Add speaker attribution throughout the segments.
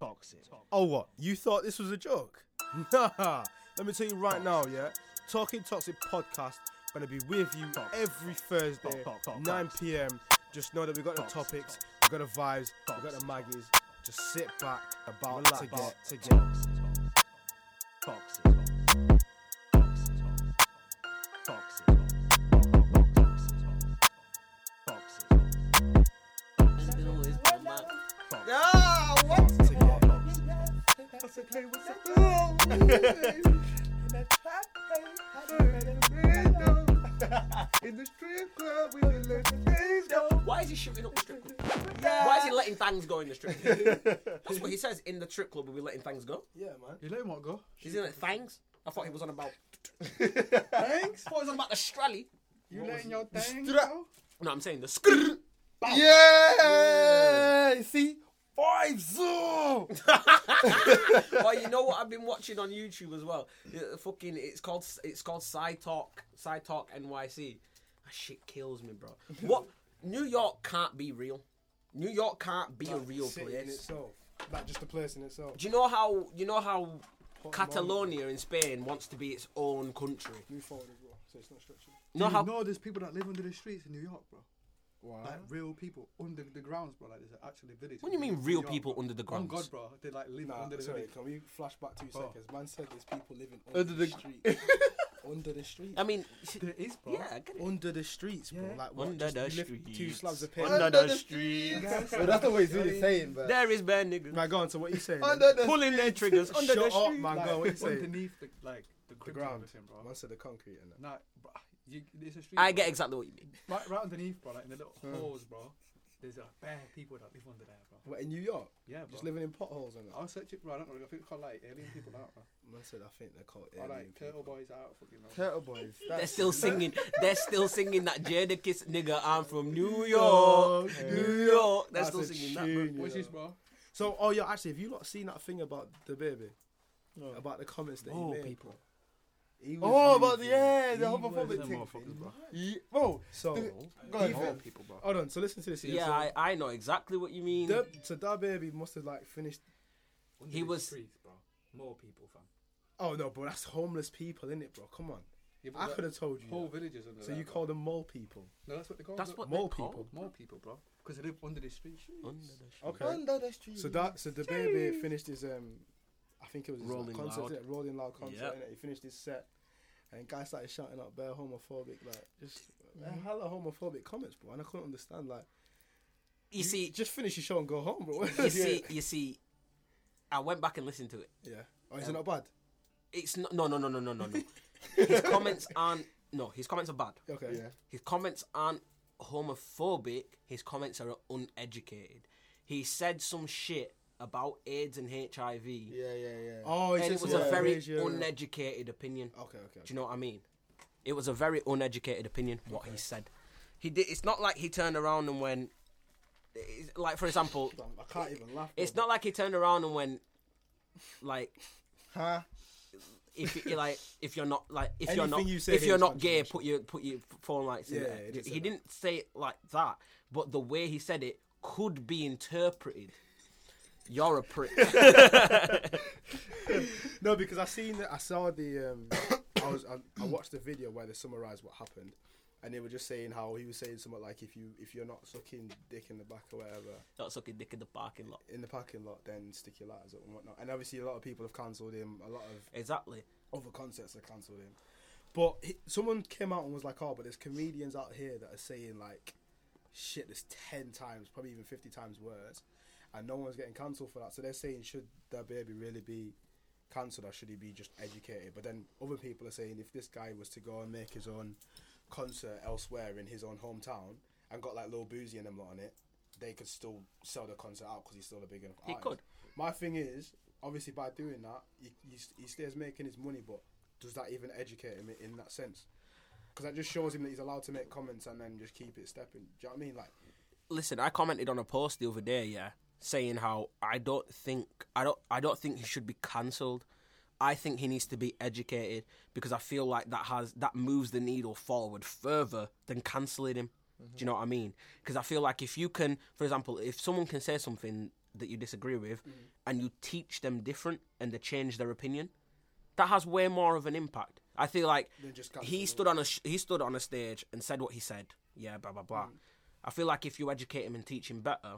Speaker 1: toxic.
Speaker 2: Oh, what? You thought this was a joke? Nah. Let me tell you right now, yeah? Talking Toxic Podcast going to be with you
Speaker 1: Tox.
Speaker 2: every Thursday,
Speaker 1: Tox, Tox,
Speaker 2: 9
Speaker 1: Tox.
Speaker 2: p.m. Just know that we got the
Speaker 1: Tox,
Speaker 2: topics,
Speaker 1: Tox.
Speaker 2: we got the vibes, we got the maggies. Just sit back, about to get to get.
Speaker 1: toxic. Toxic. Toxic. Toxic.
Speaker 3: Ah, what?
Speaker 2: to get.
Speaker 3: In the strip club, we can let the things go.
Speaker 4: Why is he shooting up the strip club? Why is he letting things go in the strip club? That's what he says in the strip club. We'll be letting things go.
Speaker 3: Yeah, man.
Speaker 5: You let him what go?
Speaker 4: He's in it. Thangs. I thought he was on about.
Speaker 3: Thanks.
Speaker 4: I thought he was on about the strally.
Speaker 5: You letting your thing
Speaker 3: strap-
Speaker 5: go?
Speaker 4: No, I'm saying the skrrr.
Speaker 3: Yeah. See, five zoo.
Speaker 4: well, you know what I've been watching on YouTube as well. Uh, fucking, it's called it's called Side Talk Side Talk NYC. That shit kills me, bro. What New York can't be real. New York can't be a real
Speaker 5: City in
Speaker 4: place.
Speaker 5: itself. Like just a place in itself.
Speaker 4: Do you know how you know how Catalonia in Spain wants to be its own country?
Speaker 5: Move forward as well, so it's not structured.
Speaker 4: You know
Speaker 5: you
Speaker 4: how
Speaker 5: know there's people that live under the streets in New York, bro.
Speaker 3: Wow.
Speaker 5: Like real people under the grounds, bro. Like there's actually villages.
Speaker 4: What do you mean,
Speaker 5: in
Speaker 4: real
Speaker 5: New York,
Speaker 4: people
Speaker 5: bro.
Speaker 4: under the
Speaker 2: Oh
Speaker 5: On
Speaker 4: grounds?
Speaker 5: God, bro. They like live
Speaker 3: Nah,
Speaker 5: under the
Speaker 3: sorry,
Speaker 5: village.
Speaker 3: can we flash back two
Speaker 5: Oh.
Speaker 3: seconds? Man said there's people living
Speaker 2: Under
Speaker 3: under the
Speaker 2: the-
Speaker 3: street. Under the street.
Speaker 4: I mean, sh-
Speaker 5: There is, bro.
Speaker 4: yeah, I get it.
Speaker 2: Under the streets, bro.
Speaker 5: Yeah.
Speaker 2: Like what?
Speaker 4: Under
Speaker 2: Just
Speaker 4: the
Speaker 2: you lift Two
Speaker 4: streets.
Speaker 2: slabs of paper.
Speaker 3: Under the
Speaker 2: streets.
Speaker 3: Well,
Speaker 2: well, that's the way he's really saying, but.
Speaker 4: there is bare niggas
Speaker 2: My God, so what you saying?
Speaker 3: Under the
Speaker 4: pulling their triggers under
Speaker 2: Shut
Speaker 4: the
Speaker 2: up,
Speaker 4: street.
Speaker 2: my
Speaker 5: Like,
Speaker 2: God, what you saying?
Speaker 5: underneath the like the, ground,
Speaker 2: ground.
Speaker 5: and everything, bro.
Speaker 3: Man said the concrete and that.
Speaker 5: Nah, bro. You, it's a street.
Speaker 4: I
Speaker 5: bro.
Speaker 4: get exactly what you mean.
Speaker 5: right, right underneath, bro. Like in the little
Speaker 3: Hmm.
Speaker 5: holes, bro. There's like bare people that live under there, bro.
Speaker 3: What in New York?
Speaker 5: Yeah, bro.
Speaker 3: Just living in potholes and that.
Speaker 5: I'll search it, bro. I don't know. I think it's called like alien people out, bro.
Speaker 3: Man said I think they're called
Speaker 5: Or
Speaker 3: alien
Speaker 5: like turtle
Speaker 3: people.
Speaker 5: boys out, fucking. Like,
Speaker 2: Turtle Boys.
Speaker 4: They're still singing. They're still singing that Jada Kiss nigga. I'm from New York, New York. They're
Speaker 2: That's
Speaker 4: still
Speaker 2: a
Speaker 4: singing that. Bro.
Speaker 2: tune, you
Speaker 5: What's this,
Speaker 2: know.
Speaker 5: bro?
Speaker 2: So, oh yeah, actually, have you not seen that thing about the baby? About the comments that
Speaker 4: Oh,
Speaker 2: he made.
Speaker 4: people.
Speaker 2: He was
Speaker 3: Oh, about the
Speaker 2: losing.
Speaker 3: yeah, the
Speaker 2: He was
Speaker 3: homophobic
Speaker 2: a
Speaker 3: thing.
Speaker 2: motherfucker, bro.
Speaker 3: Ye- Bro,
Speaker 2: So,
Speaker 3: go on,
Speaker 2: Even-
Speaker 3: man.
Speaker 5: people, bro.
Speaker 2: hold on. So listen to this.
Speaker 4: Yeah,
Speaker 2: so,
Speaker 4: I, I know exactly what you mean.
Speaker 2: the, so that baby must have like finished.
Speaker 4: He was-
Speaker 5: Streets, bro. More people, fam.
Speaker 2: Oh no, bro, that's homeless people, isn't it, bro? Come on,
Speaker 5: Yeah, but
Speaker 2: I
Speaker 5: that-
Speaker 2: could have told you.
Speaker 5: Whole
Speaker 2: that.
Speaker 5: villages under
Speaker 2: So
Speaker 5: there,
Speaker 2: you
Speaker 5: bro.
Speaker 2: call them mole people?
Speaker 5: No, that's what they call.
Speaker 4: That's
Speaker 5: them.
Speaker 4: what
Speaker 2: More
Speaker 4: they're called.
Speaker 2: people.
Speaker 5: More people, bro. Because they live under the street.
Speaker 4: Under the street.
Speaker 2: Okay.
Speaker 3: Under the street.
Speaker 2: So that so the baby finished his um, I think it was his
Speaker 4: Rolling
Speaker 2: like, concert,
Speaker 4: Loud.
Speaker 2: innit? Rolling Loud concert.
Speaker 4: Yep.
Speaker 2: innit? He finished his set, and guy started shouting out bare homophobic, like just uh, hella homophobic comments, bro. And I couldn't understand, like
Speaker 4: You see,
Speaker 2: just finish your show and go home, bro.
Speaker 4: you see, you see. I went back and listened to it.
Speaker 2: yeah. Oh, is it
Speaker 4: Um,
Speaker 2: not bad?
Speaker 4: It's not. No, no, no, no, no, no, no. His comments aren't. No, his comments are bad.
Speaker 2: Okay.
Speaker 3: Yeah.
Speaker 4: His comments aren't homophobic. His comments are uneducated. He said some shit about AIDS and HIV.
Speaker 3: Yeah, yeah, yeah.
Speaker 2: Oh, he
Speaker 4: and
Speaker 2: said
Speaker 4: it was
Speaker 2: something
Speaker 4: a
Speaker 2: about
Speaker 4: very
Speaker 2: race, yeah.
Speaker 4: uneducated opinion.
Speaker 2: Okay, okay.
Speaker 4: Do you know what I mean? It was a very uneducated opinion what he said. He did. It's not like he turned around and went. it's- Like for example,
Speaker 2: I can't even laugh.
Speaker 4: it's
Speaker 2: bro.
Speaker 4: not like he turned around and went, like
Speaker 2: Huh?
Speaker 4: if you like if you're not like if you're
Speaker 2: Anything
Speaker 4: not
Speaker 2: you say
Speaker 4: if
Speaker 2: here
Speaker 4: you're
Speaker 2: is
Speaker 4: not gay,
Speaker 2: controversial.
Speaker 4: put your put your phone lights in
Speaker 2: Yeah, he
Speaker 4: there.
Speaker 2: did say
Speaker 4: he
Speaker 2: that.
Speaker 4: didn't say it like that, but the way he said it could be interpreted. You're a prick.
Speaker 2: No, because I seen that I saw the um, I was I, I watched the video where they summarized what happened, and they were just saying how he was saying something like if you if you're not sucking dick in the back or whatever
Speaker 4: Not sucking dick in the parking lot.
Speaker 2: in the parking lot, then stick your lighters up and whatnot. And obviously, a lot of people have cancelled him. A lot
Speaker 4: Exactly.
Speaker 2: of other concerts have cancelled him. But he, someone came out and was like, "Oh, but there's comedians out here that are saying like shit that's ten times, probably even fifty times worse, and no one's getting cancelled for that." So they're saying, should that baby really be cancelled or should he be just educated? But then other people are saying, if this guy was to go and make his own concert elsewhere in his own hometown and got like Lil Boozy and them lot on it, they could still sell the concert out because he's still a big enough.
Speaker 4: He
Speaker 2: artist.
Speaker 4: could.
Speaker 2: My thing is, obviously, by doing that, he, he, he stays making his money, but does that even educate him in that sense? Because that just shows him that he's allowed to make comments and then just keep it stepping. Do you know what I mean? Like,
Speaker 4: listen, I commented on a post the other day, yeah, saying how I don't think I don't I don't think he should be cancelled. I think he needs to be educated because I feel like that has that moves the needle forward further than cancelling him. Do you know what I mean? Because I feel like if you can, for example, if someone can say something that you disagree with and you teach them different and they change their opinion, that has way more of an impact. I feel like
Speaker 2: Than just cancel
Speaker 4: he
Speaker 2: them.
Speaker 4: stood on a sh- he stood on a stage and said what he said. Yeah, blah blah blah.
Speaker 2: Mm.
Speaker 4: I feel like if you educate him and teach him better,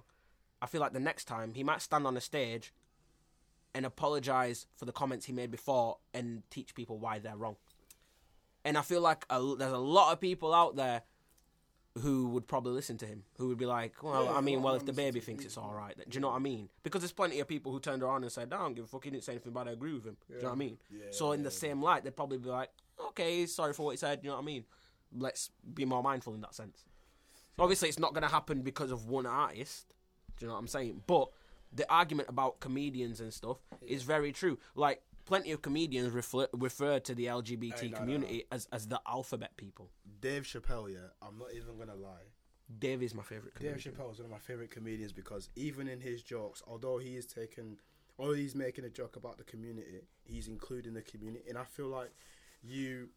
Speaker 4: I feel like the next time he might stand on a stage and apologize for the comments he made before and teach people why they're wrong. And I feel like a, there's a lot of people out there who would probably listen to him, who would be like, well, I mean, well, if the baby thinks it's all right, then, do you know what I mean? Because there's plenty of people who turned around and said, "No, I don't give a fuck, he didn't say anything bad, I agree with him. Do you know what I mean? so in the same light, they'd probably be like, okay, sorry for what he said, you know what I mean? Let's be more mindful in that sense. Obviously, it's not going to happen because of one artist. Do you know what I'm saying? But the argument about comedians and stuff is very true. Like, plenty of comedians refer, refer to the LGBT
Speaker 2: Hey, no, no,
Speaker 4: community As, as the alphabet people.
Speaker 1: Dave Chappelle, yeah, I'm not even gonna lie.
Speaker 4: Dave is my favorite comedian.
Speaker 2: Dave Chappelle is one of my favorite comedians because even in his jokes, although he is taking, although he's making a joke about the community, he's including the community, and I feel like you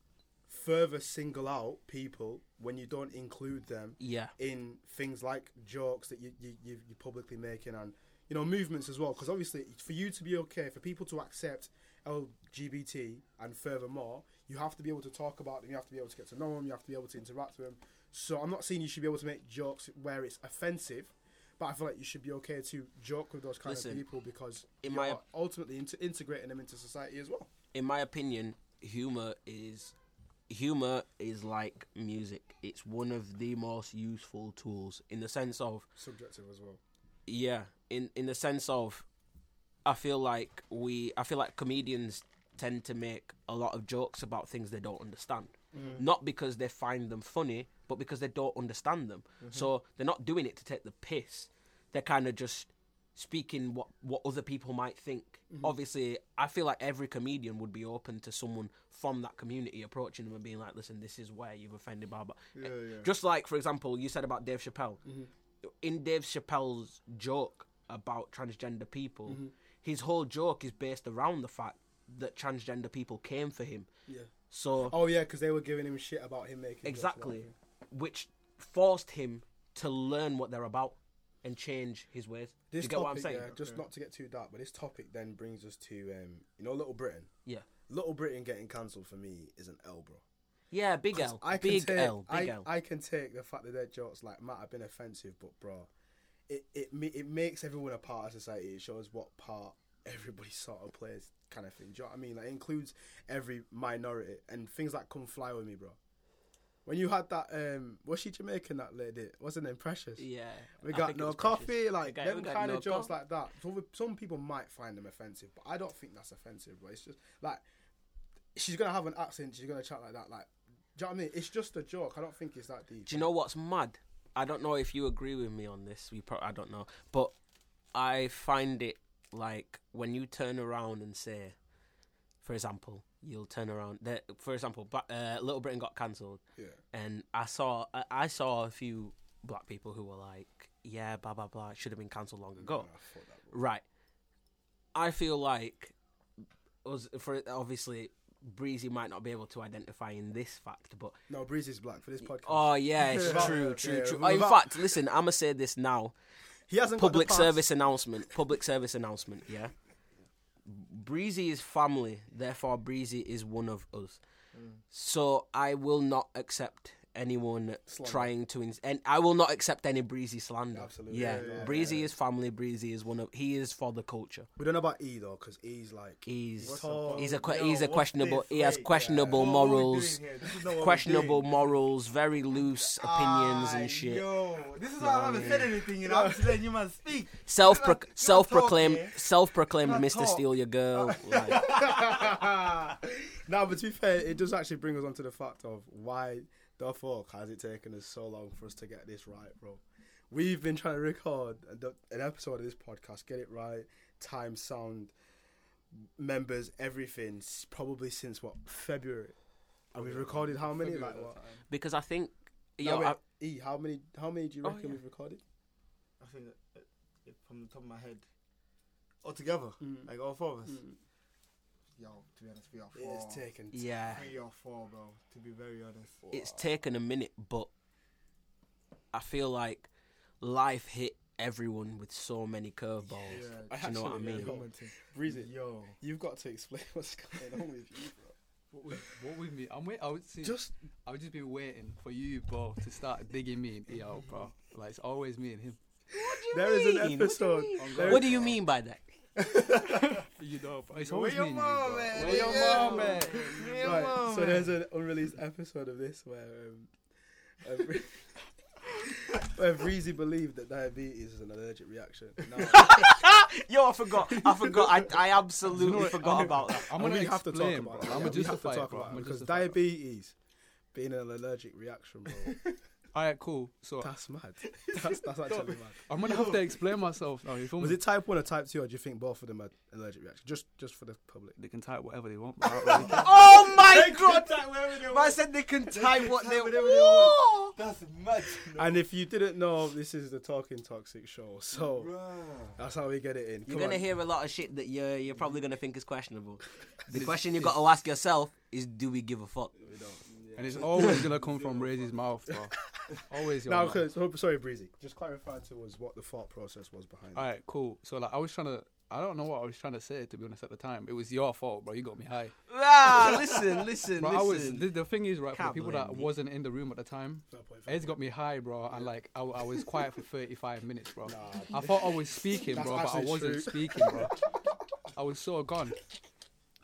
Speaker 2: further single out people when you don't include them
Speaker 4: Yeah.
Speaker 2: in things like jokes that you you you you're publicly making and you know movements as well. Because obviously, for you to be okay, for people to accept LGBT and furthermore, you have to be able to talk about them. You have to be able to get to know them. You have to be able to interact with them. So I'm not saying you should be able to make jokes where it's offensive, but I feel like you should be okay to joke with those kind
Speaker 4: Listen,
Speaker 2: of people because
Speaker 4: in
Speaker 2: you
Speaker 4: my-
Speaker 2: are ultimately into integrating them into society as well.
Speaker 4: in my opinion, humor is humor is like music. It's one of the most useful tools in the sense of
Speaker 2: Subjective as well.
Speaker 4: yeah, in in the sense of I feel like we I feel like comedians tend to make a lot of jokes about things they don't understand. Not because they find them funny, but because they don't understand them. So they're not doing it to take the piss. They're kind of just speaking what what other people might think. Obviously, I feel like every comedian would be open to someone from that community approaching them and being like, "Listen, this is where you've offended blah blah." Just like, for example, you said about Dave Chappelle. In Dave Chappelle's joke about transgender people, his whole joke is based around the fact that transgender people came for him.
Speaker 2: Yeah.
Speaker 4: So
Speaker 2: Oh yeah, because they were giving him shit about him making jokes about
Speaker 4: exactly,
Speaker 2: him.
Speaker 4: which forced him to learn what they're about and change his ways. Do
Speaker 2: This
Speaker 4: you get
Speaker 2: topic,
Speaker 4: what I'm saying?
Speaker 2: yeah, just not to get too dark, but this topic then brings us to um, you know Little Britain.
Speaker 4: Yeah.
Speaker 2: Little Britain getting cancelled for me is an L, bro.
Speaker 4: Yeah, big L,
Speaker 2: I can
Speaker 4: big
Speaker 2: take,
Speaker 4: L,
Speaker 2: I,
Speaker 4: big L.
Speaker 2: I can take the fact that their jokes like might have been offensive, but bro, it it ma- it makes everyone a part of society. It shows what part everybody sort of plays, kind of thing. Do you know what I mean? Like it includes every minority and things like "Come Fly with Me," bro. When you had that, um, was she Jamaican? That lady, wasn't it? Precious.
Speaker 4: yeah,
Speaker 2: We
Speaker 4: I
Speaker 2: got
Speaker 4: think it
Speaker 2: no
Speaker 4: was precious.
Speaker 2: coffee, like
Speaker 4: We got- we
Speaker 2: them
Speaker 4: got
Speaker 2: kind
Speaker 4: no
Speaker 2: of jokes
Speaker 4: coffee.
Speaker 2: like that. Some, some people might find them offensive, but I don't think that's offensive. But it's just like she's gonna have an accent, she's gonna chat like that. Like, do you know what I mean? It's just a joke. I don't think it's that deep.
Speaker 4: Do you know what's mad? I don't know if you agree with me on this. We pro- I don't know, but I find it like when you turn around and say, for example, you'll turn around. The, for example, Ba- uh, Little Britain got cancelled,
Speaker 2: Yeah.
Speaker 4: and I saw I, I saw a few black people who were like, yeah, blah blah blah, it should have been cancelled long ago.
Speaker 2: Nah, fuck that, bro.
Speaker 4: Right. I feel like was for obviously Breezy might not be able to identify in this fact, but
Speaker 2: No, Breeze is black for this podcast.
Speaker 4: oh yeah, it's
Speaker 2: Yeah.
Speaker 4: true,
Speaker 2: Yeah,
Speaker 4: true,
Speaker 2: yeah,
Speaker 4: true. Oh,
Speaker 2: we're
Speaker 4: in
Speaker 2: back.
Speaker 4: fact, listen, I'ma say this now.
Speaker 2: he hasn't got the
Speaker 4: Public
Speaker 2: pass.
Speaker 4: service announcement. Public service announcement. Yeah. Breezy is family, therefore Breezy is one of us. So I will not accept anyone
Speaker 2: Slander.
Speaker 4: trying to, ins- and I will not accept any Breezy slander.
Speaker 2: Absolutely.
Speaker 4: Yeah.
Speaker 2: Yeah, yeah,
Speaker 4: Breezy is family. Breezy is one of. He is for the culture.
Speaker 2: We don't know about E though, because E's like
Speaker 4: He's
Speaker 2: Tall.
Speaker 4: he's a que-
Speaker 3: Yo,
Speaker 4: he's a
Speaker 3: what's
Speaker 4: questionable.
Speaker 3: this
Speaker 4: He has
Speaker 3: rate,
Speaker 4: questionable
Speaker 3: guys? What are we
Speaker 4: morals.
Speaker 3: doing here? This is not what we're
Speaker 4: Questionable
Speaker 3: doing.
Speaker 4: morals, very loose opinions
Speaker 3: Ah,
Speaker 4: and shit.
Speaker 3: Yo, this is why I haven't said anything, you know. I'm just letting you man speak.
Speaker 4: Self
Speaker 3: You can't- you can't
Speaker 4: self proclaimed
Speaker 3: talk, yeah?
Speaker 4: self proclaimed
Speaker 3: You can't
Speaker 4: Mr.
Speaker 3: talk.
Speaker 4: Steal Your Girl. like-
Speaker 2: nah, but to be fair, it does actually bring us on to the fact of why the fuck has it taken us so long for us to get this right, bro? We've been trying to record the- an episode of this podcast, get it right, time, sound, members, everything, s- probably since what February, and we've recorded how many?
Speaker 5: February
Speaker 2: Like what?
Speaker 5: time.
Speaker 4: because I think
Speaker 2: No,
Speaker 4: yo,
Speaker 2: wait,
Speaker 4: I,
Speaker 2: e, how many? How many do you
Speaker 4: Oh,
Speaker 2: reckon
Speaker 4: yeah.
Speaker 2: we've recorded?
Speaker 3: I think uh, uh, from the top of my head, altogether,
Speaker 2: Mm.
Speaker 3: like all four of us. Yo, to be honest, we are
Speaker 2: It
Speaker 3: four.
Speaker 2: has taken. t-
Speaker 4: yeah,
Speaker 3: Three or four, bro. To be very honest.
Speaker 4: it's taken a minute, but I feel like life hit everyone with so many curveballs.
Speaker 2: Yeah.
Speaker 6: I
Speaker 4: Do you know what I
Speaker 6: actually
Speaker 4: mean?
Speaker 6: commented. Breezy,
Speaker 2: Yo.
Speaker 6: you've got to explain what's going on with you, bro.
Speaker 5: What with, what with me? I'm wait. I would see.
Speaker 2: Just
Speaker 5: I would just be waiting for you, bro, to start digging me and E out, bro. Like it's always me and him.
Speaker 2: there is
Speaker 4: mean? What do
Speaker 2: an
Speaker 4: you
Speaker 2: episode. there
Speaker 4: What do you mean by that?
Speaker 5: You know, bro. It's always me and you, bro.
Speaker 3: man?
Speaker 5: Where your mom at?
Speaker 2: Right, so there's an unreleased episode of this where um, where Bree- where Breezy believed that diabetes is an allergic reaction. No,
Speaker 4: Yo, I forgot. I forgot. I, I absolutely forgot about that.
Speaker 5: I'm
Speaker 2: And
Speaker 5: gonna
Speaker 2: we have to
Speaker 5: explain,
Speaker 2: talk
Speaker 5: bro.
Speaker 2: about it.
Speaker 5: I'm
Speaker 2: Yeah,
Speaker 5: gonna
Speaker 2: we have to
Speaker 5: justify
Speaker 2: talk
Speaker 5: it, bro.
Speaker 2: about
Speaker 5: I'm
Speaker 2: it
Speaker 5: gonna
Speaker 2: because
Speaker 5: justify it.
Speaker 2: diabetes being an allergic reaction, bro.
Speaker 5: All right, cool. So
Speaker 2: that's mad. That's, that's actually mad.
Speaker 5: I'm gonna have to explain myself now. You feel
Speaker 2: Was
Speaker 5: me?
Speaker 2: it type one or type two, or do you think both of them are allergic reaction? Just just for the public.
Speaker 5: They can type whatever they want. Bro. I don't really care.
Speaker 4: Oh my god! But I said they can type what they
Speaker 3: whatever they
Speaker 4: want.
Speaker 3: want. That's mad.
Speaker 2: And if you didn't know, this is the Talking Toxic show, so that's how we get it in.
Speaker 4: You're
Speaker 2: Come
Speaker 4: gonna
Speaker 2: on.
Speaker 4: hear a lot of shit that you're you're probably gonna think is questionable. The question you got to ask yourself is, do we give a fuck?
Speaker 5: and it's always gonna come from Ray's mouth, bro. Always your
Speaker 2: Now,
Speaker 5: mouth.
Speaker 2: 'cause- oh, sorry, Breezy. Just clarify to us what the thought process was behind.
Speaker 5: All right, cool. So like, I was trying to. I don't know what I was trying to say to be honest at the time. It was your fault, bro. You got me high.
Speaker 4: Ah, listen, listen,
Speaker 5: Bro, I was.
Speaker 4: listen.
Speaker 5: The, the thing is, right, for the
Speaker 4: Can't
Speaker 5: people
Speaker 4: blame
Speaker 5: that
Speaker 4: me.
Speaker 5: wasn't in the room at the time, Ed's got me high, bro, and like I, I was quiet for 35 minutes, bro. I thought I was speaking, bro, but I
Speaker 2: absolutely
Speaker 5: wasn't
Speaker 2: true.
Speaker 5: speaking, bro. I was so gone.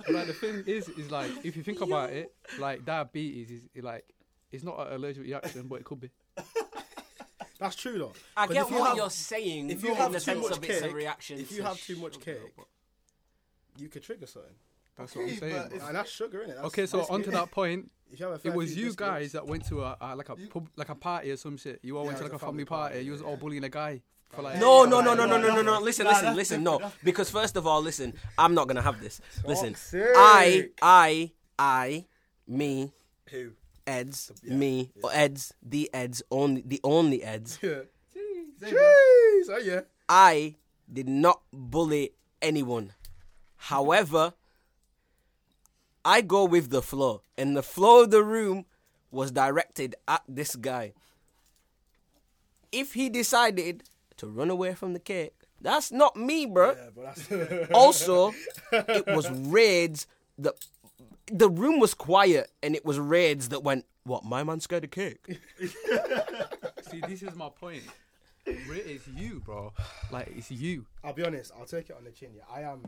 Speaker 5: But like the thing is, is like if you think about it, like diabetes is is, like it's not an allergic reaction, but it could be.
Speaker 2: That's true though.
Speaker 4: I
Speaker 2: 'Cause
Speaker 4: get
Speaker 2: if you
Speaker 4: what
Speaker 2: have-
Speaker 4: you're saying.
Speaker 2: if you
Speaker 4: in
Speaker 2: have
Speaker 4: the
Speaker 2: too
Speaker 4: sense
Speaker 2: much
Speaker 4: of it's a
Speaker 2: cake,
Speaker 4: reaction.
Speaker 2: If you
Speaker 4: to
Speaker 2: have
Speaker 4: sh-
Speaker 2: too much cake, you could trigger something.
Speaker 5: That's what I'm
Speaker 3: Okay,
Speaker 5: saying.
Speaker 3: but
Speaker 5: Bro.
Speaker 2: And that's sugar, innit? That's
Speaker 5: Okay, so
Speaker 2: biscuit.
Speaker 5: onto that point,
Speaker 2: If you have a
Speaker 5: it
Speaker 2: fair
Speaker 5: was
Speaker 2: few
Speaker 5: you
Speaker 2: biscuits-
Speaker 5: guys that went to a, a like a pub, like a party or some shit. You all
Speaker 2: Yeah,
Speaker 5: went to
Speaker 2: it
Speaker 5: like
Speaker 2: was
Speaker 5: a family party. You was all bullying a guy for like.
Speaker 4: No,
Speaker 5: for
Speaker 4: no,
Speaker 5: like-
Speaker 4: no, no, no, no, no, no. Listen, listen, listen. No, because first of all, listen. I'm not gonna have this. Listen, I, I, I, me,
Speaker 1: Who?
Speaker 4: Eds, me, or Eds, the Eds, only the only Eds.
Speaker 2: Yeah. Jeez. Oh yeah.
Speaker 4: I did not bully anyone. However, I go with the flow, and the flow of the room was directed at this guy. If he decided to run away from the cake, that's not me, bruh
Speaker 2: Yeah, but that's.
Speaker 4: also, it was raids that the room was quiet, and it was raids that went. What my man's scared of cake?
Speaker 5: See, this is my point. Ray, It's you, bro. Like it's you.
Speaker 2: I'll be honest. I'll take it on the chin. Yeah, I am.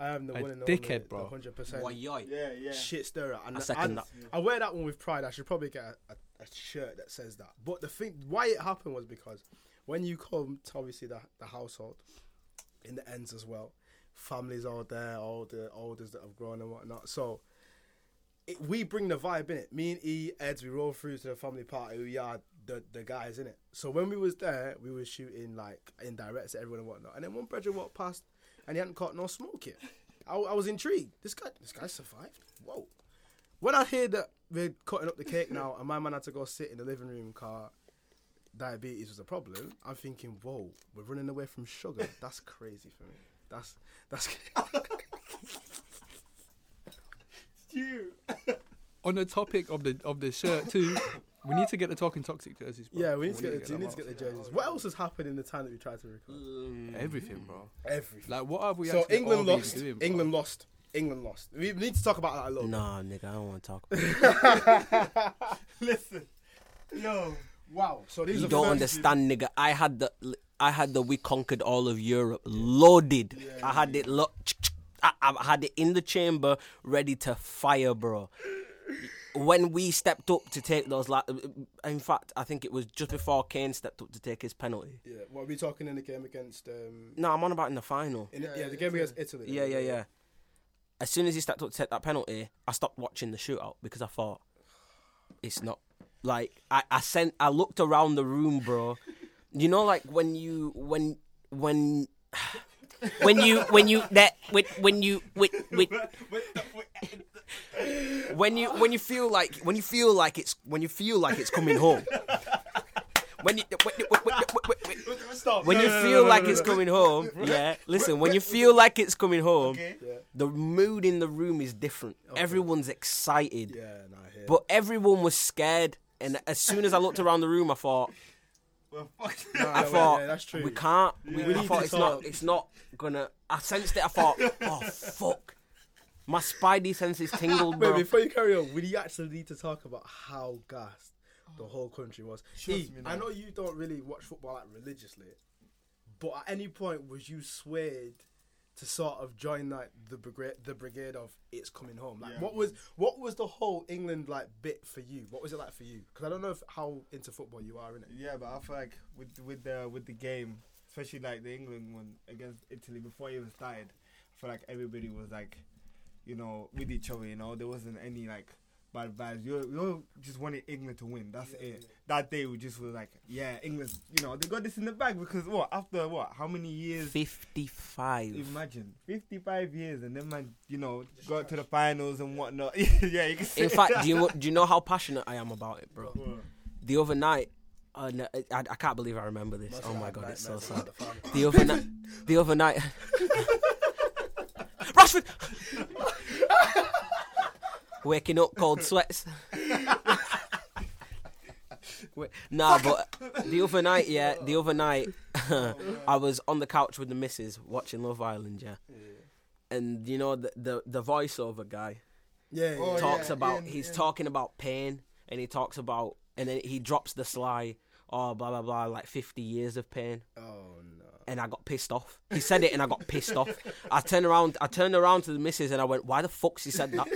Speaker 2: I am the
Speaker 5: A
Speaker 2: one and
Speaker 5: dickhead,
Speaker 2: only,
Speaker 5: bro.
Speaker 2: Hundred percent.
Speaker 3: Yeah, yeah.
Speaker 2: Shit stirrer. And
Speaker 4: I second
Speaker 2: I, I wear that one with pride. I should probably get a, a, a shirt that says that. But the thing, why it happened was because when you come to obviously the, the household, in the ends as well, families all there, all the elders that have grown and whatnot. So it, we bring the vibe in it. Me and E, Eds, we roll through to the family party. We are the, the guys in it. So when we was there, we were shooting like indirects at everyone and whatnot. And then one brother walked past, and he hadn't caught no smoke yet. I, I was intrigued. This guy, this guy survived. Whoa. When I hear that we're cutting up the cake now, and my man had to go sit in the living room car, diabetes was a problem. I'm thinking, whoa, we're running away from sugar. That's crazy for me. That's that's.
Speaker 3: You.
Speaker 5: On the topic of the of the shirt too, we need to get the talking toxic jerseys. Bro.
Speaker 2: yeah, we need to get the,
Speaker 5: them
Speaker 2: we need to
Speaker 5: out.
Speaker 2: get the jerseys. What else has happened in the time that we tried to record?
Speaker 5: everything, bro.
Speaker 2: Everything.
Speaker 5: Like what have we?
Speaker 2: Mm. So
Speaker 5: actually all
Speaker 2: England
Speaker 5: been
Speaker 2: lost.
Speaker 5: doing, bro?
Speaker 2: England lost. England lost. We need to talk about that a little.
Speaker 4: Nah, nigga, I don't want to talk. About it.
Speaker 3: Listen. Yo.
Speaker 2: Wow. So these
Speaker 4: You
Speaker 2: are
Speaker 4: don't
Speaker 2: first-
Speaker 4: understand, nigga. I had the, I had the. We conquered all of Europe, loaded. I had it lo- I, I had it in the chamber, ready to fire, bro. When we stepped up to take those, la- in fact, I think it was just before Kane stepped up to take his penalty.
Speaker 2: Yeah. What are we talking in the game against? Um,
Speaker 4: No, I'm on about in the final.
Speaker 2: in, yeah, the game against Italy.
Speaker 4: Yeah, yeah, yeah. As soon as he stepped up to take that penalty, I stopped watching the shootout because I thought it's not like I, I sent I looked around the room, bro. you know like when you when when when you when you that when, when you when, when, when you when you feel like when you feel like it's when you feel like it's coming home when you when, when, when, when, when,
Speaker 3: Stop.
Speaker 4: when you feel like it's coming home, yeah. Listen, when you feel like it's coming home,
Speaker 3: Okay.
Speaker 2: Yeah.
Speaker 4: the mood in the room is different. Everyone's excited,
Speaker 2: Yeah. Nah, I hear.
Speaker 4: but everyone was scared. And as soon as I looked around the room, I thought,
Speaker 3: Well, fuck.
Speaker 4: I
Speaker 2: yeah,
Speaker 4: thought
Speaker 2: yeah, that's true.
Speaker 4: we can't. We,
Speaker 3: Yeah.
Speaker 2: We
Speaker 4: I
Speaker 2: need
Speaker 4: thought
Speaker 2: to
Speaker 4: it's
Speaker 2: talk.
Speaker 4: not. It's not gonna. I sensed it. I thought, oh fuck, my spidey senses tingled,
Speaker 2: Wait,
Speaker 4: bro.
Speaker 2: before you carry on, we actually need to talk about how gassed the whole country was.
Speaker 3: Oh. Trust
Speaker 2: E,
Speaker 3: me
Speaker 2: I
Speaker 3: now.
Speaker 2: know you don't really watch football like religiously, but at any point was you swayed to sort of join like the brigade, the brigade of it's coming home? Like,
Speaker 3: Yeah.
Speaker 2: what was what was the whole England like bit for you? What was it like for you? Because I don't know if, how into football you are in it.
Speaker 3: Yeah, but I feel like with with the with the game, especially like the England one against Italy before it even started, I feel like everybody was like, you know, with each other. You know, there wasn't any like bad vibes. You you all just wanted England to win. That's it. That day we just were like, yeah, England. You know, they got this in the bag because what after what how many years?
Speaker 4: Fifty-five.
Speaker 3: Imagine 55 years and then man, you know, got to the finals and whatnot. yeah, you can see.
Speaker 4: In fact, do you know- do you know how passionate I am about it, bro?
Speaker 3: What?
Speaker 4: The other night, uh, no, I, I can't believe I remember this. oh my
Speaker 2: Like,
Speaker 4: god,
Speaker 2: like,
Speaker 4: it's so
Speaker 2: like,
Speaker 4: sad.
Speaker 2: the farm.
Speaker 4: The other night, the other night, Rashford waking up cold sweats. Wait, nah, but the other night, yeah, the other night, I was on the couch with the missus watching Love Island, yeah, and you know the the, the voiceover guy
Speaker 2: Yeah, yeah,
Speaker 3: Oh,
Speaker 2: yeah.
Speaker 4: talks
Speaker 3: yeah,
Speaker 4: about
Speaker 3: yeah,
Speaker 4: he's
Speaker 3: yeah.
Speaker 4: talking about pain and he talks about and then he drops the sly oh blah blah blah like 50 years of pain
Speaker 3: Uh.
Speaker 2: Oh no.
Speaker 4: and I got pissed off. He said it and I got pissed off. I turned around I turned around to the missus and I went, Why the fuck's he said that?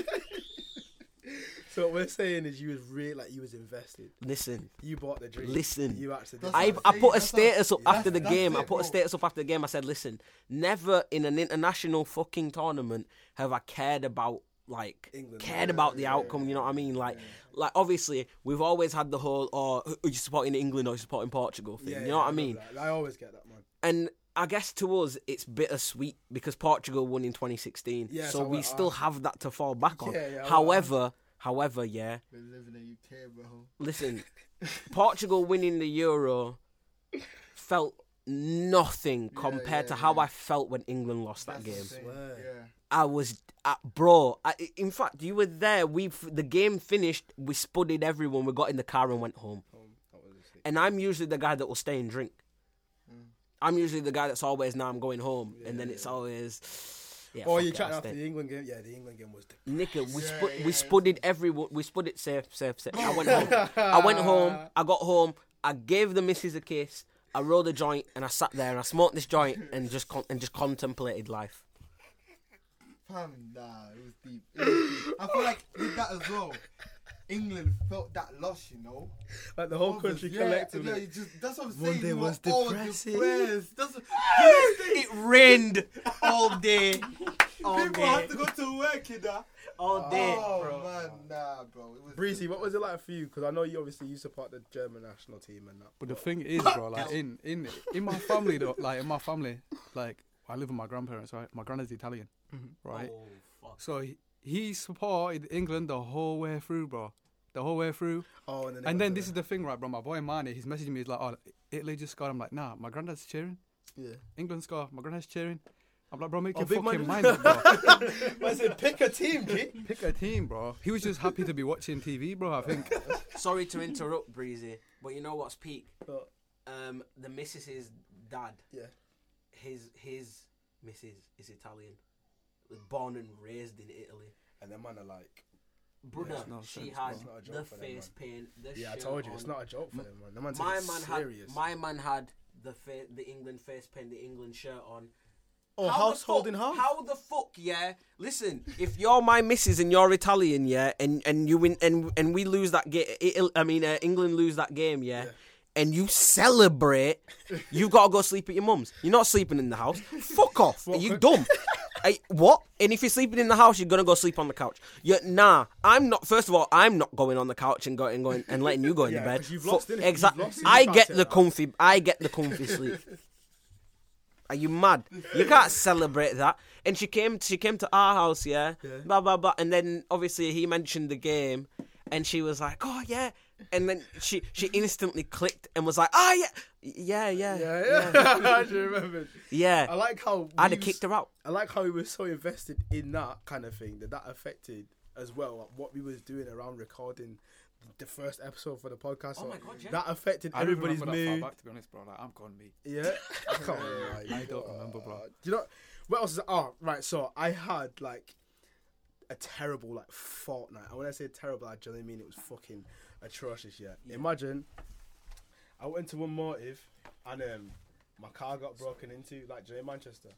Speaker 2: So what we're saying is you was really like you was invested.
Speaker 4: Listen,
Speaker 2: You bought the dream.
Speaker 4: Listen.
Speaker 2: you actually. did that.
Speaker 3: That's
Speaker 4: I,
Speaker 3: what
Speaker 4: I
Speaker 3: I'm
Speaker 4: put a
Speaker 3: saying, that's
Speaker 4: status up
Speaker 3: how-
Speaker 4: after the
Speaker 3: that's-
Speaker 4: game. I
Speaker 3: that's it,
Speaker 4: put a
Speaker 3: bro.
Speaker 4: status up after the game. I said, Listen, never in an international fucking tournament have I cared about like
Speaker 2: England.
Speaker 4: cared about the outcome, you know what I mean? Like like obviously we've always had the whole oh are you supporting England or are you supporting Portugal thing. you know what
Speaker 2: love
Speaker 4: I mean?
Speaker 2: that. I always get that, man.
Speaker 4: and I guess to us it's bittersweet because Portugal won in 2016,
Speaker 2: Yes,
Speaker 4: so
Speaker 2: I
Speaker 4: we
Speaker 2: wa-
Speaker 4: still have that to fall back on.
Speaker 2: Yeah, yeah, I wa-
Speaker 4: however, however, yeah,
Speaker 3: We live in the UK, bro.
Speaker 4: listen, Portugal winning the Euro felt nothing compared to how I felt when England lost that game.
Speaker 3: Yeah.
Speaker 4: I was, uh, bro. I, in fact, you were there. We f- the game finished. We spudded everyone. We got in the car and went home. And I'm usually the guy that will stay and drink. I'm usually the guy that's always now I'm going home, and then it's always. Yeah,
Speaker 2: Or
Speaker 4: fuck
Speaker 2: you
Speaker 4: it,
Speaker 2: chatting
Speaker 4: I'll
Speaker 2: after
Speaker 4: stay.
Speaker 2: the England game? Yeah, the England game was. The...
Speaker 4: Nigga, we
Speaker 3: Yeah,
Speaker 4: spud,
Speaker 3: yeah,
Speaker 4: we
Speaker 3: yeah.
Speaker 4: spudded everyone. We spudded safe, safe, safe. I went home. I went home. I got home. I gave the missus a kiss. I rolled a joint and I sat there and I smoked this joint and just con- and just contemplated life.
Speaker 3: Fam, nah, it was deep. It was deep. I feel like with that as well, England felt that loss, you know.
Speaker 2: Like the whole
Speaker 3: Others,
Speaker 2: country
Speaker 3: yeah,
Speaker 2: collectively.
Speaker 3: Yeah, you just, that's what I'm
Speaker 2: One
Speaker 3: saying.
Speaker 2: day
Speaker 3: you
Speaker 2: was
Speaker 3: were all
Speaker 2: depressing.
Speaker 3: depressed. That's what,
Speaker 4: It rained all day, all
Speaker 3: people have
Speaker 4: day,
Speaker 3: to go to work, you know.
Speaker 4: all day.
Speaker 3: oh man, nah, bro. It was
Speaker 2: Breezy, what was it like for you? Because I know you obviously you support the German national team and that.
Speaker 5: But the thing is, bro, like in in in my family though, like in my family, like I live with my grandparents, right? My granddad's Italian,
Speaker 2: Mm-hmm.
Speaker 5: right? So he, he supported England the whole way through, bro. The whole way through.
Speaker 2: Oh, and then,
Speaker 5: And then this is the thing, right, bro? My boy Marnie, he's messaging me. He's like, "Oh, Italy just scored." I'm like, "Nah, my granddad's cheering.
Speaker 2: Yeah.
Speaker 5: England score. My granddad's cheering." I'm like, "Bro, make
Speaker 2: Oh,
Speaker 5: your
Speaker 2: big man.
Speaker 5: fucking mind up, bro.
Speaker 2: I said, pick a team, kid.
Speaker 5: Pick a team, bro." He was just happy to be watching TV, bro. I think.
Speaker 4: Sorry to interrupt, Breezy, but you know what's peak?
Speaker 2: What?
Speaker 4: Um, the missus's dad.
Speaker 2: Yeah.
Speaker 4: His his missus is Italian. Was born and raised in Italy.
Speaker 2: And then man are like,
Speaker 4: Brother,
Speaker 5: it's no
Speaker 4: she
Speaker 5: sense,
Speaker 4: had
Speaker 2: It's not a joke
Speaker 4: the
Speaker 2: for them,
Speaker 4: face paint. The
Speaker 2: yeah, I
Speaker 4: shirt
Speaker 2: told you,
Speaker 4: on.
Speaker 2: it's not a joke for them, man. The man
Speaker 4: my
Speaker 2: takes
Speaker 4: man
Speaker 2: it serious.
Speaker 4: had my man had the fa- the England face paint, the England shirt on.
Speaker 2: oh,
Speaker 4: How the
Speaker 2: household in
Speaker 4: fuck-
Speaker 2: half.
Speaker 4: How the fuck, yeah? Listen, if you're my missus and you're Italian, yeah, and and you win and and we lose that game, I mean uh, England lose that game, yeah. And you celebrate, you gotta go sleep at your mum's. You're not sleeping in the house. Fuck off. Are you dumb? Hey, what? And if you're sleeping in the house, you're gonna go sleep on the couch. you nah, I'm not. First of all, I'm not going on the couch and going and going and letting you go into
Speaker 2: Yeah,
Speaker 4: bed.
Speaker 2: 'cause you've lost, innit? You've
Speaker 4: Exactly.
Speaker 2: lost. You
Speaker 4: I
Speaker 2: can't
Speaker 4: get
Speaker 2: say
Speaker 4: the
Speaker 2: that.
Speaker 4: comfy. I get the comfy sleep. Are you mad? You can't celebrate that. And she came. She came to our house, yeah. Blah blah blah. And then obviously he mentioned the game, and she was like, "Oh yeah." And then she she instantly clicked and was like, "Ah yeah, yeah, yeah, yeah."
Speaker 2: yeah, yeah. I actually remembered. I like how
Speaker 4: I'd
Speaker 2: we
Speaker 4: have
Speaker 2: was-
Speaker 4: kicked her out.
Speaker 2: I like how we were so invested in that kind of thing that that affected as well like, what we was doing around recording the first episode for the podcast.
Speaker 4: Oh
Speaker 2: so
Speaker 4: my God, yeah.
Speaker 2: That affected
Speaker 5: I don't
Speaker 2: everybody's
Speaker 5: remember that far
Speaker 2: mood.
Speaker 5: back, to be honest, bro. Like, I'm gone, me.
Speaker 2: Yeah, Come on,
Speaker 5: I don't remember, bro.
Speaker 2: Do you know what else is? Oh, right. So I had like a terrible like fortnight. And when I say terrible, I generally mean it was fucking atrocious. Yeah. Imagine I went to one motive and um, my car got broken into, like during Manchester.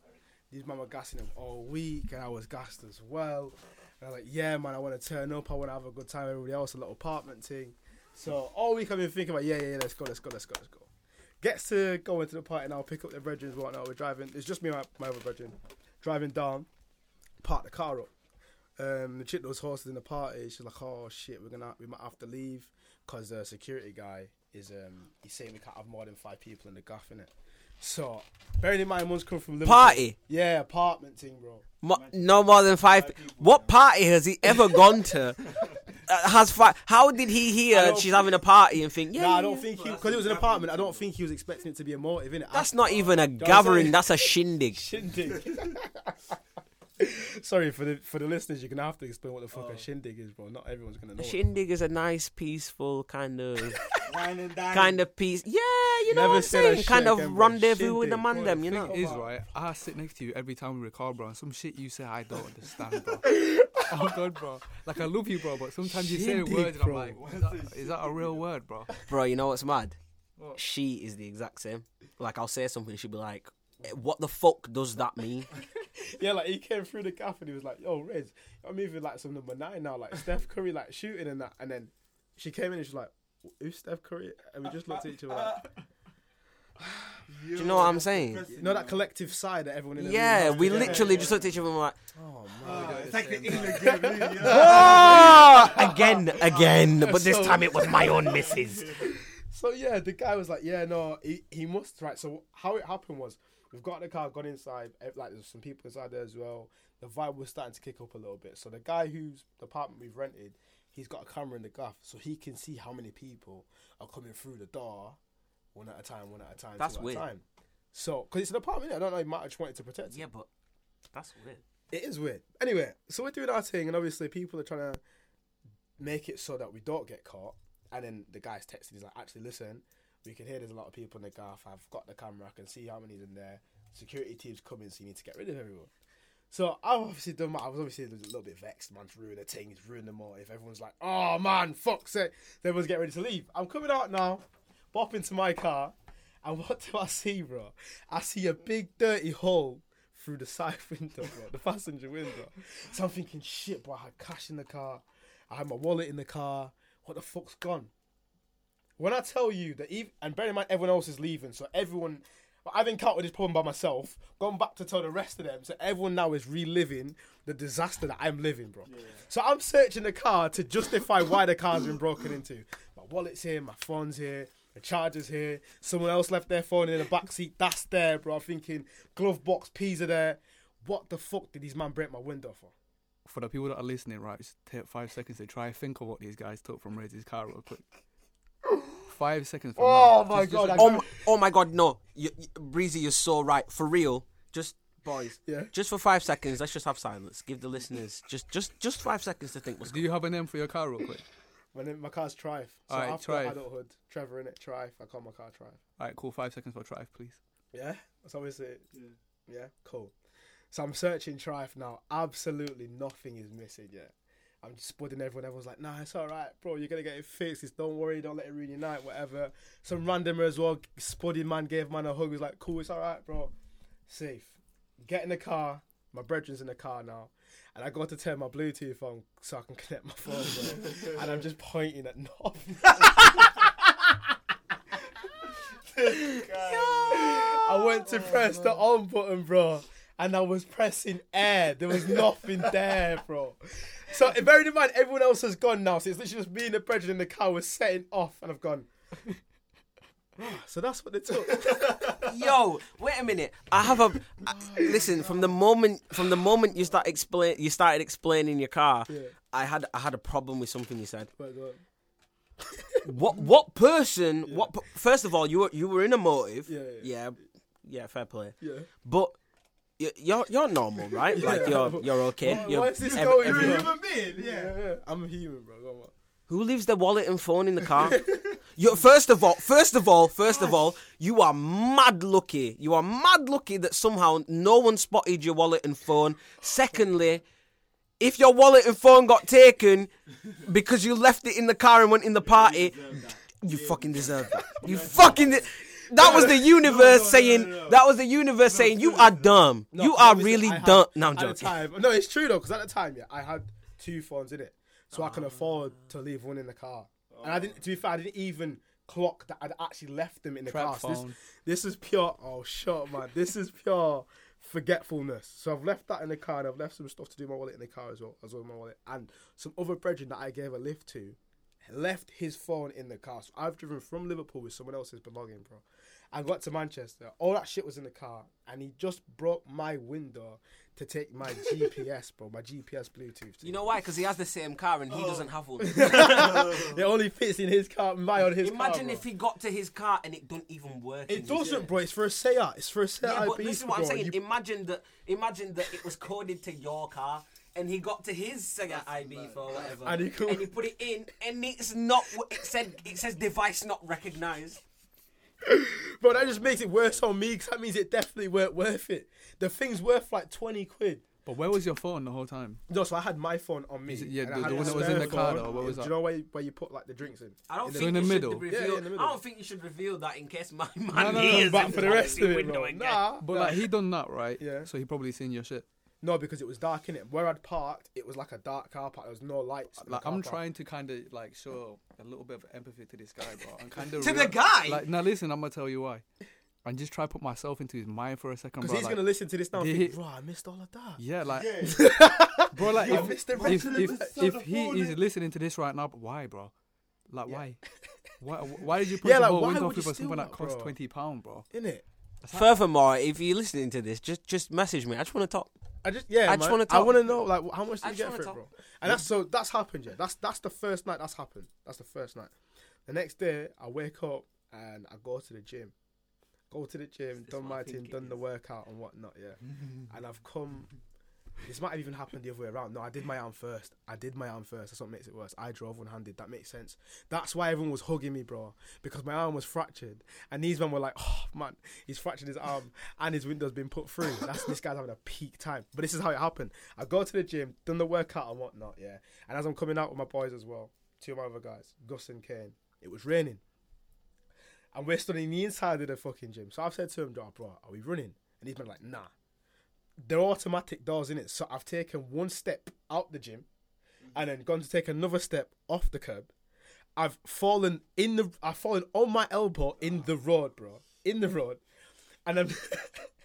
Speaker 2: These men were gassing him all week, and I was gassed as well. And I'm like, yeah, man, I want to turn up. I want to have a good time. with Everybody else, a little apartment thing. So all week I've been thinking about, yeah, yeah, yeah, let's go, let's go, let's go, let's go. Gets to go into the party now, pick up the brethren and whatnot. We're driving. It's just me and my, my other brethren driving down, park the car up. Um, the chick that was hosted in the party, she's like, "Oh shit, we're gonna we might have to leave because the security guy is um he's saying we can't have more than five people in the gaff in it." So, bearing in mind, one's come from Liverpool.
Speaker 4: Party?
Speaker 2: yeah, apartment thing, bro.
Speaker 4: Mo- no more than five. What party has he ever gone to? Uh, has five? How did he
Speaker 2: I
Speaker 4: hear
Speaker 2: don't
Speaker 4: she's having a party and think? Yeah,
Speaker 2: No, I
Speaker 4: yeah,
Speaker 2: don't
Speaker 4: yeah."
Speaker 2: think he because it was an apartment. I don't think he was expecting it to be a motive in it.
Speaker 4: That's not even a
Speaker 2: what I'm
Speaker 4: gathering.
Speaker 2: saying?
Speaker 4: That's a shindig.
Speaker 2: shindig. Sorry for the for the listeners, you're gonna have to explain what the fuck a shindig is, bro. Not everyone's gonna know.
Speaker 4: A
Speaker 2: it.
Speaker 4: shindig is a nice, peaceful kind of
Speaker 3: Wine and dine.
Speaker 4: kind of peace. Yeah, you know
Speaker 2: Never
Speaker 4: what I'm
Speaker 2: said a
Speaker 4: saying. Kind
Speaker 2: shit
Speaker 4: of
Speaker 2: again, bro.
Speaker 4: rendezvous with the
Speaker 2: Shindig,
Speaker 4: man
Speaker 2: bro.
Speaker 4: them. You
Speaker 5: Thing
Speaker 4: know.
Speaker 5: is, right, I sit next to you every time we record, bro, and some shit you say I don't understand, bro. I'm good, bro. Like, I love you, bro, but sometimes you say
Speaker 2: Shindig,
Speaker 5: words and I'm
Speaker 2: bro.
Speaker 5: like, is that, is that a real word, bro?
Speaker 4: Bro, you know what's mad?
Speaker 5: What?
Speaker 4: She is the exact same. Like I'll say something, she'll be like, "Eh, "What the fuck does that mean?"
Speaker 2: Yeah, like he came through the gaff and he was like, "Yo, Reds, I'm even like some number nine now, like Steph Curry, like shooting and that." And then she came in and she's like, "Who's Steph Curry?" And we just looked at each other. like,
Speaker 4: Do you know what I'm saying?
Speaker 2: You know that collective sigh that everyone in the room
Speaker 4: Yeah,
Speaker 2: has
Speaker 4: we
Speaker 2: together?
Speaker 4: literally just looked at each other and were like,
Speaker 2: Oh man.
Speaker 3: Ah, it's like the England game, really. Yeah.
Speaker 4: "Ah, again, again." But this time it was my own missus.
Speaker 2: So yeah, the guy was like, "Yeah, no, he, he must right." So how it happened was, we've got in the car, gone inside. eh, Like there's some people inside there as well. The vibe was starting to kick up a little bit. So the guy whose apartment we've rented, he's got a camera in the gaff, so he can see how many people are coming through the door, one at a time, one at a time.
Speaker 4: That's
Speaker 2: two at a
Speaker 4: weird.
Speaker 2: Time. So, because it's an apartment, innit? I don't know. He might have just wanted to protect. it.
Speaker 4: Yeah, but that's weird.
Speaker 2: It is weird. Anyway, so we're doing our thing, and obviously people are trying to make it so that we don't get caught. And then the guy's texting. He's like, "Actually, listen, we can hear there's a lot of people in the gaff. I've got the camera. I can see how many's in there. Security team's coming, so you need to get rid of everyone." So I've obviously done my. I was obviously a little bit vexed, man. To ruin the thing, it's ruined the motive. Everyone's like, "Oh man, fuck's sake!" Then everyone's getting ready to leave. I'm coming out now, bop into my car, and what do I see, bro? I see a big dirty hole through the side window, bro, the passenger window. So I'm thinking, shit, bro, I had cash in the car, I had my wallet in the car. What the fuck's gone? When I tell you that, even, and bear in mind, everyone else is leaving, so everyone, I've encountered this problem by myself, gone back to tell the rest of them, so everyone now is reliving the disaster that I'm living, bro. So I'm searching the car to justify why the car's been broken into. My wallet's here, my phone's here, the charger's here, someone else left their phone in the back seat, that's there, bro. I'm thinking, glove box, peas are there. What the fuck did these man break my window for?
Speaker 5: For the people that are listening, right, just take five seconds to try and think of what these guys took from Razor's car real quick. Five seconds from
Speaker 2: Oh
Speaker 5: now.
Speaker 2: my
Speaker 5: Just-
Speaker 2: god! I
Speaker 4: Oh, my, oh my god, no, you, you- Breezy, you're so right. For real, just boys.
Speaker 2: Yeah.
Speaker 4: Just for five seconds, let's just have silence. Give the listeners just, just, just five seconds to think what's
Speaker 5: Do you have a name for your car real quick?
Speaker 2: My, name, my car's Trife. So
Speaker 5: Alright,
Speaker 2: after
Speaker 5: Trife.
Speaker 2: adulthood, Trevor in it, Trife. I call my car Trife.
Speaker 5: All right, cool. Five seconds for Trive, please.
Speaker 2: Yeah, that's always it. Yeah. cool. So I'm searching Trife now. Absolutely nothing is missing yet. I'm just budding everyone. Everyone's like, "Nah, it's all right, bro. You're gonna get it fixed. It's, don't worry. Don't let it ruin your night. Whatever." Some randomer as well. Spudding man gave man a hug. Was like, "Cool, it's all right, bro. Safe." Get in the car. My brethren's in the car now, and I got to turn my Bluetooth on so I can connect my phone, bro. and I'm just pointing at nothing. I went to press the on button, bro, and I was pressing air. There was nothing there, bro. So bearing in mind, everyone else has gone now, so it's literally just me and the brethren in the car was setting off, and I've gone. "Ah, so that's what they took.
Speaker 4: Yo, wait a minute. I have a I- listen from the moment from the moment you start explain you started explaining your car. I had I had a problem with something you said.
Speaker 2: But, uh,
Speaker 4: What what person? What per- first of all you were you were in a motive.
Speaker 2: Yeah,
Speaker 4: yeah, yeah, fair play.
Speaker 2: yeah.
Speaker 4: But y- you're you're normal, right? Like you're you're okay.
Speaker 2: Why-
Speaker 4: you're,
Speaker 2: why is this
Speaker 4: ev-
Speaker 2: going
Speaker 4: everyone-
Speaker 2: really
Speaker 3: Human being, yeah.
Speaker 2: yeah, yeah. I'm a human, bro. Go on, man.
Speaker 4: Who leaves their wallet and phone in the car? you first of all, first of all, first of all, you are mad lucky. You are mad lucky that somehow no one spotted your wallet and phone. Secondly, if your wallet and phone got taken because you left it in the car and went in the party, you fucking deserve that. You fucking. De- that was the universe
Speaker 3: no,
Speaker 4: saying.
Speaker 3: no, no.
Speaker 4: That was the universe saying you are dumb. you are really
Speaker 2: I had-
Speaker 4: dumb. No, I'm
Speaker 2: at the
Speaker 4: joking.
Speaker 2: time- no, it's true though, because at the time, yeah, I had two phones in it, so I can afford to leave one in the car. And I didn't. To be fair, I didn't even clock that I'd actually left them in the
Speaker 5: Trap
Speaker 2: car. So this,
Speaker 5: phone.
Speaker 2: this is pure. Oh shut, man. This is pure forgetfulness. So I've left that in the car, and I've left some stuff to do in my wallet in the car as well, as well as my wallet, and some other brethren that I gave a lift to. Left his phone in the car. So I've driven from Liverpool with someone else's belonging, bro. I got to Manchester. All that shit was in the car, and he just broke my window to take my GPS, bro. My GPS Bluetooth.
Speaker 4: You know why? Because he has the same car and he doesn't
Speaker 3: Oh.
Speaker 4: have one.
Speaker 2: it only fits in his car, my on his car.
Speaker 4: Imagine
Speaker 2: bro.
Speaker 4: if he got to his car and it don't even work. in
Speaker 2: It
Speaker 4: his-
Speaker 2: doesn't, bro. It's for a Seat. It's for a Seat.
Speaker 4: Yeah, but
Speaker 2: Ibiza,
Speaker 4: this is what I'm
Speaker 2: bro.
Speaker 4: saying.
Speaker 2: You-
Speaker 4: Imagine that. Imagine that it was coded to your car. And he got to his Sega IB for whatever,
Speaker 2: And he could-
Speaker 4: put it in, and it's not. It said it says device not recognized.
Speaker 2: bro, that just makes it worse on me because that means it definitely weren't worth it. The thing's worth like twenty quid.
Speaker 5: But where was your phone the whole time?
Speaker 2: No, so I had my phone on me.
Speaker 5: Is it- yeah,
Speaker 2: and I
Speaker 5: the-
Speaker 2: had
Speaker 5: the
Speaker 2: a
Speaker 5: one that was
Speaker 2: spare
Speaker 5: in the car,
Speaker 2: phone.
Speaker 5: though, what was
Speaker 2: Do you
Speaker 5: that?
Speaker 2: know where you, where you put like the drinks in?
Speaker 4: I don't
Speaker 2: In the-
Speaker 4: think
Speaker 5: in the
Speaker 4: you
Speaker 5: middle.
Speaker 4: should reveal.
Speaker 2: Yeah, yeah, in the
Speaker 4: I
Speaker 2: middle.
Speaker 4: don't think you should reveal that in case my man
Speaker 5: no, no,
Speaker 4: hears.
Speaker 2: but
Speaker 4: in
Speaker 2: for the rest
Speaker 4: policy
Speaker 2: of it,
Speaker 4: window
Speaker 2: bro.
Speaker 4: again.
Speaker 2: Nah,
Speaker 5: But like he done that, right?
Speaker 2: Yeah.
Speaker 5: So he probably seen your shit.
Speaker 2: no, because it was dark in it. Where I'd parked, it was like a dark car park. There was no lights. in the
Speaker 5: Like
Speaker 2: car
Speaker 5: I'm
Speaker 2: park.
Speaker 5: trying to kind of like show a little bit of empathy to this guy, bro. And kind of
Speaker 4: To the guy?
Speaker 5: Like now, listen, I'm gonna tell you why. And just try to put myself into his mind for a second,
Speaker 2: Because
Speaker 5: bro.
Speaker 2: he's
Speaker 5: like-
Speaker 2: gonna listen to this now. and
Speaker 5: did
Speaker 2: think,
Speaker 5: he-
Speaker 2: Bro, I missed all of that.
Speaker 5: Yeah, like, bro, like
Speaker 2: Yeah,
Speaker 5: if,
Speaker 2: Mr.
Speaker 5: if,
Speaker 2: Resident
Speaker 5: if,
Speaker 2: Evil
Speaker 5: if
Speaker 3: Zelda
Speaker 5: he
Speaker 3: Fallen.
Speaker 5: is listening to this right now, but why, bro? Like, why? why? Why did you put
Speaker 2: Yeah,
Speaker 5: yeah,
Speaker 2: like,
Speaker 5: your
Speaker 2: why
Speaker 5: like, window
Speaker 2: would you
Speaker 5: through for
Speaker 2: steal
Speaker 5: something that
Speaker 2: that,
Speaker 5: cost
Speaker 2: bro?
Speaker 5: twenty pound, bro?
Speaker 2: In it,
Speaker 4: Furthermore, if you're listening to this, just just message me. I just want to talk.
Speaker 2: I just yeah.
Speaker 4: I just
Speaker 2: man.
Speaker 4: wanna
Speaker 2: I
Speaker 4: talk.
Speaker 2: want to know like how much did
Speaker 4: I
Speaker 2: you
Speaker 4: just
Speaker 2: get for it,
Speaker 4: wanna
Speaker 2: bro? And that's so that's happened. Yeah, that's that's the first night that's happened. That's the first night. The next day, I wake up and I go to the gym. Go to the gym,
Speaker 4: this
Speaker 2: done
Speaker 4: what I
Speaker 2: my
Speaker 4: think
Speaker 2: thing,
Speaker 4: it
Speaker 2: done the
Speaker 4: is?
Speaker 2: workout and whatnot. Yeah, and I've come. This might have even happened the other way around. No, I did my arm first. I did my arm first. That's what makes it worse. I drove one-handed. That makes sense. That's why everyone was hugging me, bro, because my arm was fractured. And these men were like, "Oh man, he's fractured his arm and his window's been put through. That's this guy's having a peak time." But this is how it happened. I go to the gym, done the workout and whatnot, yeah. And as I'm coming out with my boys as well, two of my other guys, Gus and Kane, it was raining and we're stood in the inside of the fucking gym. So I've said to him, "Dawg, bro, are we running? And he's been like, nah. They're automatic doors in it. So I've taken one step out the gym and then gone to take another step off the curb. I've fallen in the I've fallen on my elbow in the road, bro. In the road. And I'm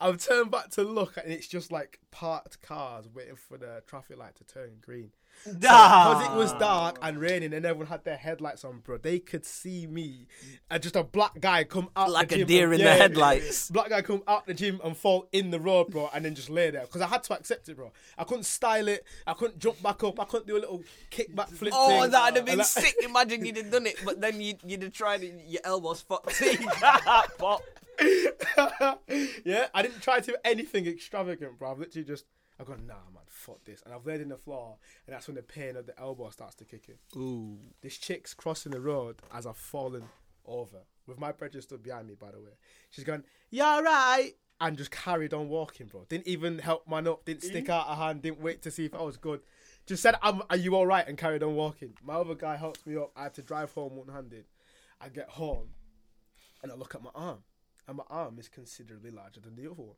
Speaker 2: I've turned back to look and it's just like parked cars waiting for the traffic light to turn green. Because it was dark and raining and everyone had their headlights on, bro. They could see me. And just a black guy come out
Speaker 4: Like
Speaker 2: the
Speaker 4: a
Speaker 2: gym
Speaker 4: deer
Speaker 2: and-
Speaker 4: in the headlights.
Speaker 2: Black guy come out the gym and fall in the road, bro, and then just lay there. Because I had to accept it, bro. I couldn't style it. I couldn't jump back up. I couldn't do a little kickback flip.
Speaker 4: Oh,
Speaker 2: thing.
Speaker 4: that'd have
Speaker 2: And
Speaker 4: been
Speaker 2: like-
Speaker 4: sick. Imagine you'd have done it, but then you'd, you'd have tried it. Your elbows fucked. So you can't pop.
Speaker 2: yeah, I didn't try to do anything extravagant, bro. I've literally just, I've gone, nah, man, fuck this. And I've laid in the floor, and that's when the pain of the elbow starts to kick in.
Speaker 5: Ooh,
Speaker 2: This chick's crossing the road as I've fallen over, with my brethren stood behind me, by the way. She's going, you alright? And just carried on walking, bro. Didn't even help man up, didn't stick out a hand, didn't wait to see if I was good. Just said, I'm, Are you alright? and carried on walking. My other guy helped me up. I had to drive home one handed. I get home, and I look at my arm, and my arm is considerably larger than the other one.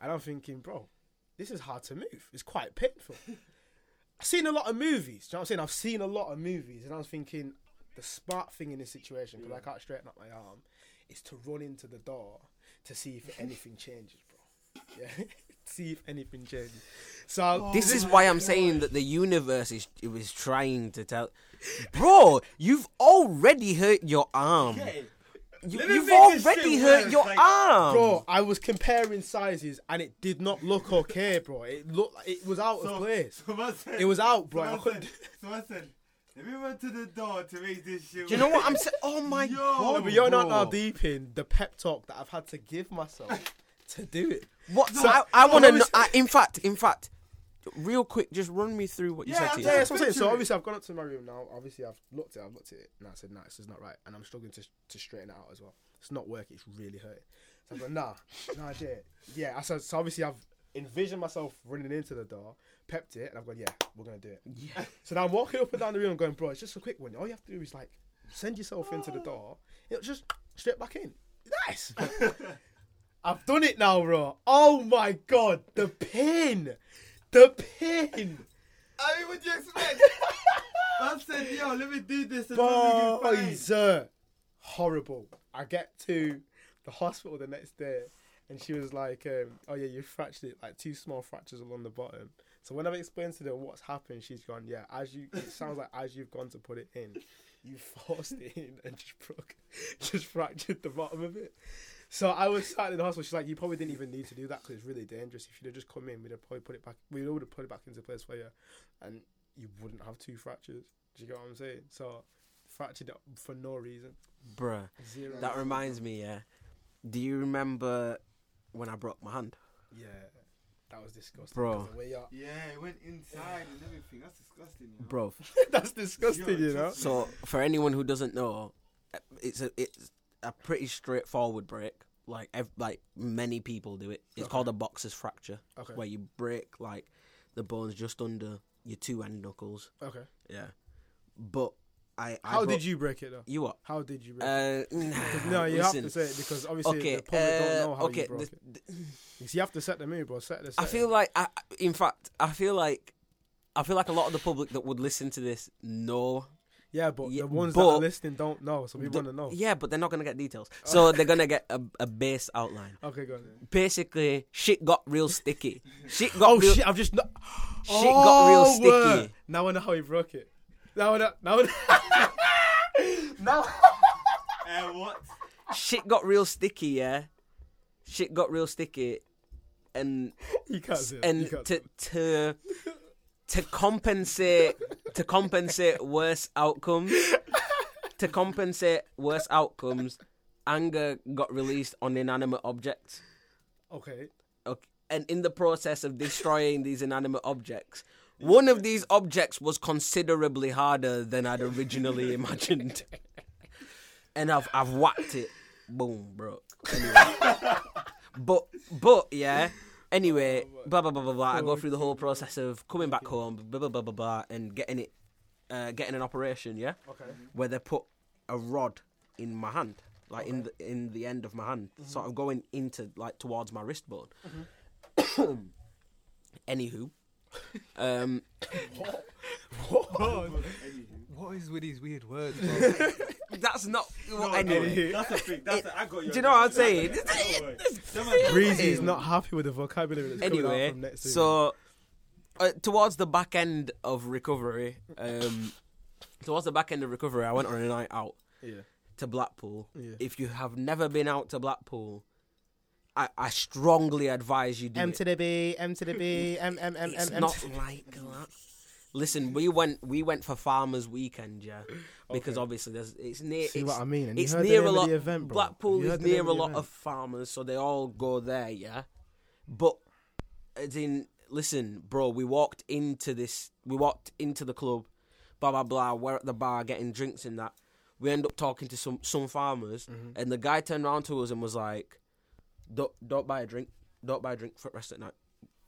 Speaker 2: And I'm thinking, bro, this is hard to move. It's quite painful. I've seen a lot of movies. Do you know what I'm saying? I've seen a lot of movies, and I was thinking the smart thing in this situation, because I can't straighten up my arm, is to run into the door to see if anything changes, bro. Yeah. see if anything changes. So
Speaker 4: This is why I'm saying that the universe is it was trying to tell, bro. You've already hurt your arm. You,
Speaker 3: Let me
Speaker 4: have
Speaker 3: make this
Speaker 4: already
Speaker 3: shit
Speaker 4: hurt
Speaker 3: worse,
Speaker 4: your
Speaker 3: like-
Speaker 4: arm.
Speaker 2: Bro, I was comparing sizes and it did not look okay, bro. It looked like it was out of place.
Speaker 3: Someone said,
Speaker 2: It was out, bro. I
Speaker 3: someone
Speaker 2: couldn't.
Speaker 3: said- Someone said, let me run to the door to raise this shit.
Speaker 4: Do you know what I'm saying? Oh my
Speaker 3: Yo.
Speaker 4: god!
Speaker 2: But you're not
Speaker 4: bro.
Speaker 2: now deep in the pep talk that I've had to give myself to do it.
Speaker 4: What?
Speaker 2: So-
Speaker 4: I, I want
Speaker 2: No,
Speaker 4: to
Speaker 2: no,
Speaker 4: know.
Speaker 2: it's-
Speaker 4: I, in fact, in fact, real quick, just run me through what you
Speaker 3: Yeah,
Speaker 4: said to
Speaker 3: I'm
Speaker 2: Yeah,
Speaker 4: yourself.
Speaker 2: that's what I'm saying. So
Speaker 3: Picture it.
Speaker 2: obviously I've gone up to my room now. Obviously I've looked at it, I've looked at it, and I said, nah, this is not right. And I'm struggling to, to straighten it out as well. It's not working, it's really hurting. So I'm like, nah, nah, yeah. Yeah, I said, so obviously I've envisioned myself running into the door, pepped it, and I've gone, yeah, we're going to do it. Yeah. So now I'm walking up and down the room and going, bro, it's just a quick one. All you have to do is like, send yourself into the door, it'll just straight back in. Nice. I've done it now, bro. Oh my god, the pin, the pin.
Speaker 3: I mean, what do you expect? I said, yo, let me do this. And let me be fine.
Speaker 2: Boys, uh, horrible. I get to the hospital the next day, and she was like, um, "Oh yeah, you fractured it, like two small fractures along the bottom." So when I've explained to her what's happened, she's gone, "Yeah, as you, it sounds like as you've gone to put it in, you forced it in and just broke, just fractured the bottom of it." So I was sat in the hospital. She's like, "You probably didn't even need to do that because it's really dangerous. If you'd have just come in, we'd have probably put it back. We would have put it back into place for you, and you wouldn't have two fractures." Do you get what I'm saying? So fractured it for no reason.
Speaker 4: Bruh,
Speaker 2: Zero.
Speaker 4: that reminds me, yeah. Do you remember when I broke my hand?
Speaker 2: yeah, that was disgusting.
Speaker 4: Bro.
Speaker 2: The way up.
Speaker 3: Yeah, it went inside and everything. That's disgusting, you know?
Speaker 4: Bro,
Speaker 2: That's disgusting, you know.
Speaker 4: So for anyone who doesn't know, it's a it's a pretty straightforward break. Like ev- like many people do it. It's called a boxer's fracture,
Speaker 2: Okay.
Speaker 4: where you break like the bones just under your two end knuckles.
Speaker 2: Okay.
Speaker 4: Yeah, but I. I
Speaker 2: How
Speaker 4: broke-
Speaker 2: did you break it though?
Speaker 4: You what?
Speaker 2: How did you break it?
Speaker 4: Uh,
Speaker 2: No, you have
Speaker 4: listen.
Speaker 2: to say it because obviously
Speaker 4: Okay.
Speaker 2: the public
Speaker 4: uh,
Speaker 2: don't know how
Speaker 4: okay.
Speaker 2: you broke
Speaker 4: th-
Speaker 2: it.
Speaker 4: th-
Speaker 2: You see, you have to set the mood, bro. Set the.
Speaker 4: I
Speaker 2: Setting.
Speaker 4: feel like, I, in fact, I feel like, I feel like a lot of the public that would listen to this know
Speaker 2: Yeah, but
Speaker 4: Yeah,
Speaker 2: the ones that
Speaker 4: but-
Speaker 2: are listening don't know, so we
Speaker 4: The-
Speaker 2: want to know.
Speaker 4: Yeah, but they're not gonna get details.
Speaker 2: Oh.
Speaker 4: So they're gonna get a, a base outline.
Speaker 2: Okay, go on.
Speaker 4: Basically, shit got real sticky. Shit got
Speaker 2: Oh
Speaker 4: real,
Speaker 2: shit! Oh, I've just not.
Speaker 4: shit got real sticky.
Speaker 2: Now I know how he broke it. Now I know. Now I know.
Speaker 3: Uh, what?
Speaker 4: Shit got real sticky. Yeah, shit got real sticky, and
Speaker 2: you can't see it. you
Speaker 4: and
Speaker 2: can't
Speaker 4: to to to compensate to compensate worse outcomes to compensate worse outcomes, anger got released on inanimate objects.
Speaker 2: okay.
Speaker 4: okay, and in the process of destroying these inanimate objects, one of these objects was considerably harder than I'd originally imagined. And I've I've whacked it. Boom, broke. Anyway. but but yeah. Anyway, blah blah blah blah blah. I go through the whole process of coming back home, blah blah blah blah blah, and getting it, uh, getting an operation. Yeah
Speaker 2: Okay.
Speaker 4: where they put a rod in my hand, like in the in the end of my hand, sort of going into like towards my wrist bone. Anywho, um,
Speaker 5: What is with these weird words? Bro?
Speaker 4: that's not well,
Speaker 3: No,
Speaker 4: anyway.
Speaker 3: anyway. That's a thing. That's a, I got you.
Speaker 4: Do you know what I'm saying?
Speaker 2: Breezy's not happy with the vocabulary that's coming out
Speaker 4: anyway,
Speaker 2: from next season.
Speaker 4: so uh, towards the back end of recovery, um, towards the back end of recovery, I went on a night out
Speaker 2: Yeah.
Speaker 4: to Blackpool.
Speaker 2: Yeah.
Speaker 4: If you have never been out to Blackpool, I, I strongly advise you do it.
Speaker 6: the B, M to the B, M M M
Speaker 4: it's not like that. Listen, we went we went for Farmers Weekend, yeah, because obviously there's it's near.
Speaker 6: See
Speaker 4: it's,
Speaker 6: what I mean? And you
Speaker 4: it's
Speaker 6: heard the name
Speaker 4: near a
Speaker 6: of the
Speaker 4: lot.
Speaker 6: event, bro.
Speaker 4: Blackpool
Speaker 6: You
Speaker 4: is
Speaker 6: heard the name
Speaker 4: near
Speaker 6: of
Speaker 4: a
Speaker 6: the
Speaker 4: lot
Speaker 6: event.
Speaker 4: of farmers, so they all go there, yeah. But as in, listen, bro, we walked into this, we walked into the club, blah blah blah. We're at the bar getting drinks and that. We end up talking to some some farmers,
Speaker 6: Mm-hmm.
Speaker 4: and the guy turned around to us and was like, "Don't don't buy a drink, don't buy a drink for the rest of the night."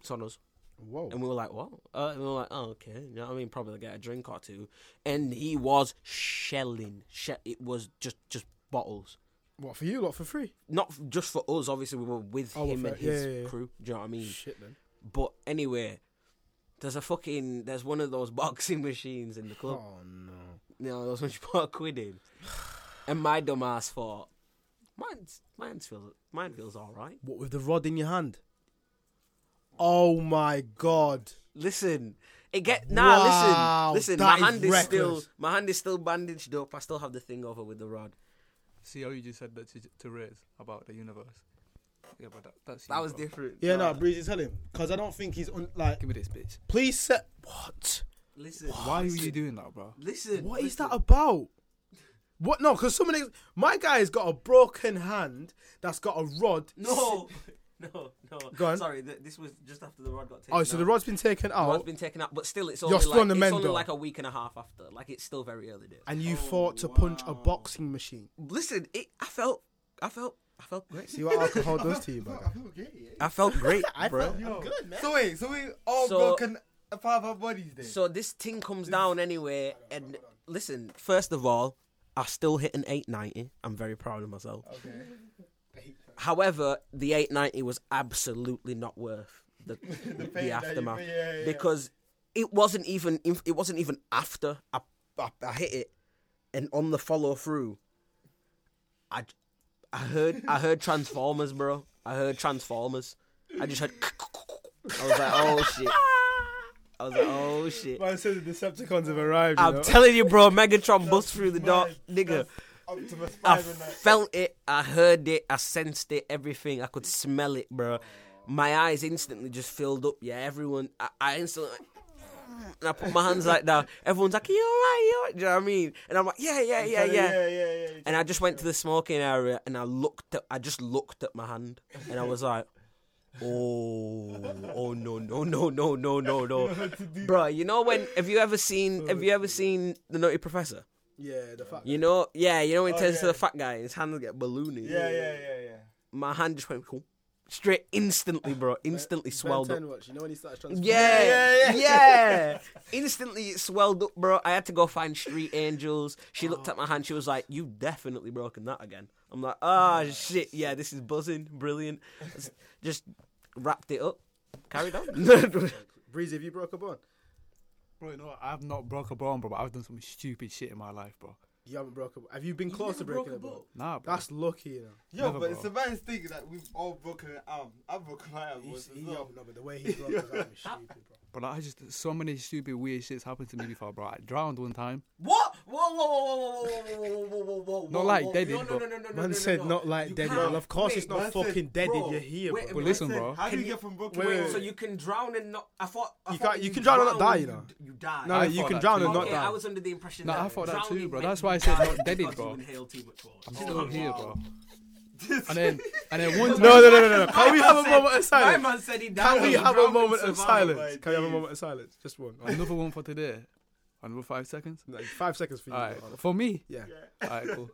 Speaker 4: It's on us.
Speaker 2: Whoa.
Speaker 4: And we were like, what? Uh, and we were like, oh, okay. You know what I mean? Probably get a drink or two. And he was shelling. She- it was just, just bottles.
Speaker 2: What for you? Lot for free?
Speaker 4: Not f- just for us, obviously, we were with
Speaker 2: Oh,
Speaker 4: him
Speaker 2: for-
Speaker 4: and
Speaker 2: yeah,
Speaker 4: his
Speaker 2: yeah, yeah.
Speaker 4: crew. Do you know what I mean?
Speaker 2: Shit, then.
Speaker 4: But anyway, there's a fucking, there's one of those boxing machines in the club.
Speaker 2: Oh no.
Speaker 4: You know, those ones you put a quid in. And my dumb ass thought, mine's, mine, feels, mine feels all right.
Speaker 6: What with the rod in your hand?
Speaker 2: Oh my god.
Speaker 4: Listen, it get nah.
Speaker 2: Wow,
Speaker 4: listen, listen.
Speaker 2: that
Speaker 4: My
Speaker 2: is
Speaker 4: hand is, still
Speaker 2: reckless.
Speaker 4: my hand is still bandaged up. I still have the thing over with the rod.
Speaker 5: See how you just said that to, to Riz about the universe. Yeah, but that, that's
Speaker 4: That
Speaker 5: you,
Speaker 4: was
Speaker 5: bro.
Speaker 4: different.
Speaker 6: Yeah, no, Breezy, tell him. Because I don't think he's un- like.
Speaker 5: Give me this bitch.
Speaker 6: Please set. What?
Speaker 4: Listen,
Speaker 5: Why are
Speaker 4: listen,
Speaker 5: you doing that, bro?
Speaker 4: Listen,
Speaker 6: What is
Speaker 4: listen.
Speaker 6: that about?
Speaker 2: What? No, because someone. Ex- my guy's got a broken hand that's got a rod.
Speaker 4: No, No, no.
Speaker 6: Go on.
Speaker 4: Sorry, th- this was just after the rod got taken.
Speaker 6: Oh, so the
Speaker 4: out.
Speaker 6: rod's been taken
Speaker 4: The rod's
Speaker 6: out,
Speaker 4: been taken out, but still, it's
Speaker 6: You're
Speaker 4: only,
Speaker 6: still
Speaker 4: like,
Speaker 6: on the
Speaker 4: it's
Speaker 6: mend,
Speaker 4: only
Speaker 6: though.
Speaker 4: like a week and a half after. Like it's still very early days.
Speaker 6: and you thought to punch a boxing machine.
Speaker 4: Listen, it. I felt, I felt, I felt great.
Speaker 6: See what alcohol does to you, bugger.
Speaker 4: I felt great, bro.
Speaker 3: So wait, so we all
Speaker 4: So-
Speaker 3: broken apart our bodies then.
Speaker 4: So this thing comes down anyway, and listen. First of all, I still hit an 890. I'm very proud of myself.
Speaker 3: okay.
Speaker 4: However, the 890 was absolutely not worth the the,
Speaker 3: pain that you-
Speaker 4: aftermath
Speaker 3: yeah, yeah.
Speaker 4: because it wasn't even it wasn't even after I, I I hit it, and on the follow through, I I heard I heard Transformers, bro. I heard Transformers. I just heard. I was like, oh shit. I was like, oh shit.
Speaker 2: Man says the Decepticons have arrived. You
Speaker 4: I'm
Speaker 2: know?
Speaker 4: telling you, bro, Megatron bust through the door, nigga.
Speaker 3: Optimus
Speaker 4: I
Speaker 3: Prime and that.
Speaker 4: felt it, I heard it, I sensed it, everything. I could smell it, bro. My eyes instantly just filled up. Yeah, everyone. I, I instantly. And I put my hands like that. Everyone's like, "You all right? You all right?" Do you know what I mean? And I'm like, "Yeah, yeah, yeah,
Speaker 3: Kinda-
Speaker 4: yeah."
Speaker 3: yeah, yeah, yeah.
Speaker 4: And I just went to the smoking area and I looked. At, I just looked at my hand and I was like, "Oh, oh no, no, no, no, no, no, no, bro." You know when? Have you ever
Speaker 3: Oh,
Speaker 4: seen? Have you ever seen the Naughty Professor?
Speaker 2: Yeah, the fact.
Speaker 4: You know, yeah, you know, when he
Speaker 3: Oh,
Speaker 4: turns to
Speaker 3: yeah.
Speaker 4: the fat guy, his hands get balloony.
Speaker 3: Yeah, yeah, yeah, yeah.
Speaker 4: My hand just went cool. straight instantly, bro. Instantly swelled
Speaker 2: ben
Speaker 4: up.
Speaker 2: 10 watch. You know when he started transforming.
Speaker 4: Yeah,
Speaker 3: Yeah,
Speaker 4: yeah,
Speaker 3: yeah,
Speaker 4: Instantly it swelled up, bro. I had to go find Street Angels. She looked at my hand. She was like, "You definitely broken that again." I'm like, "Ah, shit, yeah, this is buzzing, brilliant." Just wrapped it up, carried on.
Speaker 2: Breezy, have you broke a bone?
Speaker 5: Bro, you know what? I've not broke a bone, bro, but I've done some stupid shit in my life, bro.
Speaker 2: You haven't broke a bone. Have you been close to breaking a bone?
Speaker 5: Nah, bro.
Speaker 2: That's lucky, you know.
Speaker 3: Yo,
Speaker 5: Never broke.
Speaker 3: but it's a man's thing that we've all broken an arm. I've broken my arm once
Speaker 2: He's,
Speaker 3: as
Speaker 2: he,
Speaker 3: well.
Speaker 2: no, but the way he broke his arm is stupid, bro.
Speaker 5: But I just so many stupid weird shits happened to me before, bro. I drowned one time.
Speaker 4: What? Whoa, whoa, whoa, whoa, whoa, whoa, whoa, whoa, whoa, whoa, whoa,
Speaker 5: Not
Speaker 4: whoa,
Speaker 5: like
Speaker 4: whoa.
Speaker 5: they did,
Speaker 4: No, no, no,
Speaker 5: but-
Speaker 4: no, no, no,
Speaker 6: Man
Speaker 4: no,
Speaker 6: said
Speaker 4: no.
Speaker 6: not like
Speaker 4: You
Speaker 6: dead.
Speaker 4: can't-
Speaker 6: Well, of course it's
Speaker 4: wait,
Speaker 3: man
Speaker 6: not
Speaker 3: said-
Speaker 6: fucking dead.
Speaker 4: bro,
Speaker 6: You're here,
Speaker 4: wait
Speaker 6: bro.
Speaker 4: a
Speaker 5: But
Speaker 4: minute.
Speaker 5: listen, bro.
Speaker 3: How do you
Speaker 4: Can
Speaker 3: get from broken
Speaker 2: Wait,
Speaker 3: wait,
Speaker 2: wait,
Speaker 4: So you can drown and not. I thought. I
Speaker 6: You
Speaker 4: thought
Speaker 6: can't- you can drown and not die, you
Speaker 4: drowned, You die.
Speaker 6: No, no, you can drown and not
Speaker 4: okay,
Speaker 6: die.
Speaker 4: I was under the impression.
Speaker 5: No,
Speaker 4: that
Speaker 5: I thought that too,
Speaker 4: drowning
Speaker 5: bro.
Speaker 4: meant
Speaker 5: That's why I
Speaker 4: you
Speaker 5: said
Speaker 4: died
Speaker 5: not dead,
Speaker 4: because
Speaker 5: bro.
Speaker 4: You inhaled too much water. Oh,
Speaker 5: I'm still here, bro. and then and then one time,
Speaker 6: No, no, no, no, no.
Speaker 4: My
Speaker 6: Can we
Speaker 4: man
Speaker 6: have a
Speaker 4: said-
Speaker 6: moment of
Speaker 4: My
Speaker 6: silence?
Speaker 4: man said he died.
Speaker 6: Can we
Speaker 4: and
Speaker 6: have
Speaker 4: drowned
Speaker 6: a
Speaker 4: and
Speaker 6: moment of
Speaker 4: survived.
Speaker 6: silence?
Speaker 3: my
Speaker 6: Can we have a
Speaker 3: days.
Speaker 6: moment of silence? Just one.
Speaker 5: another one for today. Another five seconds.
Speaker 6: Like five seconds for you.
Speaker 5: All right,
Speaker 6: Arnold.
Speaker 5: for me.
Speaker 6: Yeah.
Speaker 5: All right, cool.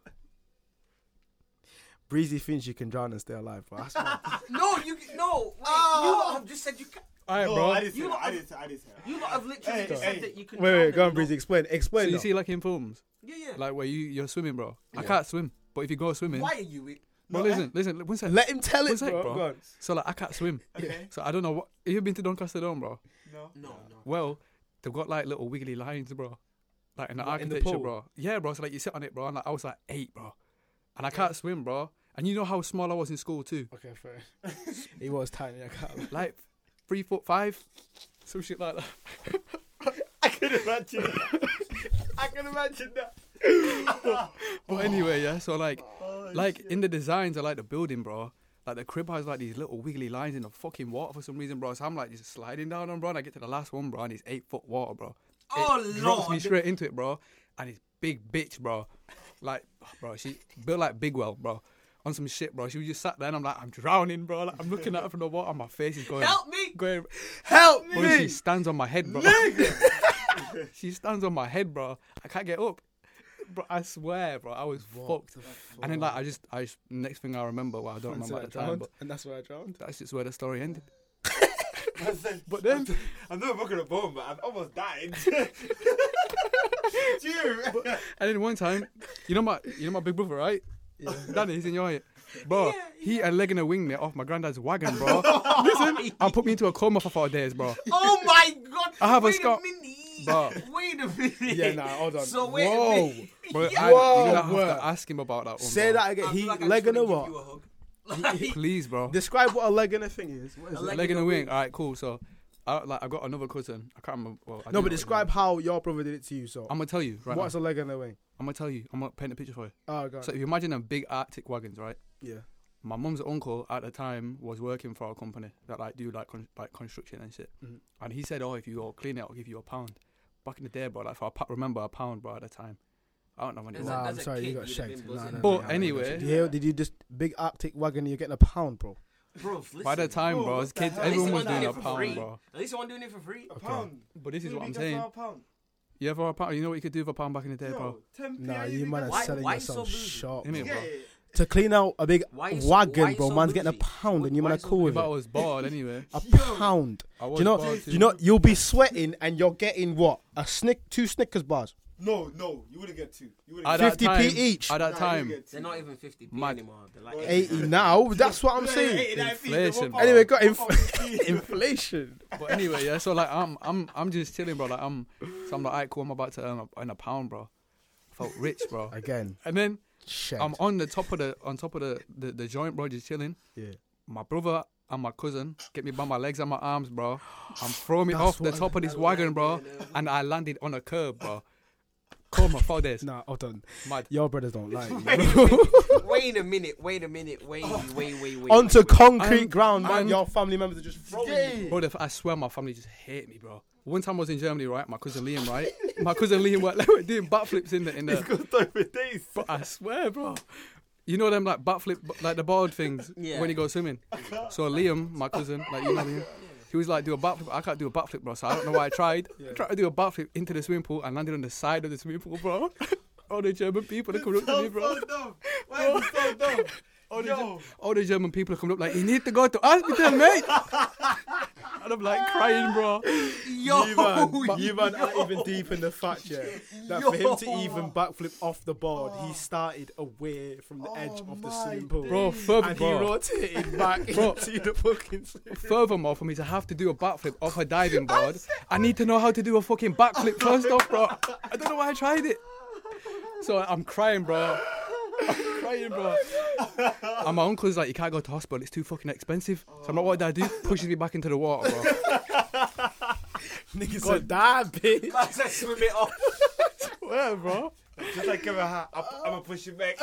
Speaker 6: Breezy thinks you can drown and stay alive, bro. That's mad.
Speaker 4: No, you no. Wait, you
Speaker 6: Oh.
Speaker 4: lot have just said you. Can,
Speaker 5: All right,
Speaker 3: No,
Speaker 5: bro.
Speaker 3: I didn't say
Speaker 4: You
Speaker 3: that.
Speaker 4: lot
Speaker 3: I
Speaker 4: have-
Speaker 3: didn't say I didn't say that.
Speaker 4: you lot have literally
Speaker 3: Hey,
Speaker 4: just
Speaker 3: hey.
Speaker 4: said that you can.
Speaker 6: wait, wait,
Speaker 4: drown
Speaker 6: go on,
Speaker 4: and not-
Speaker 6: Breezy. Explain.
Speaker 5: so
Speaker 6: Explain.
Speaker 5: you
Speaker 6: now.
Speaker 5: see, like in films,
Speaker 4: Yeah, yeah.
Speaker 5: like where you you're swimming, bro. I can't swim, but if you go swimming,
Speaker 4: Why are you?
Speaker 5: Bro, listen, listen, one second.
Speaker 6: Let him tell it,
Speaker 5: One sec,
Speaker 6: bro.
Speaker 5: bro.
Speaker 6: Go on.
Speaker 5: So like, I can't swim.
Speaker 3: Okay.
Speaker 5: So I don't know what. Have you been to Doncaster Dome, bro?
Speaker 3: No.
Speaker 4: No, no.
Speaker 5: Well, they've got like little wiggly lines, bro. Like in the
Speaker 6: What, in the
Speaker 5: architecture,
Speaker 6: pool?
Speaker 5: bro. Yeah, bro. So like you sit on it, bro. And like, I was like eight, bro. And I can't swim, bro. And you know how small I was in school too.
Speaker 6: Okay, fair. he was tiny. I can't.
Speaker 5: Like three foot five, some shit like that.
Speaker 3: I can imagine. I can imagine that.
Speaker 5: But anyway, yeah. So like,
Speaker 3: Oh,
Speaker 5: like in the designs, I like the building, bro. Like the crib has like these little wiggly lines in the fucking water for some reason, bro. So I'm like just sliding down on, bro. And I get to the last one, bro, and it's eight foot water, bro.
Speaker 4: Oh,
Speaker 5: it drops me
Speaker 4: Lord.
Speaker 5: straight into it, bro. And it's big bitch, bro. Like, bro, she built like Bigwell, bro. On some shit, bro. She was just sat there, and I'm like, I'm drowning, bro. Like, I'm looking at her from the water, and my face is going.
Speaker 4: Help me!
Speaker 5: Going,
Speaker 6: Help
Speaker 5: bro, she
Speaker 6: me.
Speaker 5: stands on my head, bro. she stands on my head, bro. I can't get up. Bro, I swear, bro, I was fucked. And then like I just I just next thing I remember, well I don't remember at the time, but
Speaker 6: and that's where I drowned.
Speaker 5: that's just where the story ended.
Speaker 3: But then I've never broken a bone, but I've almost died. Dude.
Speaker 5: And then one time, you know my you know my big brother, right? Yeah. Danny, he's in your height. Bro, he a leg and a wing off my granddad's wagon, bro. Listen, and put me into a coma for four days, bro.
Speaker 4: Oh my god!
Speaker 5: I have a
Speaker 4: Wait
Speaker 5: scar-
Speaker 4: minute.
Speaker 5: Bro.
Speaker 4: Wait a minute.
Speaker 6: Yeah, nah, hold on.
Speaker 4: So wait a
Speaker 6: Whoa.
Speaker 4: minute.
Speaker 5: Bro,
Speaker 4: Yeah.
Speaker 5: I, you're gonna
Speaker 6: Whoa,
Speaker 5: have
Speaker 6: word.
Speaker 5: to ask him about that one.
Speaker 6: Say
Speaker 5: bro.
Speaker 6: that again.
Speaker 4: I
Speaker 6: He
Speaker 4: feel like I
Speaker 6: leg
Speaker 4: just
Speaker 6: and a what?
Speaker 4: wanna give you hug. Like-
Speaker 5: Please, bro.
Speaker 6: Describe what a leg and a thing is. What is
Speaker 4: A
Speaker 6: it?
Speaker 4: leg
Speaker 5: leg and a wing. Alright, cool. So I like I've got another cousin. I can't remember well, I do know
Speaker 6: No,
Speaker 5: what
Speaker 6: but
Speaker 5: his
Speaker 6: describe
Speaker 5: name
Speaker 6: how your brother did it to you. So,
Speaker 5: is. I'm gonna tell you, right?
Speaker 6: what's
Speaker 5: now.
Speaker 6: a leg and a wing?
Speaker 5: I'm gonna tell you. I'm gonna paint a picture for you.
Speaker 6: Oh god.
Speaker 5: So if you imagine them big Arctic wagons, right?
Speaker 6: yeah.
Speaker 5: my mum's uncle at the time was working for a company that like do like con- like construction and shit.
Speaker 6: Mhm.
Speaker 5: And he said, "Oh, if you go clean it, I'll give you a pound." Back in the day, bro, like for a pa- remember a pound, bro, at the time. I don't know when it
Speaker 4: As
Speaker 5: was.
Speaker 4: a-
Speaker 6: Nah,
Speaker 4: as
Speaker 6: I'm
Speaker 4: a
Speaker 6: sorry, you
Speaker 4: kid,
Speaker 6: got
Speaker 4: you'd have
Speaker 6: shanked.
Speaker 4: been
Speaker 6: Nah,
Speaker 4: buzzing.
Speaker 6: nah,
Speaker 5: But
Speaker 6: nah, nah,
Speaker 5: anyway-
Speaker 6: Did you, did you just big Arctic wagon? You're getting a pound, bro.
Speaker 4: bro.
Speaker 5: By the time,
Speaker 3: Bro,
Speaker 5: bro,
Speaker 3: what
Speaker 5: as
Speaker 3: the
Speaker 5: kids,
Speaker 3: hell?
Speaker 5: everyone was
Speaker 3: At
Speaker 5: doing
Speaker 3: least he
Speaker 5: a
Speaker 3: went for
Speaker 5: pound,
Speaker 4: free.
Speaker 5: bro. Oh.
Speaker 4: At least someone doing it for free.
Speaker 3: A pound.
Speaker 5: But this is
Speaker 3: Maybe
Speaker 5: what I'm
Speaker 3: just
Speaker 5: saying.
Speaker 3: for a pound.
Speaker 5: You ever a pound? You know what you could do with a pound back in the day,
Speaker 3: Yo,
Speaker 5: bro?
Speaker 3: 10p,
Speaker 2: Nah,
Speaker 3: I
Speaker 2: you
Speaker 3: even
Speaker 2: man are
Speaker 3: got-
Speaker 4: Why-
Speaker 2: selling
Speaker 4: why you so
Speaker 2: yourself
Speaker 4: bougie?
Speaker 2: short.
Speaker 5: Innit,
Speaker 2: bro.
Speaker 5: bro?
Speaker 3: Yeah,
Speaker 2: To clean out a big
Speaker 4: Why you so- why
Speaker 2: wagon,
Speaker 4: you
Speaker 2: bro.
Speaker 4: so
Speaker 2: Man's getting a
Speaker 4: bougie?
Speaker 2: pound, and you
Speaker 4: Why
Speaker 2: man are
Speaker 4: you so
Speaker 2: cool with
Speaker 5: If I
Speaker 2: it.
Speaker 5: was bored anyway,
Speaker 2: A
Speaker 3: Yo.
Speaker 2: pound.
Speaker 5: I
Speaker 2: Do
Speaker 5: was
Speaker 2: you know?
Speaker 5: bored
Speaker 2: Do
Speaker 5: too.
Speaker 2: you know? You'll be sweating, and you're getting what? A snick, two Snickers bars,
Speaker 3: No, no, you wouldn't get two. You wouldn't
Speaker 5: At
Speaker 3: get
Speaker 5: that
Speaker 2: 50p
Speaker 5: time-
Speaker 2: each.
Speaker 5: At that
Speaker 3: Nah, you
Speaker 5: time,
Speaker 3: wouldn't get
Speaker 4: They're
Speaker 3: two.
Speaker 4: not even 50p
Speaker 5: Mad.
Speaker 4: anymore. They're like
Speaker 3: Bro,
Speaker 2: 80 now. That's what I'm
Speaker 3: Yeah,
Speaker 2: saying.
Speaker 3: 89p, the
Speaker 5: Inflation,
Speaker 3: one
Speaker 2: Anyway, got
Speaker 3: pound.
Speaker 2: inf- inflation.
Speaker 5: But anyway, yeah. So like, I'm, I'm, I'm just chilling, bro. Like, I'm, so I'm like, alright, cool. I'm about to earn a, earn a pound, bro. Felt rich, bro.
Speaker 2: Again,
Speaker 5: And then
Speaker 2: shit.
Speaker 5: I'm on the top of the, on top of the, the, the joint, bro, just chilling.
Speaker 2: Yeah.
Speaker 5: My brother and my cousin get me by my legs and my arms, bro. I'm throwing me off the top of this wagon, bro, and I landed on a curb, bro. Call my four days.
Speaker 2: Nah, hold on.
Speaker 5: Mad.
Speaker 2: Your brothers don't like you.
Speaker 4: Wait a minute, wait a minute, wait a minute, wait, wait, wait, wait.
Speaker 2: Oh. Onto concrete
Speaker 5: And-
Speaker 2: ground, man.
Speaker 5: and-
Speaker 2: your family members are just throwing you.
Speaker 5: Bro, the- I swear my family just hate me, bro. One time I was in Germany, right? My cousin Liam, right? My cousin Liam were like, doing backflips in the in the. But I swear, bro. You know them like backflip, like the board things
Speaker 4: Yeah.
Speaker 5: when you go swimming. So Liam, my cousin, like you know Liam, he was like do a backflip. I can't do a backflip, bro. So I don't know why I tried. I tried to do a backflip into the swimming pool and landed on the side of the swimming pool, bro. All the German people are coming up to me,
Speaker 3: So
Speaker 5: bro.
Speaker 3: dumb. Why is it so dumb? Oh, Yo,
Speaker 5: All the German people are coming up like, you need to go to hospital, mate. and I'm like crying, bro.
Speaker 4: yo,
Speaker 2: You man, you man are even deep in the fact, yeah. That for him to even backflip off the board, he started away from the edge
Speaker 3: Oh
Speaker 2: of the
Speaker 3: my
Speaker 2: swimming pool.
Speaker 5: Bro, further,
Speaker 2: and he
Speaker 5: bro.
Speaker 2: rotated back
Speaker 5: Bro.
Speaker 2: into the fucking swimming
Speaker 5: Furthermore, for me to have to do a backflip off a diving board, I need to know how to do a fucking backflip first off, bro. I don't know why I tried it. So I'm crying, bro. I'm crying, bro. And my uncle's like, you can't go to hospital, it's too fucking expensive. So I'm like, what did I do? Pushes me back into the water, bro.
Speaker 2: Nigga said, that bitch.
Speaker 4: I said swim it off.
Speaker 5: Where, bro?
Speaker 3: just like Kevin Hart, I'm, I'm gonna push it back.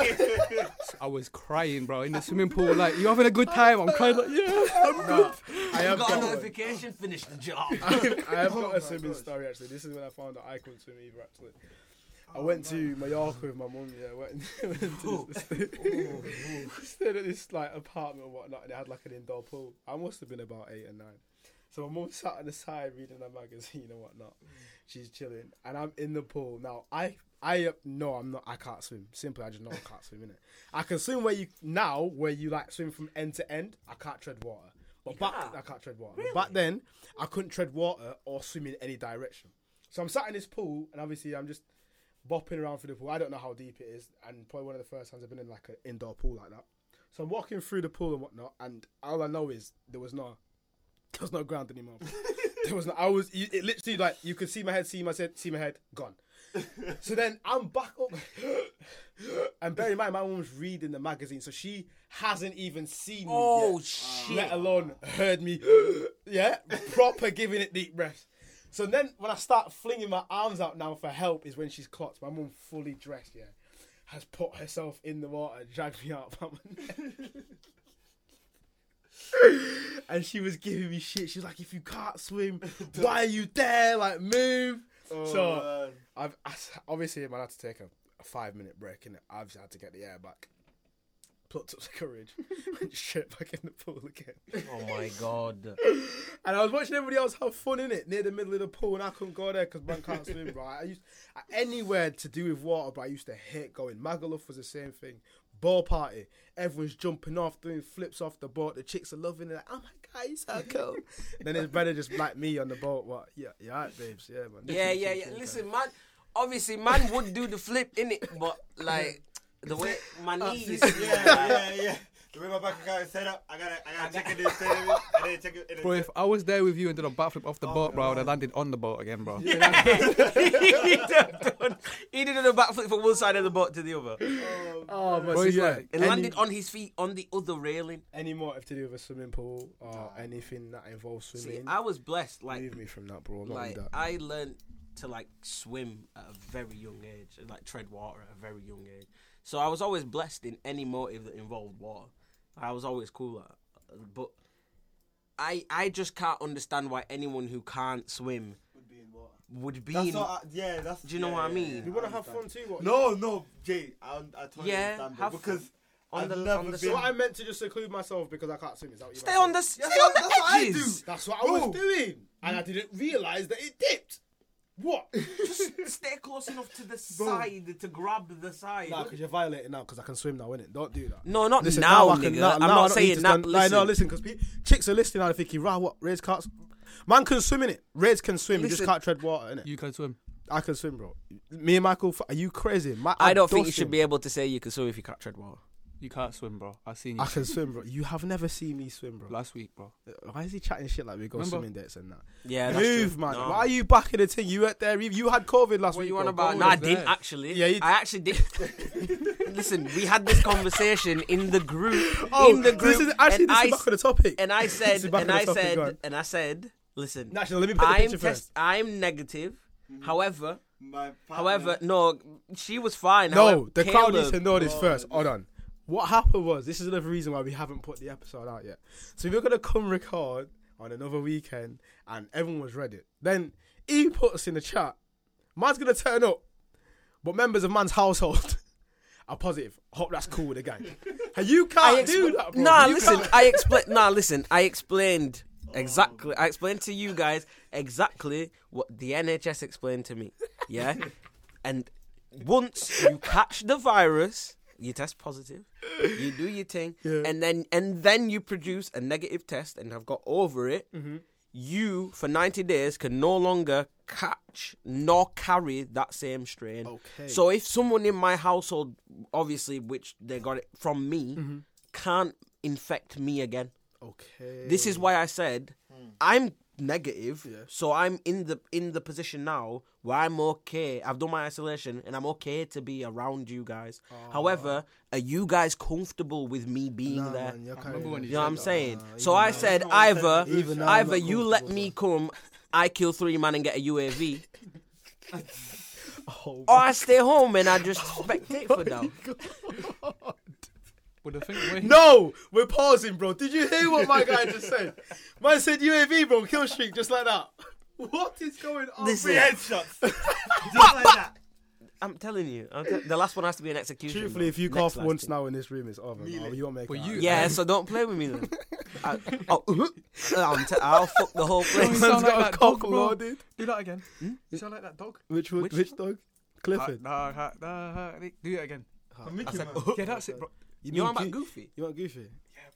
Speaker 5: I was crying, bro, in the swimming pool. Like, you having a good time? I'm crying, like, yeah.
Speaker 2: I Oh
Speaker 4: I
Speaker 2: have
Speaker 4: got a
Speaker 2: got,
Speaker 4: notification, finish the job.
Speaker 2: I have got a swimming story actually. This is when I found out I couldn't swim either. Actually, I went to Mallorca with my mum. Yeah, went, went to this, stayed at this like apartment or whatnot, and it had like an indoor pool. I must have been about eight and nine. So my mum sat on the side reading a magazine and whatnot. She's chilling, and I'm in the pool now. I I uh, no, I'm not. I can't swim. Simply, I just know I can't swim in it. I can swim where you now, where you like swim from end to end. I can't tread water. But back, I can't tread water. But Back then, I couldn't tread water or swim in any direction. So I'm sat in this pool, and obviously I'm just bopping around through the pool. I don't know how deep it is, and probably one of the first times I've been in like an indoor pool like that. So I'm walking through the pool and whatnot, and all I know is there was no, there was no ground anymore. there was no. I was. you- It literally like you could see my head, see my head, see my head, gone. so then I'm back up, and bear in mind my mum's reading the magazine, so she hasn't even seen me. yet
Speaker 4: Oh shit!
Speaker 2: let alone heard me, yeah, proper giving it deep breaths. So then when I start flinging my arms out now for help is when she's clocked. My mum fully dressed, yeah, has put herself in the water, dragged me out by my neck. And she was giving me shit. She's like, if you can't swim, why are you there? Like, move.
Speaker 3: Oh,
Speaker 2: so I've I s- obviously man I had to take a, a five minute break and I've had to get the air back. Plucked up the courage and shit back in the pool again.
Speaker 4: Oh my god!
Speaker 2: And I was watching everybody else have fun in it near the middle of the pool, and I couldn't go there because man can't swim, bro. I used I- anywhere to do with water, but I used to hate going. Magaluf was the same thing. Ball party, everyone's jumping off, doing flips off the boat. The chicks are loving it. Like, oh my god, you so cool. then it's better just like me on the boat. What? Yeah, yeah, alright, babes. Yeah, man.
Speaker 4: Yeah, yeah, yeah. Listen, man. Obviously, man would do the flip in it, but like the way my
Speaker 2: Oh,
Speaker 4: knees.
Speaker 3: yeah, yeah, yeah. The way my back got it set up, I gotta, I gotta check it in, set it in, and then check it in.
Speaker 5: Bro, if I was there with you and did a backflip off
Speaker 2: Oh,
Speaker 5: the boat, bro, I would have landed on the boat again, bro.
Speaker 4: he'd have done, he'd have done a backflip from one side of the boat to the other.
Speaker 2: Oh, but
Speaker 5: Bro,
Speaker 2: so,
Speaker 5: it's
Speaker 2: yeah.
Speaker 5: like-
Speaker 4: It landed on his feet on the other railing.
Speaker 2: any more have to do with a swimming pool or anything that involves
Speaker 4: See,
Speaker 2: swimming.
Speaker 4: I was blessed. Like,
Speaker 2: Move me from that, bro. I'm not with
Speaker 4: like
Speaker 2: that.
Speaker 4: I learned to like swim at a very young age, and, like tread water at a very young age. So I was always blessed in any motive that involved water. I was always cool at, it. but I I just can't understand why anyone who can't swim would be
Speaker 3: That's
Speaker 4: in.
Speaker 3: not, yeah, that's.
Speaker 4: Do you know
Speaker 3: yeah,
Speaker 4: what I
Speaker 3: yeah,
Speaker 4: mean?
Speaker 3: yeah,
Speaker 2: you want to have
Speaker 3: understand.
Speaker 2: fun too? What?
Speaker 3: No, no, Jay, I, I totally
Speaker 4: Yeah,
Speaker 3: understand.
Speaker 4: have
Speaker 3: That because
Speaker 4: fun. On
Speaker 3: I've
Speaker 4: the,
Speaker 3: never
Speaker 4: on the
Speaker 3: been-
Speaker 2: So I meant to just seclude myself because I can't swim. Is that what you
Speaker 4: Stay
Speaker 2: meant?
Speaker 4: on the, stay on
Speaker 3: that's what
Speaker 4: the
Speaker 3: I
Speaker 4: edges.
Speaker 2: That's what I was doing, and I didn't realize that it dipped. What?
Speaker 4: Stay close enough to the side to grab the side.
Speaker 2: Nah, because you're violating now. Because I can swim now, innit? Don't do that.
Speaker 4: No, not
Speaker 2: Listen,
Speaker 4: now,
Speaker 2: I can-
Speaker 4: nigga.
Speaker 2: now-
Speaker 4: I'm
Speaker 2: now I
Speaker 4: not
Speaker 2: don't need
Speaker 4: saying
Speaker 2: to
Speaker 4: that.
Speaker 2: stand- like,
Speaker 4: Listen,
Speaker 2: no, listen, because chicks are listening and they're thinking, right, what? Reds can't. s- Man can swim in it. Reds can swim. You
Speaker 4: Listen.
Speaker 2: just can't tread water in it.
Speaker 5: You can swim.
Speaker 2: I can swim, bro. Me and Michael, f- are you crazy? My,
Speaker 4: I
Speaker 2: I'm
Speaker 4: don't think you
Speaker 2: dusting.
Speaker 4: should be able to say you can swim if you catch tread water.
Speaker 5: You can't swim, bro. I seen you
Speaker 2: I can swim, bro. You have never seen me swim, bro.
Speaker 5: last week, bro.
Speaker 2: Why is he chatting shit like we go
Speaker 5: Remember?
Speaker 2: swimming dates and that?
Speaker 4: Yeah,
Speaker 2: Move, man. Why are you back in the thing? You weren't there. even- You had COVID last
Speaker 5: What
Speaker 2: week.
Speaker 5: you
Speaker 2: bro.
Speaker 5: on
Speaker 2: Go
Speaker 5: about?
Speaker 2: on.
Speaker 4: Uh, No,
Speaker 5: was
Speaker 4: I didn't
Speaker 5: there.
Speaker 4: actually.
Speaker 2: Yeah, you
Speaker 4: I actually did. Listen, we had this conversation in the group.
Speaker 2: Oh,
Speaker 4: in the
Speaker 2: so
Speaker 4: group,
Speaker 2: This is actually
Speaker 4: and
Speaker 2: this
Speaker 4: I
Speaker 2: is back
Speaker 4: s-
Speaker 2: on the topic.
Speaker 4: and I
Speaker 2: This is
Speaker 4: said,
Speaker 2: back
Speaker 4: and
Speaker 2: on the
Speaker 4: I
Speaker 2: topic, go
Speaker 4: said, uh,
Speaker 2: on.
Speaker 4: and I said, listen,
Speaker 2: National, let me put the
Speaker 4: I'm
Speaker 2: picture
Speaker 4: test,
Speaker 2: first.
Speaker 4: I'm negative. However,
Speaker 3: My partner-
Speaker 4: however, no, she was fine.
Speaker 2: No,
Speaker 4: However,
Speaker 2: the crowd needs
Speaker 4: Caleb-
Speaker 2: to know this first. Hold on. What happened was this is another reason why we haven't put the episode out yet. So we were gonna come record on another weekend, and everyone was ready. Then he put us in the chat. Man's gonna turn up, but members of man's household are positive. Hope that's cool with the gang. And you can't
Speaker 4: I
Speaker 2: do
Speaker 4: expl-
Speaker 2: that, bro.
Speaker 4: Nah,
Speaker 2: You
Speaker 4: listen.
Speaker 2: can't.
Speaker 4: I explained. Nah, listen. I explained exactly. I explained to you guys exactly what the NHS explained to me. Yeah, and once you catch the virus, you test positive. You do your thing, and then and then you produce a negative test and have got over it.
Speaker 2: Mm-hmm.
Speaker 4: You for ninety days can no longer catch nor carry that same strain.
Speaker 2: Okay.
Speaker 4: So if someone in my household, obviously, which they got it from me,
Speaker 2: Mm-hmm.
Speaker 4: can't infect me again.
Speaker 2: Oh. Okay.
Speaker 4: This is why I said
Speaker 2: Hmm.
Speaker 4: I'm negative. So I'm in the in the position now where I'm okay. I've done my isolation and I'm okay to be around you guys. However, are you guys comfortable with me being
Speaker 2: Ah. Nah,
Speaker 4: there?
Speaker 2: man, you're carrying
Speaker 5: Remember when
Speaker 2: it.
Speaker 5: you
Speaker 4: You know what
Speaker 5: said
Speaker 4: I'm
Speaker 5: that?
Speaker 4: saying?
Speaker 2: Nah,
Speaker 4: so
Speaker 2: even
Speaker 4: I
Speaker 2: now-
Speaker 4: said
Speaker 3: Even
Speaker 2: Even now
Speaker 4: either
Speaker 3: now I'm saying-
Speaker 2: I'm
Speaker 4: either
Speaker 2: not
Speaker 4: you let
Speaker 2: comfortable,
Speaker 4: me come, I kill three man and get a UAV,
Speaker 2: Oh,
Speaker 4: or I stay home and I just spectate for now.
Speaker 5: But the thing, wait,
Speaker 2: No, we're pausing, bro. Did you hear what my guy just said? Man said UAV, bro, kill streak, just like that. What is going on?
Speaker 4: Listen.
Speaker 3: Three headshots. Just like that.
Speaker 4: I'm telling you, I'm te- the last one has to be an execution.
Speaker 2: Truthfully,
Speaker 4: bro.
Speaker 2: if you
Speaker 4: Next
Speaker 2: cough
Speaker 4: last
Speaker 2: once
Speaker 4: thing.
Speaker 2: now in this room, it's over. Man. You won't make
Speaker 5: Well,
Speaker 2: it.
Speaker 5: you-
Speaker 4: yeah, so don't play with me then. I, oh, I'm t- I'll fuck the whole
Speaker 5: you
Speaker 4: place.
Speaker 2: got
Speaker 5: sound like
Speaker 2: a
Speaker 5: that
Speaker 2: cock
Speaker 5: dog, bro.
Speaker 2: loaded.
Speaker 5: Do that again. You sound like that dog.
Speaker 2: which one,
Speaker 4: Which-
Speaker 2: which, dog? Clifford.
Speaker 5: Ah, ah, ah, ah, Do that again.
Speaker 3: For Mickey Mouse.
Speaker 5: Yeah, that's it, bro.
Speaker 4: You know
Speaker 2: mean
Speaker 4: about
Speaker 2: Goo-
Speaker 4: Goofy?
Speaker 2: You want Goofy?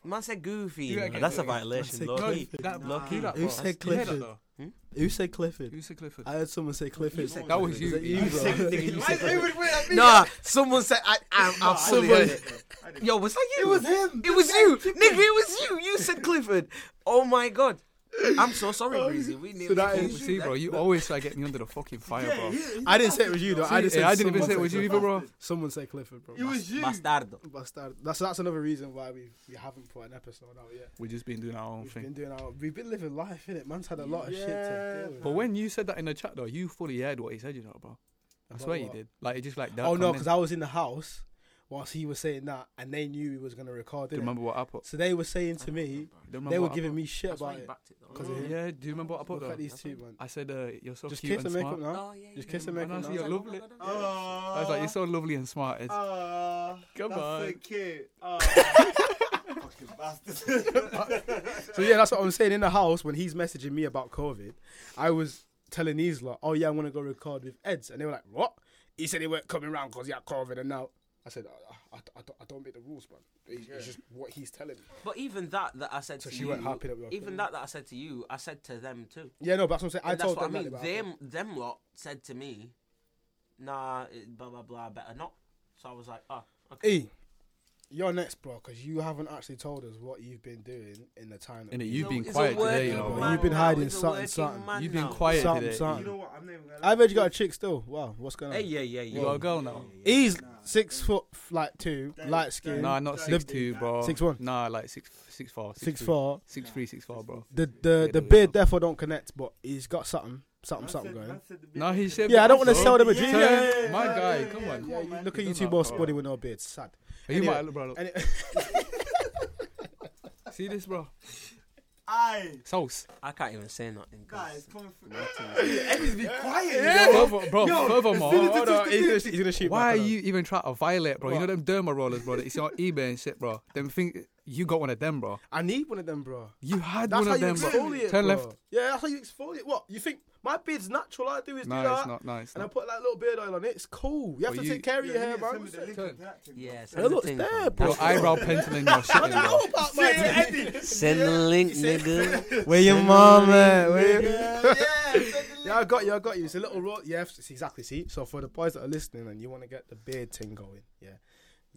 Speaker 4: Man said Goofy.
Speaker 5: Yeah, I get
Speaker 4: That's a
Speaker 5: it.
Speaker 4: violation.
Speaker 2: Man said
Speaker 4: Low key.
Speaker 2: Goofy.
Speaker 5: That,
Speaker 3: Nah.
Speaker 5: do that,
Speaker 2: Who
Speaker 5: bro.
Speaker 2: said
Speaker 5: You hear that,
Speaker 2: Clifford?
Speaker 5: though?
Speaker 2: Who said Clifford?
Speaker 5: Who said Clifford?
Speaker 2: I heard someone say Clifford.
Speaker 5: That was
Speaker 2: Is
Speaker 5: you.
Speaker 2: that "Oh, you,
Speaker 5: You
Speaker 2: bro?
Speaker 5: said-
Speaker 4: Nigga, you
Speaker 3: Why is
Speaker 4: said
Speaker 3: everyone pointing at me?
Speaker 4: Nah, someone said I. I, I, fully
Speaker 2: someone-
Speaker 4: heard it. Yo, was that you?
Speaker 3: It was him.
Speaker 4: It was you, nigga. It was you. You said Clifford. Oh my god. I'm so sorry, Breezy. We need
Speaker 2: So that
Speaker 5: Oh,
Speaker 2: is-
Speaker 5: See, bro, you always try getting me under the fucking fire,
Speaker 3: Yeah,
Speaker 5: bro.
Speaker 3: he-
Speaker 5: See,
Speaker 3: he-
Speaker 2: I didn't say it was you, though. I, just said
Speaker 5: eh, I didn't even
Speaker 2: someone
Speaker 5: say it
Speaker 2: said
Speaker 5: was you
Speaker 2: Clifford.
Speaker 5: either, bro.
Speaker 2: Someone said Clifford, bro.
Speaker 3: It was you.
Speaker 4: bastardo.
Speaker 2: Bastard. That's that's another reason why we we haven't put an episode out yet.
Speaker 5: We've just been doing our own
Speaker 2: We've
Speaker 5: thing.
Speaker 2: been doing our. We've been living life, innit? Man's had a lot of shit to
Speaker 3: Yeah.
Speaker 2: deal with.
Speaker 5: But when you said that in the chat, though, you fully heard what he said, you know, bro. I
Speaker 2: About
Speaker 5: swear you
Speaker 2: what?
Speaker 5: did. Like, it just like that.
Speaker 2: oh no,
Speaker 5: comment.
Speaker 2: because I was in the house whilst he was saying that, and they knew he was gonna record
Speaker 5: Do
Speaker 2: it.
Speaker 5: you remember what I put?
Speaker 2: So they were saying to me,
Speaker 5: Do you remember
Speaker 2: they were
Speaker 5: what I
Speaker 2: giving
Speaker 5: put?
Speaker 2: me shit
Speaker 4: That's why
Speaker 2: about
Speaker 4: you
Speaker 2: it.
Speaker 4: backed it though.
Speaker 2: 'Cause of him.
Speaker 5: Yeah, do you remember what I put,
Speaker 2: Look
Speaker 5: though?
Speaker 2: at these two, man.
Speaker 5: I said, uh, you're so
Speaker 2: Just
Speaker 5: cute
Speaker 2: kiss and
Speaker 5: and
Speaker 2: make
Speaker 5: smart.
Speaker 2: up now.
Speaker 4: Oh, yeah,
Speaker 2: Just
Speaker 4: yeah.
Speaker 2: kiss and
Speaker 5: Oh,
Speaker 2: make
Speaker 5: no,
Speaker 2: up
Speaker 5: see,
Speaker 2: now.
Speaker 5: you're lovely.
Speaker 3: Aw.
Speaker 5: I was like, you're so lovely and smart.
Speaker 2: Ah,
Speaker 5: It's,
Speaker 3: Aw,
Speaker 5: Come
Speaker 3: Ah,
Speaker 5: on.
Speaker 3: that's so cute. Aw. Fucking bastard.
Speaker 2: So yeah, that's what I'm saying. In the house, when he's messaging me about COVID, I was telling these lot, "Oh yeah, I'm gonna go record with Eds," and they were like, "What?" He said he weren't coming round because he had COVID, and now I said, "I, I, I don't, I don't make the rules, man. It's, it's just what he's telling me."
Speaker 4: But even that that I said
Speaker 2: So
Speaker 4: to
Speaker 2: she
Speaker 4: you,
Speaker 2: weren't happy that we were
Speaker 4: even
Speaker 2: filming.
Speaker 4: that that I said to you, I said to them too.
Speaker 2: Yeah, no, but that's what I'm saying. I
Speaker 4: And that's
Speaker 2: told
Speaker 4: what
Speaker 2: them
Speaker 4: I mean.
Speaker 2: that about
Speaker 4: Them them lot said to me, "Nah, it- blah blah blah, better not." So I was like, "Oh,
Speaker 2: it. E, you're next, bro, because you haven't actually told us what you've been doing in the time. that
Speaker 5: and
Speaker 2: we-
Speaker 5: you've
Speaker 4: No,
Speaker 5: been
Speaker 4: it's a
Speaker 5: quiet today, you
Speaker 4: working
Speaker 5: know.
Speaker 2: man.
Speaker 5: bro.
Speaker 2: You've been
Speaker 4: now,
Speaker 2: hiding
Speaker 4: it's a
Speaker 2: something,
Speaker 4: working
Speaker 2: something.
Speaker 4: man
Speaker 5: You've been
Speaker 4: now.
Speaker 5: quiet
Speaker 2: Something,
Speaker 5: today.
Speaker 2: something.
Speaker 3: you know what? I'm not even gonna lie.
Speaker 2: I've heard you got a chick still. Wow, what's going on?
Speaker 4: Hey, yeah, yeah, yeah.
Speaker 5: You got a girl now?
Speaker 2: He's six foot, f- like two, light skin,
Speaker 5: Nah, not
Speaker 3: The-
Speaker 5: six two, bro.
Speaker 2: 6'1"?
Speaker 5: Nah, like six six four.
Speaker 2: six
Speaker 5: three.
Speaker 2: four.
Speaker 5: Six three, six four, bro.
Speaker 2: The the
Speaker 5: Yeah,
Speaker 2: the
Speaker 5: yeah.
Speaker 2: beard therefore don't connect, but he's got something, something,
Speaker 3: Man
Speaker 2: something
Speaker 3: said-
Speaker 2: going.
Speaker 3: man said the
Speaker 5: No, he
Speaker 3: big-
Speaker 5: said.
Speaker 2: Yeah, I don't
Speaker 5: that,
Speaker 2: wanna
Speaker 5: bro.
Speaker 2: sell them a
Speaker 5: Turn-
Speaker 2: dream. Yeah,
Speaker 5: My
Speaker 3: yeah,
Speaker 5: guy,
Speaker 3: yeah,
Speaker 5: come
Speaker 3: yeah,
Speaker 5: on.
Speaker 3: yeah, yeah.
Speaker 2: Look
Speaker 5: He
Speaker 2: at you
Speaker 5: does
Speaker 2: two
Speaker 5: that,
Speaker 2: boys
Speaker 5: bro.
Speaker 2: sporty with no beards. Sad.
Speaker 5: Are you
Speaker 2: Anyway.
Speaker 5: my bro? Look,
Speaker 2: Any-
Speaker 5: see this, bro.
Speaker 3: I
Speaker 5: Sauce.
Speaker 4: I can't even say nothing. 'cause-
Speaker 3: guys come from
Speaker 4: Eddie's be quiet.
Speaker 5: Further, bro, furthermore,
Speaker 6: Hold on, he's gonna, he's gonna shoot.
Speaker 5: why are
Speaker 6: back at
Speaker 5: you even trying to violate, bro? You know them derma rollers, bro. that It's on eBay and shit, bro. Them thing, you got one of them, bro.
Speaker 2: I need one of them, bro.
Speaker 5: You had
Speaker 2: That's
Speaker 5: one
Speaker 2: how
Speaker 5: of
Speaker 2: you
Speaker 5: them, bro.
Speaker 2: exfoliate.
Speaker 5: Turn
Speaker 2: bro.
Speaker 5: left.
Speaker 2: Yeah, that's how you exfoliate. What you think? My beard's natural. All I do is do
Speaker 5: No,
Speaker 2: that,
Speaker 5: it's not. No, it's
Speaker 2: and I
Speaker 5: not.
Speaker 2: put that little beard oil on it. It's cool. You have
Speaker 5: Well,
Speaker 2: to
Speaker 5: you-
Speaker 2: take care of your hair, bro.
Speaker 4: Yeah,
Speaker 2: Hey,
Speaker 4: send the
Speaker 2: look,
Speaker 4: thing.
Speaker 2: it's there,
Speaker 4: fam.
Speaker 2: bro.
Speaker 5: Your eyebrow penciling your shit, in, bro.
Speaker 2: About my
Speaker 4: Send the link, nigga.
Speaker 6: Where your mom at? Where your...
Speaker 2: Yeah, I got you. I got you. It's a little raw. Yeah, it's exactly. See, so for the boys that are listening and you want to get the beard thing going, yeah,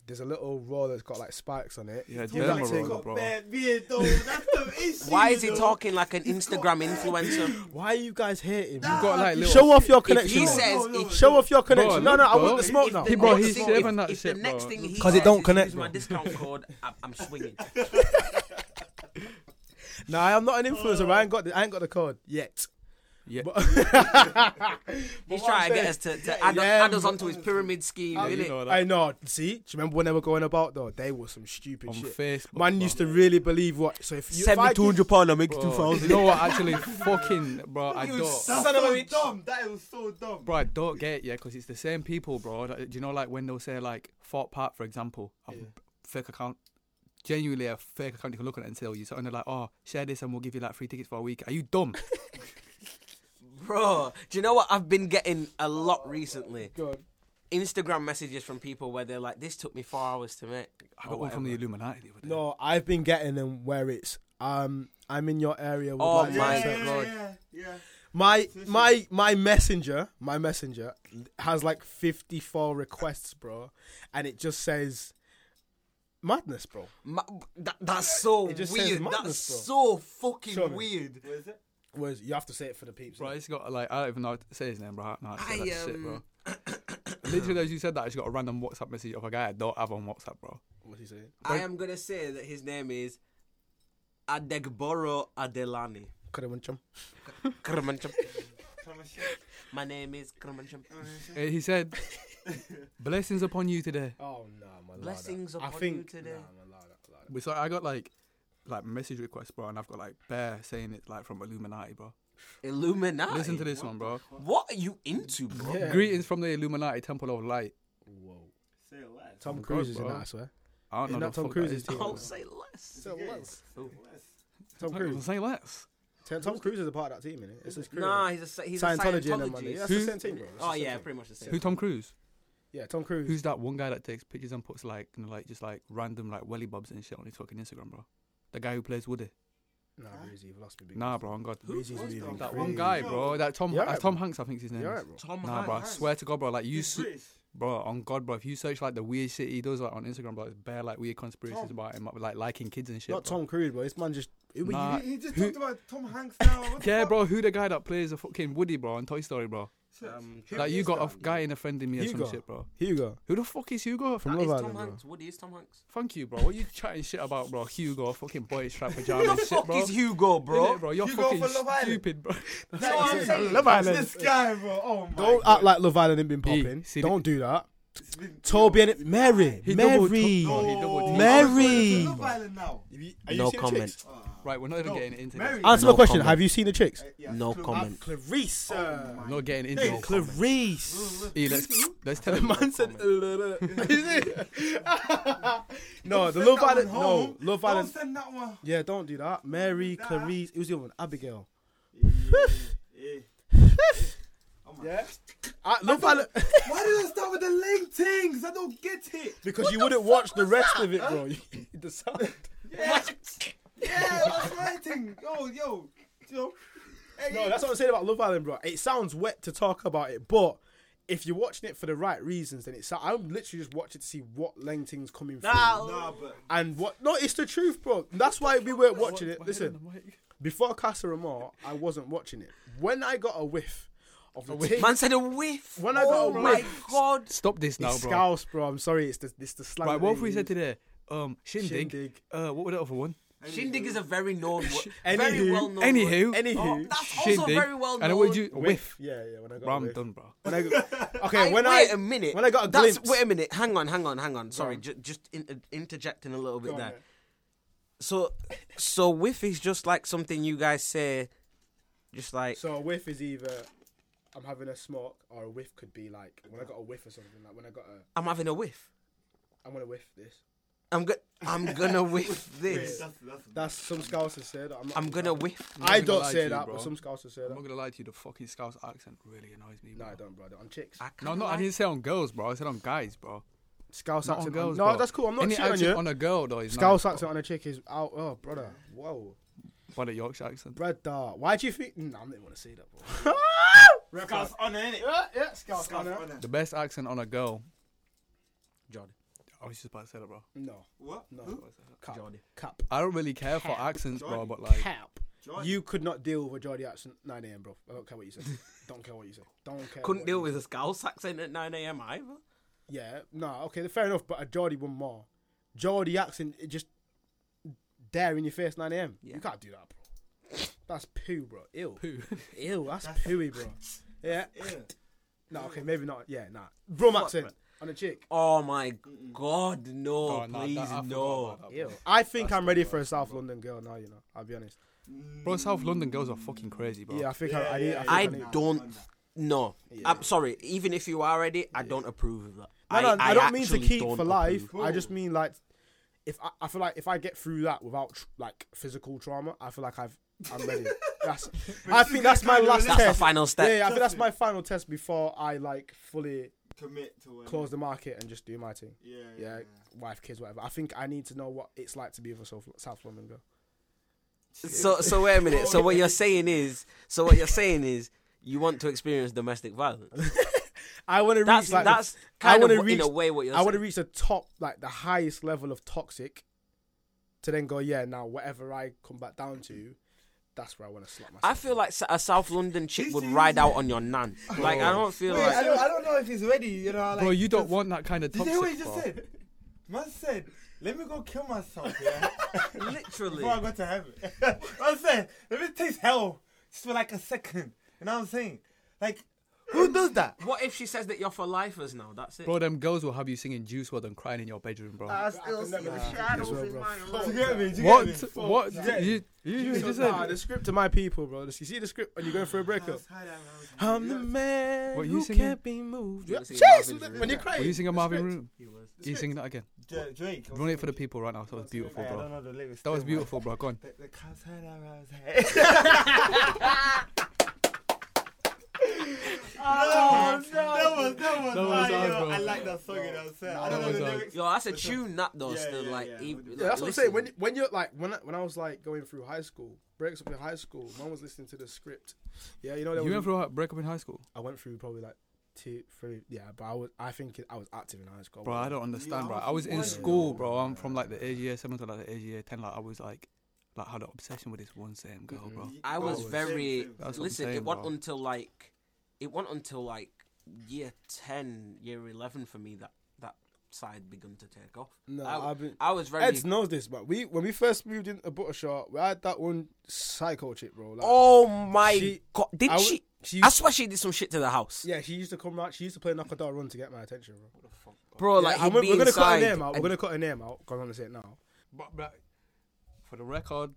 Speaker 2: there's a little roll that's got like spikes on it.
Speaker 5: Yeah,
Speaker 2: You like
Speaker 5: derma
Speaker 2: to
Speaker 5: roller,
Speaker 2: go-
Speaker 5: bro.
Speaker 4: Why is he talking like an Instagram influencer?
Speaker 2: Why are you guys hating? me?
Speaker 5: got like little.
Speaker 2: Show off your
Speaker 4: If
Speaker 2: connection.
Speaker 4: he
Speaker 2: bro.
Speaker 4: says, if-
Speaker 2: Show off your connection.
Speaker 5: look,
Speaker 2: no, no, I
Speaker 5: bro.
Speaker 2: want the smoke now.
Speaker 5: He- bro,
Speaker 4: next
Speaker 5: he's
Speaker 4: thing-
Speaker 5: shaving
Speaker 4: if-
Speaker 5: that
Speaker 4: if
Speaker 5: shit,
Speaker 4: the
Speaker 5: bro.
Speaker 4: next thing he
Speaker 2: 'Cause it
Speaker 4: says
Speaker 2: don't
Speaker 4: is
Speaker 2: connect,
Speaker 4: use my
Speaker 2: bro.
Speaker 4: discount code, I'm, I'm swinging.
Speaker 2: Nah, I'm not an influencer. I ain't got the I ain't got the code yet.
Speaker 5: Yeah.
Speaker 4: He's trying to get us to, to add,
Speaker 2: Yeah,
Speaker 4: add us
Speaker 2: but-
Speaker 4: onto his pyramid scheme,
Speaker 5: Yeah, you
Speaker 4: innit?
Speaker 5: know that.
Speaker 2: I know. See, do you remember when they were going about though? They were some stupid
Speaker 5: On
Speaker 2: shit.
Speaker 5: Facebook,
Speaker 2: Man
Speaker 5: bro.
Speaker 2: used to really believe what. So if you
Speaker 3: Send
Speaker 2: if
Speaker 3: me
Speaker 2: I
Speaker 3: two hundred pound, I make it two
Speaker 5: Bro, you
Speaker 3: thousand.
Speaker 5: know what? Actually, fucking, bro. I don't.
Speaker 3: That's so dumb. That was so dumb.
Speaker 5: Bro, I don't get it, yeah, because it's the same people, bro. that- Do you know, like, when they'll say, like, Fort Park, for example, a fake account, genuinely a fake account, you can look at it and tell you something they're like, oh, share this and we'll give you, like, free tickets for a week. Are you dumb?
Speaker 4: Bro, do you know what I've been getting a lot recently? Instagram messages from people where they're like, "This took me four hours to make."
Speaker 5: I
Speaker 4: or
Speaker 5: got one from the
Speaker 4: whatever.
Speaker 5: Illuminati the other day.
Speaker 2: No, I've been getting them where it's um I'm in your area. Would
Speaker 4: Oh
Speaker 2: like to
Speaker 4: my
Speaker 2: accept-
Speaker 4: God.
Speaker 3: yeah.
Speaker 2: My my my messenger, my messenger has like 54 requests, bro, and it just says madness, bro.
Speaker 4: Ma- that, that's so
Speaker 2: It just says
Speaker 4: weird.
Speaker 2: madness,
Speaker 4: That's so
Speaker 2: bro.
Speaker 4: fucking
Speaker 2: Show me.
Speaker 4: weird.
Speaker 2: Whereas you have to say it for the peeps.
Speaker 5: Bro, it's got, like, I don't even know how to say his name, bro. I don't know how to say
Speaker 4: I,
Speaker 5: that shit, bro.
Speaker 4: um,
Speaker 5: Literally, as you said that, I just got a random WhatsApp message of a guy I don't have on WhatsApp, bro.
Speaker 2: What's he saying?
Speaker 4: I am gonna say that his name is Adegboro Adelani.
Speaker 2: Karamunchum.
Speaker 4: Kramancham. My name is Kramancham.
Speaker 5: Uh, He said, blessings upon you today.
Speaker 2: Oh no, my lord.
Speaker 4: Blessings
Speaker 2: I
Speaker 4: upon
Speaker 2: think
Speaker 4: you today.
Speaker 2: Nah, my lord, my lord.
Speaker 5: We So I got, like, like message requests, bro, and I've got, like, bear saying it, like, from Illuminati, bro.
Speaker 4: Illuminati.
Speaker 5: Listen to this one, bro.
Speaker 4: What are you into, bro?
Speaker 2: Yeah.
Speaker 5: Greetings from the Illuminati Temple of Light.
Speaker 2: Whoa.
Speaker 3: Say less.
Speaker 2: Tom
Speaker 5: God,
Speaker 2: Cruise is in
Speaker 5: bro.
Speaker 2: that, I swear.
Speaker 5: I don't
Speaker 2: Isn't
Speaker 5: know
Speaker 2: that
Speaker 5: the
Speaker 2: Tom
Speaker 5: fuck
Speaker 2: Cruise's
Speaker 5: is,
Speaker 2: team?
Speaker 5: bro.
Speaker 4: Don't say less.
Speaker 2: Tom Cruise. Tom
Speaker 5: Tom Cruise.
Speaker 2: Cruise.
Speaker 5: Say less.
Speaker 2: Tom- Tom Cruise is a part of that team, innit? It's his crew.
Speaker 4: Nah, he's a sa- he's
Speaker 2: Scientology
Speaker 4: a
Speaker 2: and them, man.
Speaker 4: Scientologist.
Speaker 2: That's the same thing, bro. That's the
Speaker 4: Oh
Speaker 2: same
Speaker 4: yeah,
Speaker 2: thing.
Speaker 4: pretty much the same.
Speaker 5: Who Tom Cruise?
Speaker 2: Yeah, Tom Cruise.
Speaker 5: Who's that one guy that takes pictures and puts like, you know, like just like random like welly bobs and shit on his fucking Instagram, bro? The guy who plays Woody.
Speaker 2: Nah, Breezy, you've lost me. big
Speaker 5: Nah,
Speaker 2: time.
Speaker 5: bro, on God.
Speaker 2: Breezy's
Speaker 3: Who's
Speaker 2: moving
Speaker 5: That
Speaker 2: crazy.
Speaker 5: one guy, bro. That Tom.
Speaker 2: You alright,
Speaker 5: that's Tom Hanks, I think his name.
Speaker 2: You
Speaker 5: is.
Speaker 2: alright, bro?
Speaker 4: Tom
Speaker 5: Nah, bro. I
Speaker 4: Hanks.
Speaker 5: swear to God, bro. Like you,
Speaker 3: He's
Speaker 5: s-
Speaker 3: British.
Speaker 5: bro, on God, bro. If you search like the weird shit he does like on Instagram, bro, it's bare like weird conspiracies
Speaker 3: Tom.
Speaker 5: about him, like liking kids and shit.
Speaker 2: Not
Speaker 5: bro.
Speaker 2: Tom Cruise, bro. This man just. Who
Speaker 5: Nah.
Speaker 2: are
Speaker 5: Uh,
Speaker 3: He, he just
Speaker 5: who-
Speaker 3: talked about Tom Hanks now. What the
Speaker 5: Yeah,
Speaker 3: fuck?
Speaker 5: bro. Who the guy that plays a fucking Woody, bro, on Toy Story, bro?
Speaker 3: Shit.
Speaker 4: Um,
Speaker 3: Who
Speaker 5: Like you
Speaker 3: is
Speaker 5: got a
Speaker 3: that?
Speaker 5: f- guy in offending me or some
Speaker 2: Hugo.
Speaker 5: shit, bro.
Speaker 2: you? Hugo.
Speaker 5: Who the fuck is Hugo from
Speaker 4: That
Speaker 2: Love
Speaker 4: is Tom
Speaker 2: Island, bro.
Speaker 4: Hanks. Woody is Tom Hanks.
Speaker 5: Thank you, bro. What you chatting shit about, bro? Hugo, fucking boy strap
Speaker 4: Who the
Speaker 5: pajamas, shit,
Speaker 4: fuck
Speaker 5: bro.
Speaker 4: is Hugo, bro?
Speaker 5: Innit, bro, you're
Speaker 3: Hugo
Speaker 5: fucking
Speaker 3: for Love Island.
Speaker 5: stupid, bro.
Speaker 3: That's what I'm saying.
Speaker 2: Love Island.
Speaker 3: This guy, bro. Oh my.
Speaker 2: Don't act like Love Island ain't been
Speaker 5: Hey,
Speaker 2: popping.
Speaker 5: see the-
Speaker 2: Don't do that.
Speaker 3: It's been-
Speaker 2: Toby and it- Mary.
Speaker 5: He doubled-
Speaker 2: Mary.
Speaker 5: No, he doubled-
Speaker 3: Oh,
Speaker 2: Mary.
Speaker 3: I'm going to Love Island now.
Speaker 4: No comment.
Speaker 5: Right, we're not even
Speaker 3: No,
Speaker 5: getting into
Speaker 3: Mary.
Speaker 5: this.
Speaker 2: Answer
Speaker 4: No
Speaker 2: my question.
Speaker 4: comment.
Speaker 2: Have you seen the chicks? Ah,
Speaker 3: Yeah, Uh,
Speaker 4: No
Speaker 3: Cla-
Speaker 4: comment.
Speaker 2: Clarice.
Speaker 5: I'm not getting into this.
Speaker 2: Clarice.
Speaker 5: Hey, let's, let's tell him.
Speaker 2: Man said, no, the
Speaker 3: Send
Speaker 2: Love
Speaker 3: that
Speaker 2: Island.
Speaker 3: one
Speaker 2: No,
Speaker 3: home.
Speaker 2: Love
Speaker 3: Don't
Speaker 2: Island.
Speaker 3: send that one.
Speaker 2: Yeah, don't do that. Mary,
Speaker 3: Nah.
Speaker 2: Clarice. It was the other one. Abigail.
Speaker 3: Yeah.
Speaker 2: Yeah. I, Love Island.
Speaker 3: Oh Why did I start with the leg things? I don't get it.
Speaker 2: Because you wouldn't watch the rest of it, bro. the sound.
Speaker 3: Yeah, yeah that's my thing. Yo, yo, yo. Hey,
Speaker 2: No, that's what I'm saying about Love Island, bro. It sounds wet to talk about it, but if you're watching it for the right reasons, then it's. I'm literally just watching to see what Langton's coming from.
Speaker 3: Nah, but
Speaker 2: And what? No, it's the truth, bro. That's why we weren't watching it. Listen, before Casa Amor, I wasn't watching it. When I got a whiff of the thing,
Speaker 4: Man said a whiff.
Speaker 2: When I got
Speaker 4: oh
Speaker 2: a
Speaker 4: my
Speaker 2: whiff.
Speaker 4: god.
Speaker 5: Stop this now,
Speaker 2: it's
Speaker 5: bro.
Speaker 2: scouse, bro. I'm sorry, it's the it's the slang.
Speaker 5: Right,
Speaker 2: that
Speaker 5: what
Speaker 2: they
Speaker 5: have we said
Speaker 2: use.
Speaker 5: today? Um, shindig.
Speaker 2: Shindig.
Speaker 5: Uh, what was the other one?
Speaker 4: Shindig is a very known word. very
Speaker 2: Anywho.
Speaker 4: well known word.
Speaker 5: Anywho,
Speaker 2: Anywho,
Speaker 4: That's also
Speaker 5: shindig.
Speaker 4: very well known.
Speaker 5: and what would you whiff?
Speaker 2: Yeah, yeah. When I got
Speaker 5: Bro,
Speaker 2: a
Speaker 5: I'm
Speaker 2: whiff.
Speaker 5: done, bro.
Speaker 2: When I got, okay,
Speaker 4: I-
Speaker 2: when
Speaker 4: wait
Speaker 2: I
Speaker 4: a minute.
Speaker 2: when I got a
Speaker 4: That's,
Speaker 2: glimpse.
Speaker 4: uh, Wait a minute. Hang on, hang on, hang on. Sorry, ju- just in, interjecting a little bit there. So, so whiff is just like something you guys say, just like
Speaker 2: So a whiff is either I'm having a smoke, or a whiff could be like when I got a whiff or something. Like when I got a,
Speaker 4: I'm having a whiff.
Speaker 2: I'm gonna whiff this.
Speaker 4: I'm go- I'm gonna whiff
Speaker 3: That's,
Speaker 4: this.
Speaker 3: that's,
Speaker 2: That's some scouts have said. that I'm, not
Speaker 4: I'm gonna whiff.
Speaker 5: I'm
Speaker 2: I
Speaker 5: not gonna
Speaker 2: don't
Speaker 5: lie
Speaker 2: say
Speaker 5: to you,
Speaker 2: that,
Speaker 5: bro.
Speaker 2: but some scouts have said
Speaker 5: I'm
Speaker 2: that.
Speaker 5: not gonna lie to you. The fucking Scouse accent really annoys me.
Speaker 2: No,
Speaker 5: Bro.
Speaker 2: I don't, brother. I'm chicks.
Speaker 4: I
Speaker 5: No,
Speaker 4: kinda
Speaker 5: no, I
Speaker 4: like-
Speaker 5: didn't say on girls, bro. I said on guys, bro.
Speaker 2: Scouse
Speaker 5: Not on
Speaker 2: accent.
Speaker 5: girls,
Speaker 2: no,
Speaker 5: bro.
Speaker 2: that's cool. I'm not
Speaker 5: Any
Speaker 2: cheating on
Speaker 5: accent
Speaker 2: you.
Speaker 5: on a girl though is
Speaker 2: Scouse
Speaker 5: nice,
Speaker 2: accent on a chick is out. Oh, brother. Whoa,
Speaker 5: bro. But a Yorkshire accent.
Speaker 2: brother. Why do you think? Nah, I didn't want to say that. Bro.
Speaker 3: Scouse on it.
Speaker 2: yeah, yeah, Scouse
Speaker 3: Scouse
Speaker 2: accent.
Speaker 3: honour.
Speaker 5: The best accent on a girl.
Speaker 4: Jordy.
Speaker 5: I was just about to say that, bro.
Speaker 2: No,
Speaker 3: What?
Speaker 2: no.
Speaker 3: Who?
Speaker 2: Cap.
Speaker 4: Jordy.
Speaker 2: Cap.
Speaker 5: I don't really care for
Speaker 2: Cap.
Speaker 5: accents, bro.
Speaker 3: Jordan.
Speaker 5: But like,
Speaker 2: Cap.
Speaker 3: Jordan.
Speaker 2: You could not deal with a Geordie accent 9 a.m., bro. I don't care what you say. don't care what you say. Don't care.
Speaker 4: Couldn't
Speaker 2: what
Speaker 4: deal
Speaker 2: you-
Speaker 4: with a Scouse accent at 9 a.m. either.
Speaker 2: Yeah, no, okay, fair enough. But a Geordie one more. Geordie accent, it just there in your face 9 a.m.
Speaker 4: Yeah.
Speaker 2: You can't do that, bro. That's poo, bro. Ew.
Speaker 5: poo.
Speaker 2: Ew. That's,
Speaker 3: That's-
Speaker 2: pooey, bro. Yeah.
Speaker 3: Yeah.
Speaker 2: No, okay, maybe not. Yeah, nah. Brum accent on a chick.
Speaker 4: Oh my God, no!
Speaker 5: Oh, nah, that-
Speaker 4: please,
Speaker 5: I forgot
Speaker 4: no!
Speaker 5: about that, bro.
Speaker 2: Ew. I think
Speaker 5: That's
Speaker 2: I'm
Speaker 5: the
Speaker 2: ready
Speaker 5: worst
Speaker 2: for a
Speaker 5: one,
Speaker 2: South
Speaker 5: bro.
Speaker 2: London girl now. You know, I'll be honest.
Speaker 5: Bro, South London girls are fucking crazy, bro.
Speaker 2: Yeah, I think I, I need. I,
Speaker 3: yeah,
Speaker 2: think
Speaker 4: I
Speaker 2: I need-
Speaker 4: don't. No,
Speaker 2: Yeah.
Speaker 4: I'm sorry. Even if you are ready, I don't approve of that.
Speaker 2: No, no, I, don't mean to
Speaker 4: actually
Speaker 2: keep
Speaker 4: don't
Speaker 2: for life.
Speaker 4: approve.
Speaker 2: I just mean like, if I, I feel like if I get through that without tr- like physical trauma, I feel like I've I'm ready. That's, I think that's my last
Speaker 4: That's the
Speaker 2: test.
Speaker 4: final
Speaker 2: Yeah,
Speaker 4: step.
Speaker 2: yeah, I think that's my final test before I like fully
Speaker 3: Commit to it.
Speaker 2: close the market and just do my thing.
Speaker 3: Yeah.
Speaker 2: Yeah, wife, kids, whatever. I think I need to know what it's like to be with a South, South London girl.
Speaker 4: So, so wait a minute. So what you're saying is, so what you're saying is, you want to experience domestic violence.
Speaker 2: I want to
Speaker 4: That's
Speaker 2: reach like
Speaker 4: that's kind of
Speaker 2: wanna
Speaker 4: what- in
Speaker 2: reach-
Speaker 4: a way what you're
Speaker 2: I want to
Speaker 4: saying.
Speaker 2: reach the top, like the highest level of toxic, to then go, yeah, now whatever I come back down to, that's where I want to slap myself.
Speaker 4: I feel like s- a South London chick
Speaker 3: This
Speaker 4: would
Speaker 3: is
Speaker 4: ride out
Speaker 3: it.
Speaker 4: on your nan. Like I don't feel
Speaker 3: Wait,
Speaker 4: like.
Speaker 3: I, don't, I don't know if he's ready. You know, like,
Speaker 5: bro, you don't
Speaker 3: just-
Speaker 5: want that kind of
Speaker 3: Did you
Speaker 5: toxic,
Speaker 3: hear what he just
Speaker 5: bro.
Speaker 3: said? Man said, "Let me go kill myself." Yeah.
Speaker 4: Literally.
Speaker 3: Before I go to heaven. I'm saying, let me taste hell just for like a second. You know what I'm saying? Like, who does that?
Speaker 4: What if she says that you're for lifers now? That's it.
Speaker 5: Bro, them girls will have you singing Juice WRLD and crying in your bedroom, bro.
Speaker 3: still see the
Speaker 2: as
Speaker 3: shadows
Speaker 2: well, in bro. my
Speaker 3: Do you get me? Do you
Speaker 5: what?
Speaker 3: Get me?
Speaker 5: What?
Speaker 3: Yeah.
Speaker 5: You, you, you
Speaker 2: So,
Speaker 5: just
Speaker 2: nah,
Speaker 5: said.
Speaker 2: the script to my people, bro. You see the script when you're going for a breakup. I'm the man
Speaker 5: What, you
Speaker 2: who
Speaker 5: singing?
Speaker 2: can't be moved.
Speaker 4: You
Speaker 2: Yeah,
Speaker 4: wanna sing
Speaker 2: Chase,
Speaker 4: Marvin's Room?
Speaker 2: when you're
Speaker 4: Yeah.
Speaker 5: Were
Speaker 2: crying.
Speaker 5: you singing Marvin
Speaker 2: Respect.
Speaker 5: Room?
Speaker 3: He was.
Speaker 5: Can you sing that again?
Speaker 3: Dra- Drake.
Speaker 5: Run it for the people right now. That was beautiful,
Speaker 3: Hey, I
Speaker 5: bro.
Speaker 3: don't know the lyrics.
Speaker 5: That was
Speaker 3: still, man.
Speaker 5: beautiful, bro. Go on.
Speaker 3: The, the cops had our eyes. Hey. Oh, no. That was, that was,
Speaker 5: That was
Speaker 3: mine,
Speaker 5: ours,
Speaker 3: yo.
Speaker 5: bro.
Speaker 3: I like that song, you know what I'm saying? I
Speaker 5: That
Speaker 3: don't know
Speaker 5: was
Speaker 3: the
Speaker 5: ours.
Speaker 3: lyrics.
Speaker 4: Yo, that's a
Speaker 3: Listen.
Speaker 4: tune that though.
Speaker 3: Yeah,
Speaker 4: still
Speaker 3: yeah,
Speaker 4: like,
Speaker 3: yeah.
Speaker 4: even-
Speaker 3: Yeah,
Speaker 2: Yeah, that's what I'm
Speaker 4: listen.
Speaker 2: saying. When when you're like when I, when I was like going through high school, breaks up in high school, man was listening to the script. Yeah, you know that
Speaker 5: You went through a breakup in high school,
Speaker 2: I went through probably like two, three. Yeah, but I was I think I was active in high school.
Speaker 5: bro. I don't understand, bro.
Speaker 3: I
Speaker 5: I was in
Speaker 3: was
Speaker 5: school,
Speaker 2: wondering.
Speaker 5: bro. I'm from like the age year seven to like the age year ten. Like I was like, like had an obsession with this one same girl,
Speaker 2: Mm-hmm.
Speaker 5: bro.
Speaker 4: I was
Speaker 3: Same,
Speaker 4: very
Speaker 3: same.
Speaker 5: That's what I'm
Speaker 4: listen. it
Speaker 5: saying,
Speaker 4: wasn't
Speaker 5: bro.
Speaker 4: until like it wasn't until like year ten, year eleven for me that that side begun to take off.
Speaker 2: No,
Speaker 4: I,
Speaker 2: I've been.
Speaker 4: I was very.
Speaker 2: Ed knows this, but we when we first moved in a Buttershot, we had that one psycho chick, bro. Like,
Speaker 4: oh my
Speaker 2: She-
Speaker 4: god! Did
Speaker 2: I w-
Speaker 4: she?
Speaker 2: she
Speaker 4: I
Speaker 2: used,
Speaker 4: swear she did some shit to the house,
Speaker 2: yeah, she used to come round. She used to play knock a door run to get my attention, bro.
Speaker 4: bro.
Speaker 2: Yeah,
Speaker 4: like
Speaker 2: and
Speaker 4: he'd
Speaker 2: we're,
Speaker 4: be
Speaker 2: we're gonna cut
Speaker 4: inside.
Speaker 2: her name out. We're
Speaker 4: and-
Speaker 2: gonna cut her name out. Go on and say it now.
Speaker 5: But, but for the record,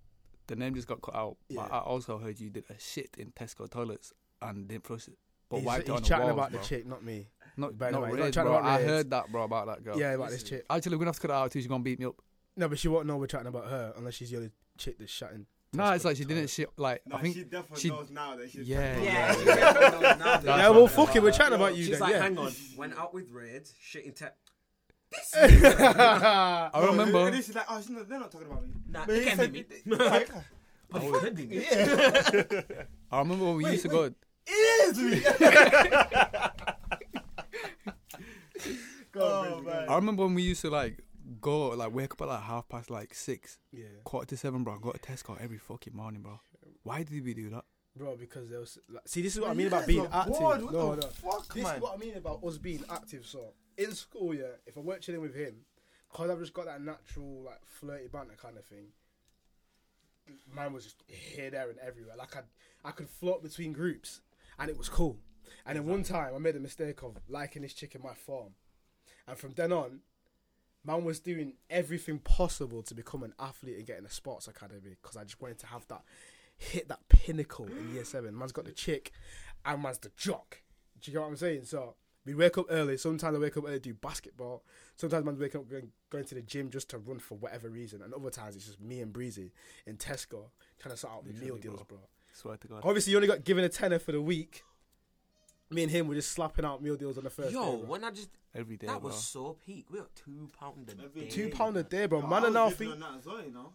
Speaker 5: the name just got cut out.
Speaker 2: Yeah.
Speaker 5: But I also heard you did a shit in Tesco toilets and didn't flush it. But
Speaker 2: he's,
Speaker 5: wiped it
Speaker 2: he's
Speaker 5: on the
Speaker 2: chatting
Speaker 5: walls,
Speaker 2: about
Speaker 5: bro.
Speaker 2: the chick, not me.
Speaker 5: Not,
Speaker 2: By the
Speaker 5: not
Speaker 2: way, he's not
Speaker 5: Reds,
Speaker 2: chatting
Speaker 5: bro.
Speaker 2: about
Speaker 5: I
Speaker 2: Reds.
Speaker 5: heard that, bro, about that girl.
Speaker 2: Yeah, about this chick.
Speaker 5: Actually, we're gonna have to cut it out too. She's gonna beat me up.
Speaker 2: No, but she won't know we're chatting about her unless she's the only chick that's shouting.
Speaker 5: Nah, it's like she
Speaker 2: toilet.
Speaker 5: didn't shit. Like
Speaker 3: No,
Speaker 5: I think
Speaker 3: she definitely
Speaker 5: she-
Speaker 3: knows now that she's.
Speaker 5: Yeah,
Speaker 4: Yeah,
Speaker 5: yeah.
Speaker 4: you get what I'm going now,
Speaker 5: Yeah,
Speaker 2: Yeah,
Speaker 4: dude.
Speaker 2: well, fuck it. We're chatting about you.
Speaker 4: She's
Speaker 2: then,
Speaker 4: like,
Speaker 2: yeah.
Speaker 4: hang on. Went out with Raids, shitting te-
Speaker 5: I remember.
Speaker 3: And then she's like, oh, she's not, they're not talking about me.
Speaker 4: Nah,
Speaker 3: But
Speaker 4: it
Speaker 3: he
Speaker 4: can
Speaker 3: said-
Speaker 4: be me.
Speaker 3: Like,
Speaker 4: But it could be me.
Speaker 5: I remember when we used to go.
Speaker 3: it is me. oh, man.
Speaker 5: I remember when we used to like go like wake up at like half past like six,
Speaker 2: Yeah,
Speaker 5: quarter to seven, bro. Go to Tesco every fucking morning, bro. Why did we do that?
Speaker 2: bro. Because there was. Like, see, this is what I
Speaker 3: You
Speaker 2: mean about
Speaker 3: guys
Speaker 2: being
Speaker 3: are
Speaker 2: active.
Speaker 3: bored, What
Speaker 2: no,
Speaker 3: the
Speaker 2: no.
Speaker 3: fuck,
Speaker 2: This
Speaker 3: man?
Speaker 2: is what I mean about us being active. So in school, yeah, if I weren't chilling with him, cause I've just got that natural like flirty banter kind of thing. Mine was just here, there, and everywhere. Like I, I could float between groups, and it was cool. And then one time, I made a mistake of liking this chick in my form, and from then on, man was doing everything possible to become an athlete and get in a sports academy because I just wanted to have that hit that pinnacle in year seven. Man's got the chick, and man's the jock. Do you get what I'm saying? So we wake up early. Sometimes I wake up early do basketball. Sometimes man's waking up going, going to the gym just to run for whatever reason. And other times it's just me and Breezy in Tesco trying to sort out the meal
Speaker 5: Literally,
Speaker 2: deals, bro.
Speaker 5: Swear to God.
Speaker 4: Oh,
Speaker 2: Obviously, you only got given a tenner for the week. Me and him were just slapping out meal deals on the first
Speaker 4: Yo,
Speaker 2: day. Bro.
Speaker 4: when I just
Speaker 5: Every day,
Speaker 4: that
Speaker 5: bro.
Speaker 4: was so peak. We got two pound a
Speaker 3: Every
Speaker 4: day.
Speaker 2: Two pound a day, bro.
Speaker 3: Yo,
Speaker 2: Man
Speaker 3: I
Speaker 2: are
Speaker 3: was
Speaker 2: now
Speaker 3: living
Speaker 2: think
Speaker 3: on that as well, you know.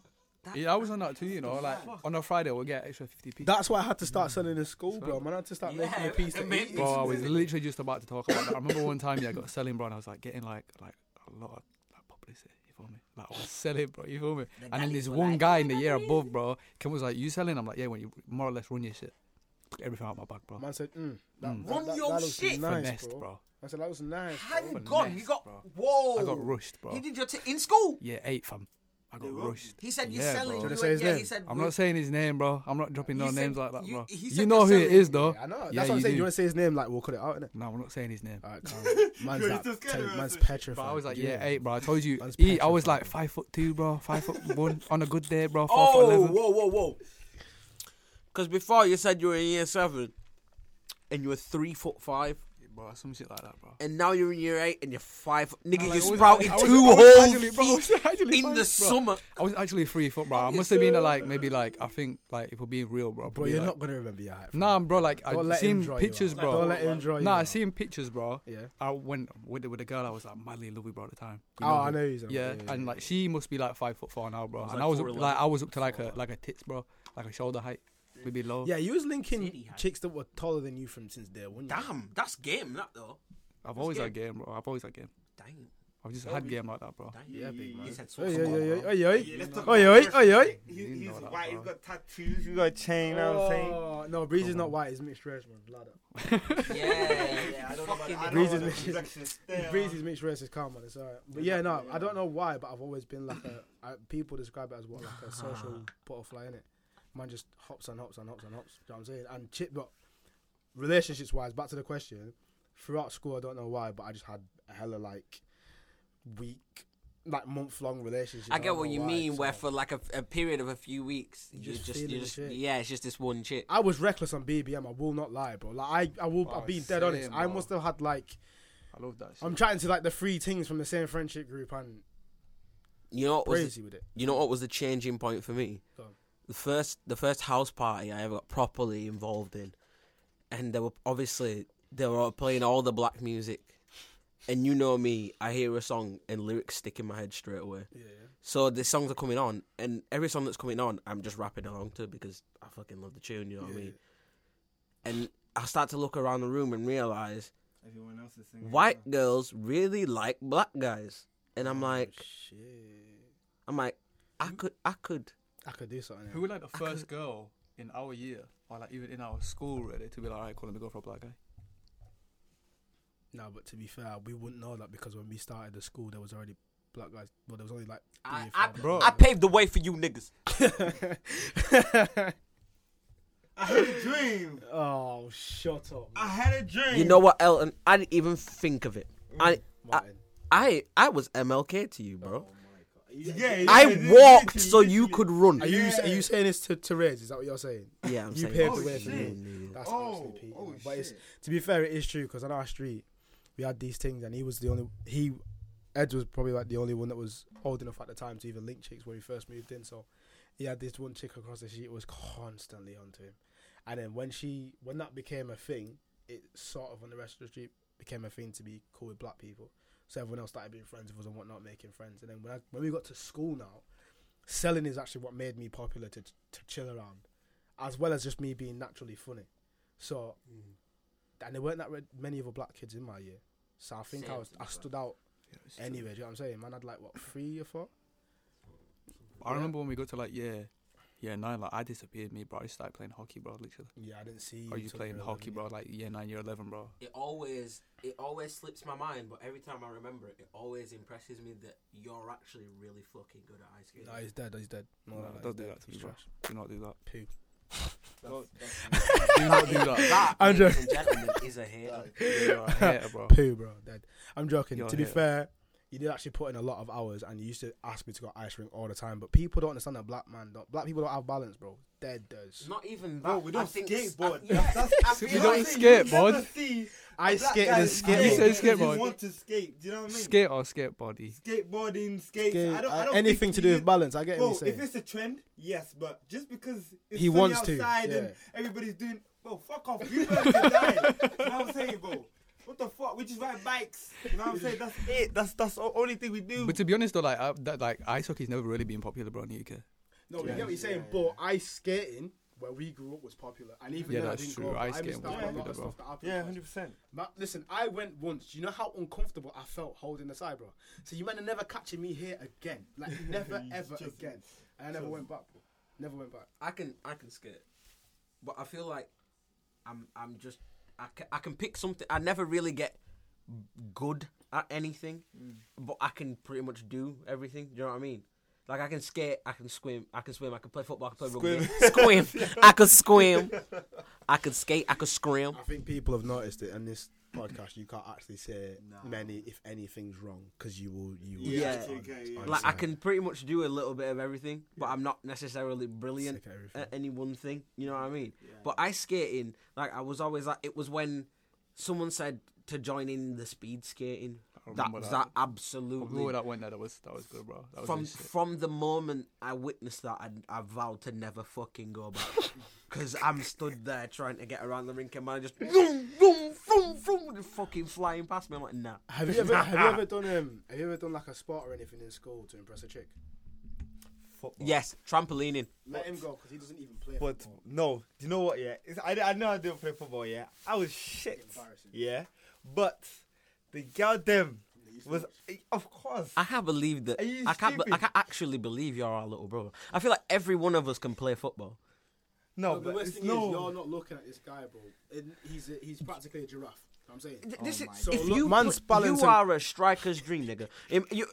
Speaker 5: Yeah, I was on that too, you know. Like, on a Friday, we'll get extra 50p.
Speaker 2: that's why I had to start selling in school, bro. Man, I had to start
Speaker 4: Yeah,
Speaker 2: making a piece to
Speaker 4: mate.
Speaker 2: eat.
Speaker 5: bro, I was literally just about to talk about that. I remember one time, yeah, I got selling, bro, and I was like getting like like a lot of like publicity. You feel me? Like I was selling, bro. You feel me? and then
Speaker 4: daddies
Speaker 5: this
Speaker 4: were
Speaker 5: one
Speaker 4: like,
Speaker 5: guy in the year above, bro, Ken was like, "You selling?" I'm like, "Yeah." When you more or less run your shit, took everything out of my bag, bro.
Speaker 2: Man said, mm, that,
Speaker 5: Mm.
Speaker 2: that-
Speaker 4: Run
Speaker 2: that-
Speaker 4: your
Speaker 2: that looks
Speaker 4: shit.
Speaker 2: nice,
Speaker 5: Finessed,
Speaker 2: bro.
Speaker 5: bro.
Speaker 2: I said that was nice.
Speaker 4: Hang
Speaker 2: bro.
Speaker 4: on, you
Speaker 5: Finesse,
Speaker 4: got
Speaker 5: bro.
Speaker 4: whoa.
Speaker 5: I got rushed, bro.
Speaker 4: He did your t- in school.
Speaker 5: Yeah, eight fam. I got rushed.
Speaker 4: He said you're
Speaker 5: Yeah,
Speaker 4: selling.
Speaker 5: bro.
Speaker 4: you
Speaker 2: Should I
Speaker 4: went-
Speaker 2: say his
Speaker 4: yeah, he
Speaker 2: name?
Speaker 4: said
Speaker 5: I'm
Speaker 4: we-
Speaker 5: not saying his name, bro. I'm not dropping no
Speaker 4: You said-
Speaker 5: names like that,
Speaker 4: you-
Speaker 5: bro.
Speaker 4: he
Speaker 5: You
Speaker 4: said
Speaker 5: know who
Speaker 4: you're
Speaker 5: it is,
Speaker 4: selling.
Speaker 5: though.
Speaker 2: I know. That's
Speaker 5: Yeah,
Speaker 2: what I'm
Speaker 5: you
Speaker 2: saying.
Speaker 5: do.
Speaker 2: You want to say his name? Like, we'll cut it out, innit?
Speaker 5: No, I'm not saying his name.
Speaker 2: Alright, calm. Man's,
Speaker 3: You're
Speaker 2: that
Speaker 3: just scared
Speaker 2: ten-
Speaker 3: of us,
Speaker 2: man's
Speaker 3: eh?
Speaker 2: petrified.
Speaker 5: But I was like,
Speaker 2: Do you
Speaker 5: yeah,
Speaker 2: know?
Speaker 5: eight, bro. I told you,
Speaker 2: Man's
Speaker 5: E, I was
Speaker 2: petrified.
Speaker 5: like five foot two, bro, five foot one on a good day, bro, four
Speaker 4: Oh,
Speaker 5: foot eleven.
Speaker 4: whoa, whoa, whoa. Because before you said you were in year seven, and you were three foot five,
Speaker 5: Bro, some shit like that, bro.
Speaker 4: and now you're in year eight, and you're five. Nigga,
Speaker 5: Like,
Speaker 4: you
Speaker 5: I was-
Speaker 4: sprouted
Speaker 5: I was-
Speaker 4: two
Speaker 5: I was
Speaker 4: holes
Speaker 5: actually- bro, I was actually
Speaker 4: in the
Speaker 5: fine, bro.
Speaker 4: summer.
Speaker 5: I was actually three foot, bro. I must have been at, like maybe like I think like if we're being real, bro.
Speaker 2: Oh, Bro,
Speaker 5: probably,
Speaker 2: you're
Speaker 5: like-
Speaker 2: not going to remember your height. fam.
Speaker 5: Nah, bro. Like
Speaker 2: Don't
Speaker 5: I
Speaker 2: let him
Speaker 5: seen
Speaker 2: draw you
Speaker 5: pictures,
Speaker 2: out.
Speaker 5: bro.
Speaker 2: Don't let him draw you
Speaker 5: Nah, I
Speaker 2: out.
Speaker 5: seen pictures, bro.
Speaker 2: Yeah.
Speaker 5: I went with with a girl I was like madly in love with, bro, at the time. You
Speaker 2: Oh,
Speaker 5: her?
Speaker 2: I know who's on it,
Speaker 5: Yeah,
Speaker 2: yeah, yeah,
Speaker 5: and like she must be like five foot four now, bro.
Speaker 4: was,
Speaker 5: and
Speaker 4: like,
Speaker 5: I was up, to,
Speaker 4: 4'11",
Speaker 5: like I was up to like a like a tits, bro, like a shoulder height, maybe low.
Speaker 2: Yeah, you was linking
Speaker 4: City height.
Speaker 2: chicks that were taller than you from since day one. you know?
Speaker 4: Damn, that's game, that though.
Speaker 5: I've always had game, bro. I've always had game.
Speaker 4: Dang,
Speaker 5: I've just had game like that, bro.
Speaker 4: dang.
Speaker 2: Yeah, big man.
Speaker 4: He said, so
Speaker 2: Oi,
Speaker 4: come
Speaker 2: oi,
Speaker 4: on,
Speaker 2: oi, oi,
Speaker 4: bro.
Speaker 2: oi,
Speaker 3: Yeah, let's talk
Speaker 2: oi, oi,
Speaker 3: about
Speaker 2: oi, oi.
Speaker 3: He,
Speaker 5: You
Speaker 3: he's
Speaker 5: know that,
Speaker 3: white. He's
Speaker 5: bro.
Speaker 3: got tattoos. He's got a chain. You know what I'm saying?
Speaker 2: Oh, No, Breezy's not white. He's mixed race, man. Ladder.
Speaker 4: Yeah, yeah, I don't know about
Speaker 3: Fucking
Speaker 4: that.
Speaker 3: hell.
Speaker 2: Breeze is-
Speaker 3: I don't know what the complexion is there.
Speaker 2: Breezy's mixed race is calm, man. It's alright. But yeah, no, I don't know why, but I've always been like a. I, people describe it as what like a social butterfly, innit? Man just hops and hops and hops and hops. Do you know what I'm saying? And chip, but relationships wise, back to the question. Throughout school, I don't know why, but I just had a hella like week, like month long relationships.
Speaker 4: I get
Speaker 2: don't
Speaker 4: what
Speaker 2: know
Speaker 4: you
Speaker 2: why,
Speaker 4: mean. Where
Speaker 2: so-
Speaker 4: for like a, a period of a few weeks, you
Speaker 2: just
Speaker 4: just,
Speaker 2: feeling
Speaker 4: you
Speaker 2: the
Speaker 4: just,
Speaker 2: shit.
Speaker 4: yeah, it's just this one chick.
Speaker 2: I was reckless on BBM. I will not lie, bro. Like I, I will.
Speaker 5: Bro,
Speaker 2: I'm being dead honest.
Speaker 5: Oh, same,
Speaker 2: I
Speaker 5: bro.
Speaker 2: must have had like
Speaker 5: I love that. Shit.
Speaker 2: I'm chatting to like the three things from the same friendship group and
Speaker 4: You know what was
Speaker 2: crazy with it.
Speaker 4: You know what was the changing point for me?
Speaker 2: Go on.
Speaker 4: The first the first house party I ever got properly involved in, and they were obviously they were all playing all the black music, and you know me, I hear a song and lyrics stick in my head straight away.
Speaker 2: Yeah, yeah.
Speaker 4: So the songs are coming on, and every song that's coming on, I'm just rapping along to because I fucking love the tune. You know what I mean? And I start to look around the room and realize
Speaker 3: Everyone else is singing.
Speaker 4: white girls really like black guys, and I'm like,
Speaker 2: shit.
Speaker 4: I'm like, I could, I could.
Speaker 2: I could do something.
Speaker 5: Who were like the first girl in our year, or like even in our school, really, to be like, alright, cool, let me go for a black guy?
Speaker 2: No, but to be fair, we wouldn't know that because when we started the school, there was already black guys. Well, there was only like
Speaker 4: I,
Speaker 2: three or
Speaker 4: I,
Speaker 2: five.
Speaker 5: Bro.
Speaker 4: I paved the way for you niggas.
Speaker 3: I had a dream.
Speaker 2: oh, shut up,
Speaker 3: I had a dream.
Speaker 4: You know what, Elton? I didn't even think of it. I, I,
Speaker 2: Martin.
Speaker 4: I, I was MLK to you, bro.
Speaker 3: Yeah, yeah,
Speaker 4: I
Speaker 3: yeah,
Speaker 4: walked
Speaker 3: literally,
Speaker 4: so you
Speaker 3: literally.
Speaker 4: could run.
Speaker 2: are you are you saying this to Therese? Is that what you're saying?
Speaker 4: yeah, I'm
Speaker 2: you
Speaker 4: saying
Speaker 2: paved
Speaker 4: that
Speaker 2: the way
Speaker 4: to
Speaker 2: for
Speaker 4: you,
Speaker 2: me.
Speaker 4: nigga.
Speaker 2: That's
Speaker 3: Oh,
Speaker 2: absolutely peak.
Speaker 3: oh,
Speaker 2: but it's
Speaker 3: shit.
Speaker 2: to be fair, it is true because on our street we had these things, and he was the only he. Ed was probably like the only one that was old enough at the time to even link chicks when he first moved in. So he had this one chick across the street who was constantly onto him, and then when she when that became a thing, it sort of on the rest of the street became a thing to be cool with black people. So everyone else started being friends with us and whatnot, making friends. And then when I, when we got to school now, selling is actually what made me popular to to chill around, as well as just me being naturally funny. So, and there weren't that re- many other black kids in my year, so I think I
Speaker 4: Same
Speaker 2: was
Speaker 4: thing,
Speaker 2: I
Speaker 4: bro.
Speaker 2: stood out anyway. Do you know what I'm saying? Man, I'd like what three or four.
Speaker 5: I remember when we got to like yeah, yeah nine, like I disappeared, me bro. I just started playing hockey, bro. Literally.
Speaker 2: Yeah, I didn't see.
Speaker 5: Are Oh, you
Speaker 2: till
Speaker 5: playing
Speaker 2: year
Speaker 5: hockey,
Speaker 2: 11,
Speaker 5: bro? Like year nine, year eleven, bro.
Speaker 4: It always, it always slips my mind, but every time I remember it, it always impresses me that you're actually really fucking good at ice
Speaker 2: yeah. No, he's dead. He's dead. No, no, no, he's
Speaker 5: don't do
Speaker 2: dead.
Speaker 5: that to
Speaker 2: He's
Speaker 5: me, bro.
Speaker 2: trash.
Speaker 5: Do not do that.
Speaker 2: Poo.
Speaker 3: That's- that's-
Speaker 5: Do not do that.
Speaker 4: That,
Speaker 2: Andrew.
Speaker 4: ladies and gentlemen, is a hater.
Speaker 5: You're a hater, bro.
Speaker 2: Poo, bro. Dead. I'm joking.
Speaker 5: You're
Speaker 2: to be
Speaker 5: here.
Speaker 2: fair, you did actually put in a lot of hours, and you used to ask me to go ice rink all the time. But people don't understand that black man, don't, black people don't have balance, bro. Dead does.
Speaker 4: Not even that.
Speaker 3: Bro, we don't
Speaker 4: I think
Speaker 3: skateboard.
Speaker 4: I- yeah.
Speaker 3: That's,
Speaker 4: You
Speaker 3: feel
Speaker 5: don't
Speaker 3: like
Speaker 5: skateboard.
Speaker 3: You never see
Speaker 2: I
Speaker 3: black
Speaker 2: skate
Speaker 3: guys
Speaker 2: and skate.
Speaker 5: You
Speaker 3: out
Speaker 5: say
Speaker 3: because they
Speaker 5: skateboard.
Speaker 3: want to skate. Do you know what I mean?
Speaker 5: Skate or skate body.
Speaker 3: Skateboarding, skates. I don't, I don't
Speaker 2: uh, anything
Speaker 3: think
Speaker 2: to
Speaker 3: you
Speaker 2: do
Speaker 3: need-
Speaker 2: with balance. I get
Speaker 3: Bro,
Speaker 2: what you're
Speaker 3: if
Speaker 2: saying.
Speaker 3: it's a trend, yes, but just because it's
Speaker 2: He
Speaker 3: sunny
Speaker 2: wants to,
Speaker 3: outside and
Speaker 2: yeah.
Speaker 3: everybody's doing, bro, fuck off, we burn to die. you know what I'm saying, bro? What the fuck? We just ride bikes. You know what I'm saying? That's it. That's that's the only thing we do.
Speaker 5: But to be honest though, like I, that, like ice hockey's never really been popular, bro, in the UK.
Speaker 2: No, you get what you're saying, but ice skating where we grew up was popular, and even
Speaker 5: Yeah,
Speaker 2: then I
Speaker 5: that's
Speaker 2: didn't
Speaker 5: true.
Speaker 2: grow up.
Speaker 5: Ice
Speaker 2: I
Speaker 5: skating
Speaker 2: missed out on
Speaker 5: was
Speaker 2: a lot
Speaker 5: popular,
Speaker 2: of
Speaker 5: bro.
Speaker 2: stuff that happened.
Speaker 3: yeah,
Speaker 2: to us.
Speaker 3: hundred percent.
Speaker 2: Ma- listen, I went once. Do you know how uncomfortable I felt holding the side, bro? So you might have never catching me here again, like never ever
Speaker 3: Just-
Speaker 2: again. And I never went back, bro. Never went back.
Speaker 4: I can I can skate, but I feel like I'm I'm just I can, I can pick something. I never really get good at anything, but I can pretty much do everything. Do you know what I mean? Like I can skate, I can swim, I can swim, I can play football, I can play rugby, squim, I can squim, I can skate, I can scream.
Speaker 1: I think people have noticed it, and this podcast you can't actually say many, if anything's wrong, because you will, you will.
Speaker 4: Yeah.
Speaker 1: get
Speaker 4: Yeah.
Speaker 1: on-
Speaker 3: Yeah.
Speaker 1: on
Speaker 4: Like I
Speaker 1: side.
Speaker 4: can pretty much do a little bit of everything, but I'm not necessarily brilliant
Speaker 1: Sick of everything.
Speaker 4: at any one thing. You know what I mean? But ice skating, like I was always like, it was when someone said to join in the speed skating. That
Speaker 5: remember
Speaker 4: was that
Speaker 5: that. I remember
Speaker 4: absolutely.
Speaker 5: that went there. That was that was good, bro. That was
Speaker 4: From
Speaker 5: good shit.
Speaker 4: from the moment I witnessed that, I, I vowed to never fucking go back. Cause I'm stood there trying to get around the rink and man just vroom, vroom, vroom, vroom, and fucking flying past me. I'm like, nah.
Speaker 2: Have you ever have you ever done um have you ever done like a sport or anything in school to impress a chick?
Speaker 4: Yes, trampolining.
Speaker 2: Let him go because he doesn't even play.
Speaker 3: But
Speaker 2: football.
Speaker 3: no, do you know what? Yeah, it's, I, I know I didn't play football. Yeah, I was shit.
Speaker 2: Embarrassing.
Speaker 3: Yeah, but the girl them was of course.
Speaker 4: I can't believe that.
Speaker 3: Are you
Speaker 4: I can't. Be, I
Speaker 3: stupid?
Speaker 4: can't actually believe you're our little brother. I feel like every one of us can play football.
Speaker 3: no,
Speaker 2: Oh, No, the
Speaker 3: but
Speaker 2: worst
Speaker 3: it's
Speaker 2: thing
Speaker 3: no.
Speaker 2: is you're not looking at this guy, bro. And he's a, he's practically a giraffe. I'm saying.
Speaker 4: Th- This is,
Speaker 2: Oh So
Speaker 4: if
Speaker 2: look,
Speaker 4: you
Speaker 2: man's
Speaker 4: put-
Speaker 2: balance
Speaker 4: you
Speaker 2: and-
Speaker 4: are a striker's dream, nigga. Im- you-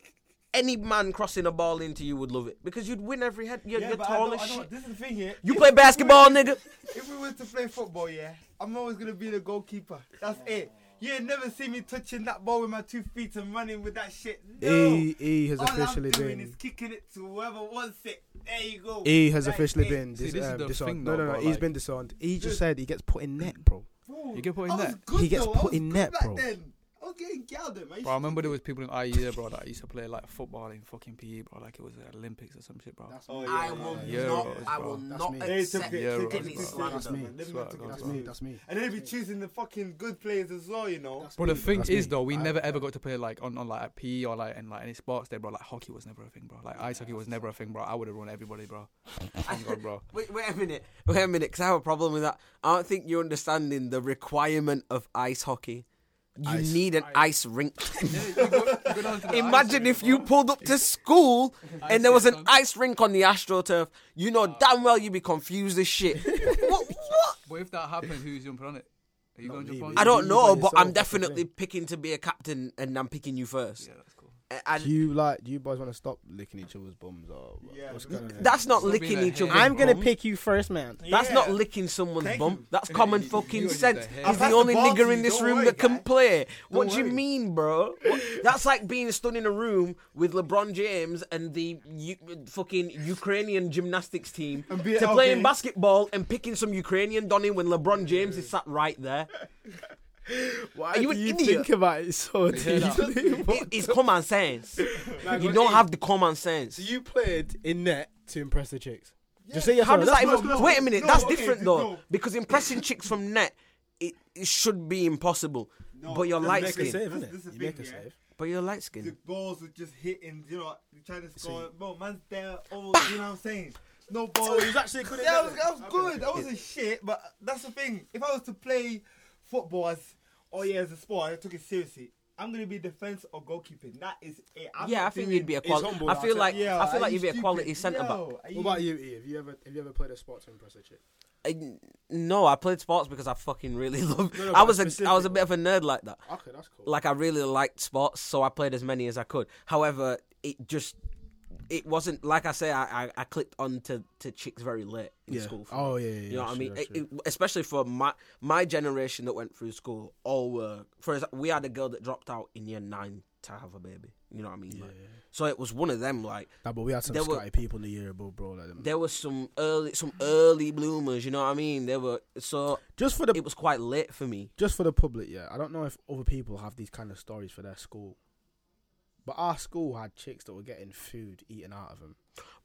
Speaker 4: any man crossing a ball into you would love it because you'd win every head. You're,
Speaker 3: Yeah,
Speaker 4: you're
Speaker 3: but I
Speaker 4: tall
Speaker 3: know-
Speaker 4: as
Speaker 3: I know-
Speaker 4: shit.
Speaker 3: This is the thing here.
Speaker 4: You
Speaker 3: If
Speaker 4: play
Speaker 3: we were-
Speaker 4: basketball, nigga.
Speaker 3: If we were to play football, yeah, I'm always gonna be the goalkeeper. That's it. You ain't never see me touching that ball with my two feet and running with that shit. No.
Speaker 2: E E has
Speaker 3: All
Speaker 2: officially
Speaker 3: I'm doing
Speaker 2: been
Speaker 3: is kicking it to whoever wants it. There you go.
Speaker 2: E has
Speaker 3: That's
Speaker 2: officially
Speaker 3: it.
Speaker 2: been
Speaker 5: See,
Speaker 2: dis-
Speaker 5: this is
Speaker 2: um,
Speaker 5: the
Speaker 2: disowned.
Speaker 5: thing
Speaker 2: no,
Speaker 5: though,
Speaker 2: no, no.
Speaker 5: bro,
Speaker 2: He's
Speaker 5: like-
Speaker 2: been disowned. He just
Speaker 3: Dude.
Speaker 2: said he gets put in net, bro.
Speaker 3: Bro,
Speaker 5: You get put in
Speaker 3: I was
Speaker 5: net.
Speaker 3: good
Speaker 2: He gets
Speaker 3: though. I
Speaker 2: put
Speaker 3: was
Speaker 2: in
Speaker 3: good
Speaker 2: net,
Speaker 3: back
Speaker 2: bro.
Speaker 3: Then. I was getting gelled at, man.
Speaker 5: Bro, I remember there was people in our year, bro, that used to play like football in fucking PE, bro, like it was the Olympics or some shit, bro.
Speaker 3: Oh, yeah,
Speaker 4: I
Speaker 3: yeah,
Speaker 4: will
Speaker 5: yeah.
Speaker 4: not.
Speaker 5: Euros,
Speaker 4: I
Speaker 5: bro.
Speaker 4: will
Speaker 2: That's
Speaker 4: not
Speaker 2: me.
Speaker 3: They took
Speaker 4: accept
Speaker 3: it.
Speaker 5: Yeah, bro.
Speaker 3: took it
Speaker 4: any
Speaker 3: to
Speaker 5: That's
Speaker 4: slander.
Speaker 2: me.
Speaker 3: man.
Speaker 5: Swear to
Speaker 3: Them men took it
Speaker 5: God,
Speaker 3: to
Speaker 2: That's
Speaker 5: bro.
Speaker 2: me.
Speaker 3: slander.
Speaker 2: That's me.
Speaker 3: And then they be choosing the fucking good players as well, you know.
Speaker 5: But the thing
Speaker 2: That's
Speaker 5: is
Speaker 2: me.
Speaker 5: though, we
Speaker 2: I-
Speaker 5: never ever got to play like on, on like at PE or like in like any sports day, bro. Like hockey was never a thing, bro. Like ice hockey was never a thing, bro. I would have run everybody, bro. Thank God, bro.
Speaker 4: Wait, wait a minute. Wait a minute. Cause I have a problem with that. I don't think you're understanding the requirement of ice hockey. You
Speaker 1: Ice.
Speaker 4: need an ice rink. Imagine
Speaker 5: Imagine
Speaker 4: if you pulled up to school and there was an ice rink on the AstroTurf. You
Speaker 5: Oh.
Speaker 4: know damn well you'd be confused as shit. what, what?
Speaker 5: But if that happened, who's jumping on it? Are you going to
Speaker 1: me,
Speaker 5: jump on
Speaker 1: mate.
Speaker 5: it?
Speaker 4: I don't
Speaker 1: you
Speaker 4: know,
Speaker 1: by yourself,
Speaker 4: but I'm
Speaker 1: that's the
Speaker 4: definitely
Speaker 1: thing.
Speaker 4: picking to be a captain, and I'm picking you first.
Speaker 5: Yeah, that's cool.
Speaker 4: And
Speaker 1: Do you like? Do you boys want to stop licking each other's bums or what-
Speaker 3: Yeah,
Speaker 1: what's
Speaker 3: because-
Speaker 1: going on? here?
Speaker 4: that's not
Speaker 5: Stop being
Speaker 4: licking
Speaker 5: a
Speaker 4: each
Speaker 5: hater.
Speaker 4: other's
Speaker 5: I'm
Speaker 4: gonna
Speaker 6: pick you first, man.
Speaker 4: That's
Speaker 3: Yeah.
Speaker 4: not licking someone's
Speaker 3: Thank
Speaker 4: bum.
Speaker 3: you.
Speaker 4: That's common
Speaker 5: you- you
Speaker 4: fucking
Speaker 5: are just
Speaker 4: sense.
Speaker 5: a hater.
Speaker 4: He's the
Speaker 3: That's
Speaker 4: only
Speaker 3: the ball
Speaker 4: nigger
Speaker 3: to
Speaker 4: in
Speaker 3: you,
Speaker 4: this
Speaker 3: don't
Speaker 4: room
Speaker 3: worry,
Speaker 4: that can
Speaker 3: guy.
Speaker 4: play. What
Speaker 3: Don't
Speaker 4: do you
Speaker 3: worry.
Speaker 4: mean, bro? What- That's like being stood in a room with LeBron James and the U- fucking Ukrainian gymnastics team
Speaker 3: And be-
Speaker 4: to playing
Speaker 3: okay.
Speaker 4: basketball and picking some Ukrainian donny when LeBron James is sat right there.
Speaker 2: Why
Speaker 4: Are you
Speaker 2: do
Speaker 4: an
Speaker 2: you
Speaker 4: idiot?
Speaker 2: think about it so deeply?
Speaker 4: It- it's common sense. you don't have the common sense.
Speaker 2: So you played in net to impress the chicks. Just say
Speaker 4: How does that
Speaker 3: no,
Speaker 4: even?
Speaker 3: no,
Speaker 4: wait a minute,
Speaker 3: no,
Speaker 4: that's
Speaker 3: okay,
Speaker 4: different
Speaker 3: no.
Speaker 4: though, because impressing chicks from net, it, it should be impossible. but you're light
Speaker 3: make a
Speaker 4: skinned.
Speaker 3: sense.
Speaker 2: save,
Speaker 3: This-
Speaker 2: innit?
Speaker 3: this is
Speaker 2: You
Speaker 3: the
Speaker 2: make a
Speaker 3: thing, yeah.
Speaker 2: save.
Speaker 4: But you're light
Speaker 3: the
Speaker 4: skinned.
Speaker 3: balls were just hitting, you know, trying to score. Bro, man's there, oh, you know what I'm saying? No balls.
Speaker 2: actually good.
Speaker 3: Yeah, I was, I was good. I wasn't shit, but that's the thing. If I was to play football as, oh yeah, as a sport, I took it seriously. I'm gonna be defense or goalkeeping. That is it. I'm
Speaker 4: Yeah, I
Speaker 3: not
Speaker 4: think
Speaker 3: doing-
Speaker 4: you'd be a
Speaker 2: he's
Speaker 4: quality.
Speaker 2: humble,
Speaker 4: I
Speaker 2: that's
Speaker 4: feel
Speaker 2: it.
Speaker 4: like
Speaker 3: Yeah,
Speaker 4: I feel
Speaker 3: are
Speaker 4: like
Speaker 3: you
Speaker 4: you'd be a
Speaker 3: stupid?
Speaker 4: quality centre back.
Speaker 3: Yo, are
Speaker 2: What about you, E? Have you ever have you ever played a sport to impress a chick?
Speaker 4: I- No, I played sports because I fucking really love.
Speaker 2: No, no,
Speaker 4: I
Speaker 2: but
Speaker 4: was a, I was a
Speaker 2: specific.
Speaker 4: bit of a nerd like that.
Speaker 2: Okay, that's cool.
Speaker 4: Like I really liked sports, so I played as many as I could. However, it just it wasn't like I say I, I, I clicked on to, to chicks very late in
Speaker 2: yeah.
Speaker 4: school. for me.
Speaker 2: Oh yeah, yeah.
Speaker 4: You know what I mean? It- it- especially for my my generation that went through school, all were. For exa- we had a girl that dropped out in year nine to have a baby. You know what I mean? Like, so it was one of them. Like
Speaker 2: Nah, but we had some
Speaker 4: There were-
Speaker 2: Scotty people in the year above, bro. Like them.
Speaker 4: there was some early, some early bloomers. You know what I mean? There were so
Speaker 2: Just for the
Speaker 4: it was quite late for me.
Speaker 2: just for the public, yeah. I don't know if other people have these kind of stories for their school, but our school had chicks that were getting food eaten out of them.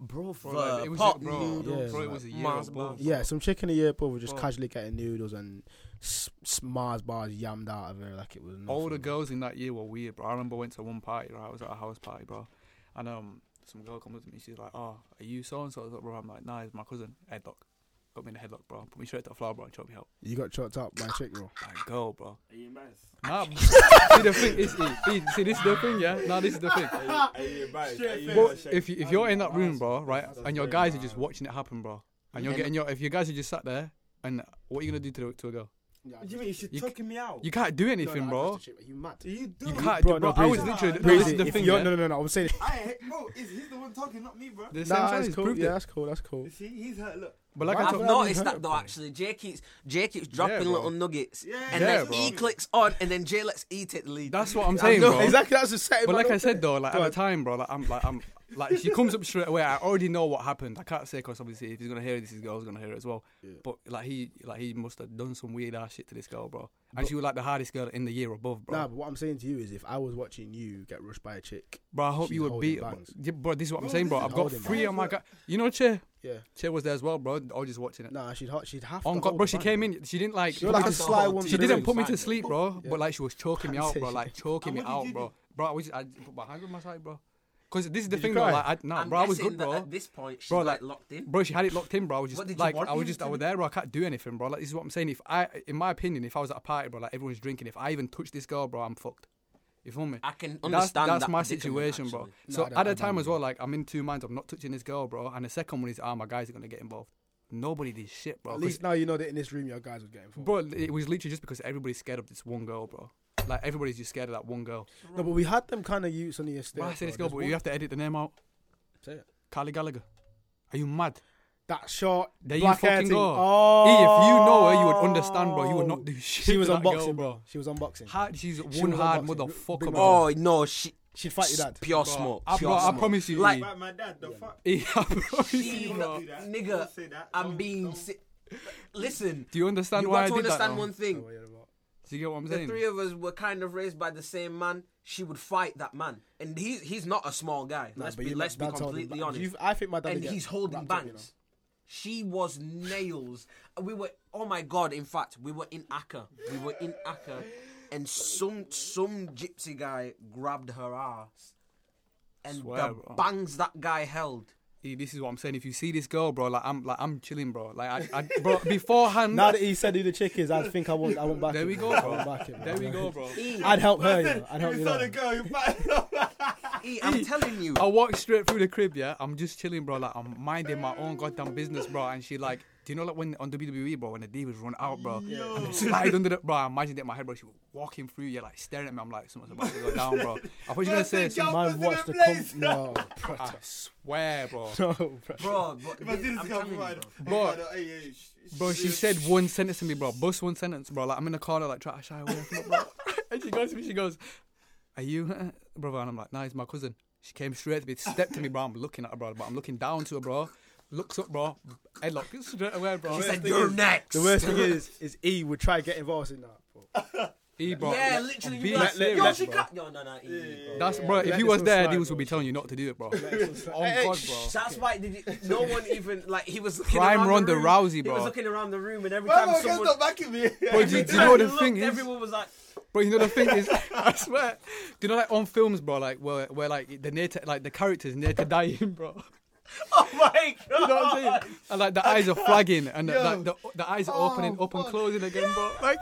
Speaker 4: Bro,
Speaker 5: Bro, like,
Speaker 4: for
Speaker 5: it was
Speaker 4: pot
Speaker 5: a, bro,
Speaker 2: noodles,
Speaker 5: bro, it was a year
Speaker 4: Mars
Speaker 5: above.
Speaker 2: Yeah, some chick in the year above were just
Speaker 5: Oh.
Speaker 2: casually getting noodles and s- s- Mars bars yammed out of her like it was. Nothing.
Speaker 5: All the girls in that year were weird, bro. I remember I went to one party, right? I was at a house party, bro. And um, some girl comes up to me, she's like, Oh, are you so and so? Bro, I'm like, Nah, it's my cousin. Headlock. Got me in the headlock, bro. Put me straight to the floor, bro, and choked me out.
Speaker 2: You got chucked up by a chick, bro.
Speaker 5: Like, girl, bro.
Speaker 7: Are you embarrassed?
Speaker 5: Nah, bro. see, the thing is, see, see, this is the thing, yeah? Nah, this is the thing.
Speaker 3: Are you embarrassed? Are you
Speaker 5: Well,
Speaker 3: ashamed?
Speaker 5: if, you, if you're in that room, bro, right,
Speaker 3: That's
Speaker 5: and your
Speaker 3: very
Speaker 5: guys are just
Speaker 3: bad.
Speaker 5: watching it happen, bro, and you're
Speaker 4: Yeah.
Speaker 5: getting your, if your guys are just sat there, and what are you gonna do to, to a girl?
Speaker 7: What do you mean? You should
Speaker 5: You c-
Speaker 7: choking me out.
Speaker 5: You can't do anything, bro.
Speaker 2: Are you mad?
Speaker 3: You do.
Speaker 5: You
Speaker 3: it.
Speaker 5: can't,
Speaker 2: Bro,
Speaker 5: bro.
Speaker 2: no,
Speaker 5: I was
Speaker 2: Breezy,
Speaker 5: literally. No, this
Speaker 2: Breezy,
Speaker 5: is the
Speaker 2: if
Speaker 5: thing,
Speaker 2: you're-
Speaker 5: yeah.
Speaker 2: No, no, no, no. I'm saying
Speaker 3: I hate, bro, it's, he's the one talking, not me, bro.
Speaker 5: The same
Speaker 2: nah,
Speaker 5: size
Speaker 2: it's cool.
Speaker 5: proved
Speaker 2: Yeah,
Speaker 5: it.
Speaker 2: that's cool. That's cool.
Speaker 3: You see, he's hurt. Look.
Speaker 5: But like
Speaker 2: Why
Speaker 5: I
Speaker 4: I've
Speaker 2: would
Speaker 5: told,
Speaker 2: I-
Speaker 4: noticed
Speaker 2: hurt
Speaker 4: that
Speaker 2: it,
Speaker 4: though.
Speaker 2: bro.
Speaker 4: Actually, Jay keeps Jay keeps dropping
Speaker 5: bro.
Speaker 4: little nuggets,
Speaker 3: Yeah,
Speaker 4: and
Speaker 5: Yeah,
Speaker 4: then
Speaker 5: bro.
Speaker 4: he clicks on, and then Jay lets E take the lead.
Speaker 5: that's what I'm saying,
Speaker 2: No,
Speaker 5: bro.
Speaker 2: exactly. That's the setting.
Speaker 5: But
Speaker 2: man,
Speaker 5: like I
Speaker 2: don't
Speaker 5: said
Speaker 2: it?
Speaker 5: though, like
Speaker 2: Go
Speaker 5: at the
Speaker 2: on.
Speaker 5: time, bro, like I'm like I'm like if she comes up straight away, I already know what happened. I can't say because obviously if he's gonna hear this, his girl's gonna hear it as well. But like he like he must have done some weird ass shit to this girl, bro. And she was like the hardest girl in the year above, bro.
Speaker 2: Nah, but what I'm saying to you is, if I was watching you get rushed by a chick,
Speaker 5: Bro, I hope
Speaker 2: She's
Speaker 5: you were
Speaker 2: holding
Speaker 5: beat. Bro.
Speaker 2: bangs.
Speaker 5: Yeah, bro, this is what I'm
Speaker 3: Bro,
Speaker 5: saying, bro.
Speaker 3: this is
Speaker 5: I've got
Speaker 2: holding
Speaker 5: three
Speaker 3: bangs.
Speaker 5: on my guy. You know, Che?
Speaker 2: yeah,
Speaker 5: Che was there as well, bro. I was just watching it.
Speaker 2: nah, she'd hot, she'd have.
Speaker 5: On
Speaker 2: to
Speaker 5: God,
Speaker 2: hold
Speaker 5: bro,
Speaker 2: the
Speaker 5: she
Speaker 2: bag,
Speaker 5: came
Speaker 2: bro.
Speaker 5: in. She didn't like.
Speaker 2: You're like a
Speaker 4: That's the
Speaker 2: sly
Speaker 4: whole
Speaker 2: one.
Speaker 4: team.
Speaker 5: she
Speaker 2: for the
Speaker 5: didn't
Speaker 2: rings.
Speaker 5: put me
Speaker 4: Yeah.
Speaker 5: to sleep, bro.
Speaker 2: Yeah.
Speaker 5: But like, she was choking me out, bro.
Speaker 2: Conversation.
Speaker 5: Like choking
Speaker 3: And
Speaker 5: me
Speaker 3: what did
Speaker 5: out,
Speaker 3: you
Speaker 5: bro.
Speaker 3: do?
Speaker 5: Bro, I was I put my hands on my side, bro. Cause this is the
Speaker 2: Did you
Speaker 5: thing, though.
Speaker 2: cry?
Speaker 5: Like, I, nah,
Speaker 4: I'm
Speaker 5: bro, I was
Speaker 4: guessing
Speaker 5: good,
Speaker 4: that
Speaker 5: bro.
Speaker 4: At this point, she's
Speaker 5: Bro,
Speaker 4: like
Speaker 5: like-
Speaker 4: locked in.
Speaker 5: Bro, she had it locked in, bro. I was just
Speaker 4: What did you
Speaker 5: like,
Speaker 4: want
Speaker 5: I was
Speaker 4: him
Speaker 5: just,
Speaker 4: to
Speaker 5: I was
Speaker 4: do?
Speaker 5: there, bro. I can't do anything, bro. Like, this is what I'm saying. If I, in my opinion, if I was at a party, bro, like everyone's drinking, if I even touch this girl, bro, I'm fucked. You feel me?
Speaker 4: I can
Speaker 5: that's,
Speaker 4: understand
Speaker 5: that's
Speaker 4: that
Speaker 5: my
Speaker 4: predicament,
Speaker 5: situation, bro.
Speaker 4: actually.
Speaker 5: So
Speaker 2: I don't-
Speaker 5: at
Speaker 2: I
Speaker 5: a time
Speaker 2: don't
Speaker 5: as well, like I'm in two minds. I'm not touching this girl, bro. And the second one is, ah, my guys are gonna get involved. Nobody did shit, bro.
Speaker 2: At
Speaker 5: 'cause-
Speaker 2: least now you know that in this room your guys were getting. fucked.
Speaker 5: bro, it was literally just because everybody's scared of this one girl, bro. Like everybody's just scared of that one girl.
Speaker 2: No, but we had them kind of youths on the estate.
Speaker 5: Why I
Speaker 2: bro.
Speaker 5: say this girl,
Speaker 2: There's
Speaker 5: but
Speaker 2: one-
Speaker 5: you have to edit the name out.
Speaker 2: Say it.
Speaker 5: Carly Gallagher. Are you mad?
Speaker 2: that short
Speaker 5: There you
Speaker 2: black hair
Speaker 5: fucking
Speaker 2: thing.
Speaker 5: go.
Speaker 2: Oh,
Speaker 5: E, if you know her, you would understand, bro. You would not do shit.
Speaker 2: She was
Speaker 5: to that
Speaker 2: unboxing,
Speaker 5: girl,
Speaker 2: bro. She was unboxing.
Speaker 5: Hard, she's
Speaker 2: She
Speaker 5: one
Speaker 2: was
Speaker 5: hard
Speaker 2: unboxing. Bring
Speaker 5: motherfucker,
Speaker 2: it
Speaker 5: bro.
Speaker 4: Oh no, she
Speaker 2: She'd fight your dad.
Speaker 4: pure
Speaker 5: Bro,
Speaker 4: smoke.
Speaker 5: I,
Speaker 4: pure
Speaker 5: bro, I
Speaker 4: smoke.
Speaker 5: promise you,
Speaker 4: Like-
Speaker 5: E.
Speaker 3: But my dad, the fuck.
Speaker 5: E, I promise
Speaker 4: She-
Speaker 5: you, bro.
Speaker 3: do that.
Speaker 4: nigga,
Speaker 3: Don't say that.
Speaker 4: I'm
Speaker 3: Don't-
Speaker 4: being.
Speaker 3: don't-
Speaker 4: Si- Listen,
Speaker 5: Do you understand
Speaker 4: you
Speaker 5: why
Speaker 4: got
Speaker 5: I
Speaker 4: to
Speaker 5: did that?
Speaker 4: understand
Speaker 5: though?
Speaker 4: one
Speaker 2: Oh,
Speaker 4: thing.
Speaker 5: Do you get what I'm
Speaker 4: The
Speaker 5: saying?
Speaker 4: three of us were kind of raised by the same man. She would fight that man, and he's he's not a small guy.
Speaker 2: Nah,
Speaker 4: let's
Speaker 2: but
Speaker 4: be
Speaker 2: your
Speaker 4: let's be
Speaker 2: dad's holding
Speaker 4: completely
Speaker 2: back.
Speaker 4: honest.
Speaker 2: You- I think my dad.
Speaker 4: and
Speaker 2: would get
Speaker 4: he's holding
Speaker 2: wrapped up, you know.
Speaker 4: bangs. She was nails. We were oh my god! In fact, we were in Akka. We were in Akka, and some some gypsy guy grabbed her ass, and
Speaker 5: Swear,
Speaker 4: the
Speaker 5: bro.
Speaker 4: bangs that guy held.
Speaker 5: E, This is what I'm saying. If you see this girl, bro, like I'm, like I'm chilling, bro. Like I, I bro, beforehand.
Speaker 2: Now that he said who the chick is, I think I won't. I won't back
Speaker 5: There
Speaker 2: him.
Speaker 5: we go,
Speaker 2: I
Speaker 5: bro.
Speaker 2: won't back him,
Speaker 5: there we go, bro.
Speaker 4: E,
Speaker 2: I'd help her. You know. I'd help
Speaker 3: If
Speaker 2: you.
Speaker 3: you saw the
Speaker 2: Know.
Speaker 3: girl, you might
Speaker 4: E, I'm telling you,
Speaker 2: Oh,
Speaker 5: I walked straight through the crib, yeah. I'm just chilling, bro. Like I'm minding my own goddamn business, bro. And she like, do you know like when on WWE, bro, when the divas run out, bro, and they slide under the, bro. I imagined it in my head, bro. She was walking through, yeah, like staring at me. I'm like, someone's about to go down, bro. I thought you were gonna say, some-
Speaker 2: Man,
Speaker 3: was
Speaker 2: watch the
Speaker 3: in
Speaker 2: com- no, bro.
Speaker 5: I swear, bro.
Speaker 2: no, bro.
Speaker 4: bro. But
Speaker 3: But this
Speaker 4: thi-
Speaker 3: is
Speaker 4: I'm
Speaker 3: coming
Speaker 4: telling you,
Speaker 3: right.
Speaker 4: bro.
Speaker 5: Bro,
Speaker 3: Hey, hey, sh- sh-
Speaker 5: Bro, she
Speaker 3: sh-
Speaker 5: said one sentence to me, bro. Bust one sentence, bro. Like I'm in the corner, like try to shy away from it, bro. and she goes to me, she goes, "Are you, uh, brother?" And I'm like, "Nah, it's my cousin." She came straight to me, stepped to me, bro. I'm looking at her, bro, but I'm looking down to her, bro. Looks up, bro. Headlock straight away, bro.
Speaker 4: She said you're next.
Speaker 2: The worst thing is, is E would try to get involved in that. Bro.
Speaker 5: E, bro.
Speaker 4: yeah,
Speaker 5: Like,
Speaker 4: literally.
Speaker 5: be
Speaker 4: You
Speaker 5: like-
Speaker 4: like,
Speaker 2: let-
Speaker 4: yo,
Speaker 2: let-
Speaker 4: she got yo, no, no, E, bro.
Speaker 5: That's bro.
Speaker 2: Let
Speaker 5: If you
Speaker 2: this
Speaker 5: was
Speaker 2: one
Speaker 5: there,
Speaker 2: slide,
Speaker 5: he was
Speaker 2: bro.
Speaker 5: would be telling you not to do it, bro.
Speaker 2: Hey,
Speaker 5: On God, bro.
Speaker 4: That's why did you, no one even like he was looking
Speaker 5: Prime
Speaker 4: around
Speaker 5: Ronda
Speaker 4: the room.
Speaker 5: Rousey,
Speaker 4: He
Speaker 5: bro.
Speaker 4: was looking around the room, and every
Speaker 3: Why
Speaker 4: time
Speaker 3: am I gonna
Speaker 4: someone,
Speaker 3: stop backing me?
Speaker 5: But do you,
Speaker 4: every
Speaker 5: do
Speaker 4: time
Speaker 5: you know
Speaker 4: he
Speaker 5: the
Speaker 4: looked,
Speaker 5: thing is,
Speaker 4: everyone was like,
Speaker 5: bro. You know the thing is, I swear. Do you know like on films, bro? Like where where like the near to, like the characters near to dying, bro.
Speaker 4: "Oh my god!"
Speaker 5: You know what I'm saying? And like the eyes are flagging and the,
Speaker 3: Yo.
Speaker 5: like, the, the eyes are opening up and closing again, bro. Like,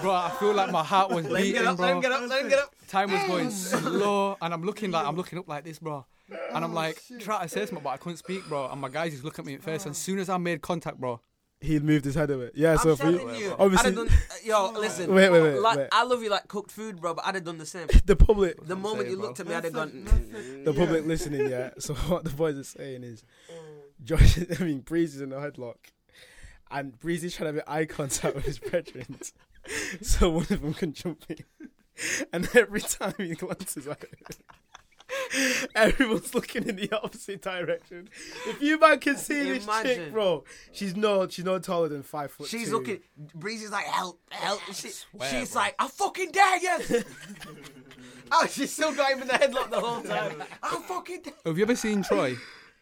Speaker 5: bro, I feel like my heart was
Speaker 4: Let him
Speaker 5: beating,
Speaker 4: get up, let him
Speaker 5: bro.
Speaker 4: get up, let him get up.
Speaker 5: Time was going slow, and I'm looking like I'm looking up like this, bro. And I'm like trying to say something, but I couldn't speak, bro. And my guys just look at me at first. And as soon as I made contact, bro,
Speaker 2: He moved his head away. Yeah, so
Speaker 4: I'm
Speaker 2: if we,
Speaker 4: telling you,
Speaker 2: obviously
Speaker 4: I'd have done, yo, listen,
Speaker 2: Wait, wait, wait,
Speaker 4: like,
Speaker 2: wait.
Speaker 4: I love you like cooked food, bro, but I'd have done the same.
Speaker 2: the public,
Speaker 4: The moment
Speaker 5: saying,
Speaker 4: you looked
Speaker 5: bro.
Speaker 4: at me, I'd have gone.
Speaker 2: the public listening, yeah. So what the boys are saying is,
Speaker 4: Mm.
Speaker 2: Josh, I mean Breezy's in a headlock, and Breezy's trying to make eye contact with his brethren, so one of them can jump in. and every time he glances at it, everyone's looking in the opposite direction. If you man can see this
Speaker 4: Imagine.
Speaker 2: chick, bro, she's no, she's no taller than five foot.
Speaker 4: She's
Speaker 2: two.
Speaker 4: looking. Breezy's like, help, help. She,
Speaker 8: swear,
Speaker 4: she's
Speaker 8: bro.
Speaker 4: like, I fucking dare you. oh, she's still got him in the headlock the whole time. I fucking dare.
Speaker 5: Have you ever seen Troy?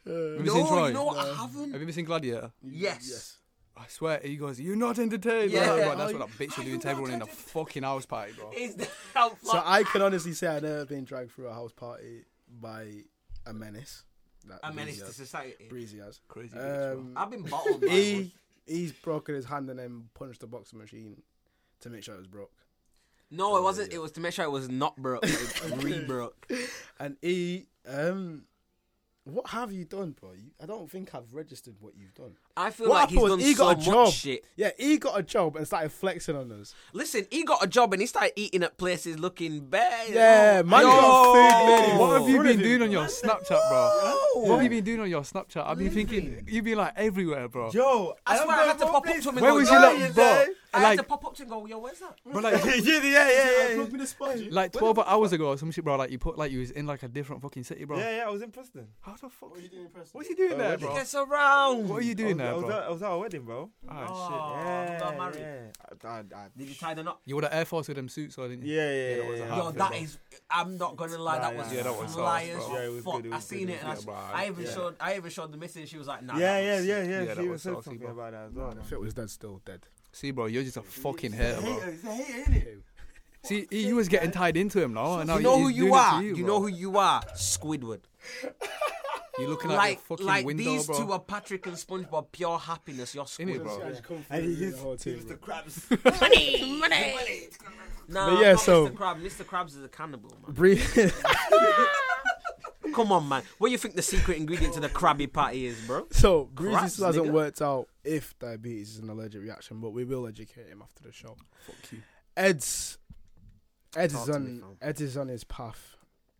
Speaker 5: Have you seen
Speaker 4: No,
Speaker 5: Troy?
Speaker 4: you know what? I haven't.
Speaker 5: Have you ever seen Gladiator?
Speaker 4: yes.
Speaker 5: I swear, he goes, "You're not entertained."
Speaker 4: Yeah.
Speaker 5: Yeah, that's
Speaker 4: Oh,
Speaker 5: what that
Speaker 4: are
Speaker 5: bitch was
Speaker 4: you
Speaker 5: doing to
Speaker 4: not
Speaker 5: everyone in the
Speaker 4: entertained?
Speaker 5: fucking house party, bro.
Speaker 4: Is the
Speaker 2: So I can honestly say I've never been dragged through a house party by a menace. That
Speaker 4: a menace
Speaker 2: Breezy
Speaker 4: to
Speaker 2: has.
Speaker 4: society.
Speaker 2: Breezy has.
Speaker 5: Crazy. bitch, bro.
Speaker 2: Um,
Speaker 4: I've been bottled. By one.
Speaker 2: he he's broken his hand and then punched the boxing machine to make sure it was broke.
Speaker 4: No, it wasn't. It was to make sure it was not broke. It was re-broke.
Speaker 2: And he um, what have you done, bro? You, I don't think I've registered what you've done.
Speaker 4: I feel
Speaker 2: What
Speaker 4: like he's
Speaker 2: happened was
Speaker 4: done
Speaker 2: he
Speaker 4: so
Speaker 2: got
Speaker 4: much
Speaker 2: a job.
Speaker 4: shit.
Speaker 2: Yeah, he got a job and started flexing on us.
Speaker 4: Listen, he got a job and he started eating at places looking bad.
Speaker 2: Yeah, man
Speaker 4: Oh, Yo.
Speaker 2: got food made in
Speaker 5: What have
Speaker 2: front
Speaker 5: you
Speaker 2: of
Speaker 5: been
Speaker 2: him,
Speaker 5: doing
Speaker 2: bro.
Speaker 5: on your Snapchat, bro? What have you been doing on your Snapchat? I've been thinking you've been like everywhere, bro.
Speaker 3: Yo,
Speaker 4: That's why I had to pop up to him and
Speaker 5: Where
Speaker 4: go,
Speaker 5: was
Speaker 4: "Yo,
Speaker 5: you,
Speaker 4: you
Speaker 5: like, bro?
Speaker 4: there?" I had to
Speaker 5: Like,
Speaker 4: pop up to him and go, yo, where's that?
Speaker 5: but like,
Speaker 3: yeah, yeah, yeah, yeah.
Speaker 5: like 12 hours ago or some shit, bro. Like, you put like you was in like a different fucking city, bro.
Speaker 3: Yeah, yeah, I was in Preston.
Speaker 5: How the fuck?
Speaker 2: What are you doing in Preston?
Speaker 5: What's he doing there,
Speaker 3: what
Speaker 5: bro?
Speaker 4: Gets around.
Speaker 5: What are you
Speaker 3: I was,
Speaker 5: doing
Speaker 3: I
Speaker 5: there,
Speaker 3: was
Speaker 5: bro?
Speaker 3: at, I was at a wedding, bro.
Speaker 5: Ah, shit.
Speaker 4: Oh,
Speaker 3: yeah,
Speaker 4: got married.
Speaker 3: yeah. I- I- I-
Speaker 4: Did you tie the knot?
Speaker 5: You were the Air Force with them suits, or didn't you?
Speaker 3: Yeah, yeah,
Speaker 5: that
Speaker 3: yeah,
Speaker 5: was a
Speaker 3: yeah.
Speaker 5: hard
Speaker 4: Yo,
Speaker 5: Outfit,
Speaker 4: that
Speaker 5: bro.
Speaker 4: is. I'm not gonna lie. That
Speaker 3: Nah,
Speaker 4: was
Speaker 3: yeah, that
Speaker 5: was
Speaker 4: fly
Speaker 5: sauce,
Speaker 4: as
Speaker 5: bro.
Speaker 3: Yeah, it was
Speaker 4: fuck.
Speaker 3: good, it
Speaker 4: I
Speaker 3: was
Speaker 4: seen
Speaker 3: good,
Speaker 4: it,
Speaker 3: it
Speaker 4: and I,
Speaker 5: was good,
Speaker 4: s-
Speaker 5: bro.
Speaker 4: I even
Speaker 5: Yeah.
Speaker 4: showed. I even showed the missus. She was like, Nah.
Speaker 3: Yeah,
Speaker 4: that
Speaker 3: yeah,
Speaker 4: was
Speaker 3: yeah,
Speaker 4: sick.
Speaker 3: yeah.
Speaker 5: Yeah, that
Speaker 3: she
Speaker 5: was
Speaker 3: was said
Speaker 5: saucy,
Speaker 3: something
Speaker 5: bro.
Speaker 3: about that as well.
Speaker 2: If it was dead, still dead.
Speaker 5: See, bro, you're just a fucking hater, bro.
Speaker 3: He's a hater, isn't it?
Speaker 5: See, he, you was getting tied into him, no? And now
Speaker 4: You know
Speaker 5: he's
Speaker 4: who you
Speaker 5: doing it to
Speaker 4: are. You,
Speaker 5: bro.
Speaker 4: know who you are. Squidward.
Speaker 5: You're looking out
Speaker 4: Like,
Speaker 5: your fucking
Speaker 4: like
Speaker 5: window,
Speaker 4: these
Speaker 5: bro.
Speaker 4: two are Patrick and SpongeBob. Pure happiness. You're
Speaker 5: Innit,
Speaker 4: Squidward.
Speaker 5: bro.
Speaker 3: And he used,
Speaker 2: the whole
Speaker 3: he
Speaker 2: team,
Speaker 3: used the
Speaker 2: bro.
Speaker 3: crabs.
Speaker 4: Money, money. Nah,
Speaker 2: But yeah,
Speaker 4: not
Speaker 2: so-
Speaker 4: Mr. Krabs. Mr. Krabs is a cannibal, man.
Speaker 2: Bree-
Speaker 4: Come on, man. What do you think the secret ingredient to the Krabby Patty is, bro?
Speaker 2: so Breezy
Speaker 4: Crabs,
Speaker 2: still hasn't
Speaker 4: nigga.
Speaker 2: worked out if diabetes is an allergic reaction, but we will educate him after the show. Ed's Ed
Speaker 4: Talk
Speaker 2: is
Speaker 4: to me,
Speaker 2: on
Speaker 4: fam.
Speaker 2: Ed is on his path,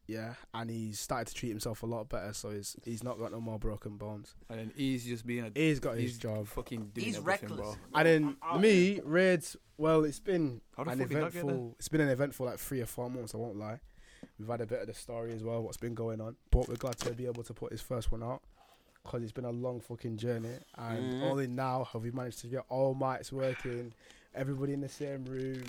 Speaker 2: yeah, and he's started to treat himself a lot better. So he's he's not got no more broken bones.
Speaker 5: And then he's just being a
Speaker 2: He's got his
Speaker 5: He's-
Speaker 2: job,
Speaker 5: fucking doing
Speaker 4: He's
Speaker 5: everything,
Speaker 4: reckless.
Speaker 5: bro.
Speaker 2: and then me Reds. Well, it's been
Speaker 5: How the
Speaker 2: an
Speaker 5: fuck did that get there?
Speaker 2: eventful. It's been an eventful like three or four months. I won't lie. We've had a bit of the story as well. What's been going on? But we're glad to be able to put his first one out because it's been a long fucking journey, and
Speaker 4: Mhm.
Speaker 2: only now have we managed to get all mics working, everybody in the same room.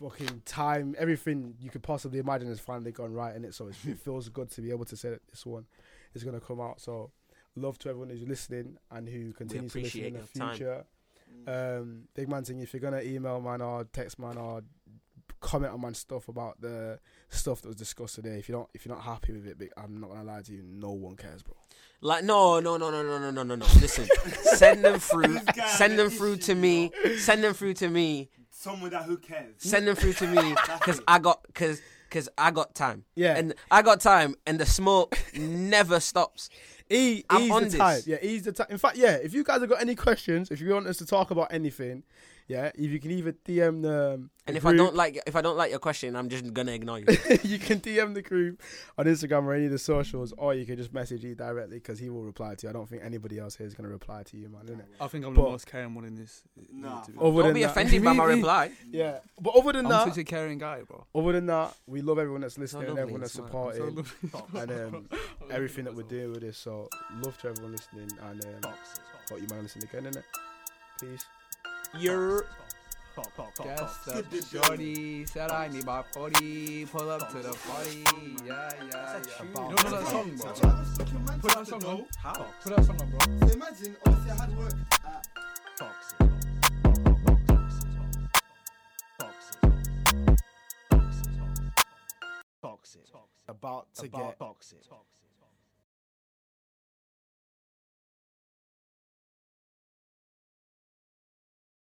Speaker 2: Fucking time, everything you could possibly imagine has finally gone right in it. So it's- it feels good to be able to say that this one is gonna come out. So love to everyone who's listening and who continues to listen
Speaker 4: appreciate
Speaker 2: in the
Speaker 4: your time.
Speaker 2: future. Um, big man thing, if you're gonna email man or text man or comment on man stuff about the stuff that was discussed today, if you don't if you're not happy with it, big- I'm not gonna lie to you, no one cares, bro.
Speaker 4: Like no, no, no, no, no, no, no, no, no. Listen, send them through.
Speaker 3: guy
Speaker 4: Send
Speaker 3: has
Speaker 4: them
Speaker 3: an
Speaker 4: through to
Speaker 3: issue,
Speaker 4: me. Send them through to me.
Speaker 3: Someone that who cares.
Speaker 4: Send them through to me. Cause I got, cause, cause I got time.
Speaker 2: Yeah.
Speaker 4: And I got time, and the smoke never stops.
Speaker 2: He,
Speaker 4: I'm
Speaker 2: he's
Speaker 4: on
Speaker 2: the
Speaker 4: this.
Speaker 2: type. Yeah, he's the type. In fact, yeah. If you guys have got any questions, if you want us to talk about anything, yeah, if you can either DM the um,
Speaker 4: And
Speaker 2: the
Speaker 4: if I
Speaker 2: group-
Speaker 4: don't like, if I don't like your question, I'm just gonna ignore you.
Speaker 2: you can DM the group on Instagram or any of the socials, or you can just message you directly because he will reply to you. I don't think anybody else here is gonna reply to you, man. innit?
Speaker 5: I think I'm
Speaker 2: But-
Speaker 5: the most caring one in this.
Speaker 3: Nah,
Speaker 5: to be-
Speaker 2: Other
Speaker 4: Don't
Speaker 2: than
Speaker 4: be
Speaker 2: that-
Speaker 4: offended by my
Speaker 5: Really?
Speaker 4: reply.
Speaker 2: Yeah, but other than
Speaker 5: I'm
Speaker 2: that,
Speaker 5: such a caring guy, bro.
Speaker 2: other than that, we love everyone that's listening, and
Speaker 4: lovely,
Speaker 2: everyone that's
Speaker 4: it's mad.
Speaker 2: supporting, and um,
Speaker 5: lovely.
Speaker 2: everything that we're doing with this. So love to everyone listening, and um, hope you might listen again, innit? Peace.
Speaker 4: You're.
Speaker 5: Just a shorty said I need my 40. Pull up to the party. Yeah, yeah, yeah. You don't know that song, bro. Put that song on. How? Put that song on, bro.
Speaker 3: Imagine, obviously, I had work at
Speaker 2: About to get
Speaker 9: Boxes.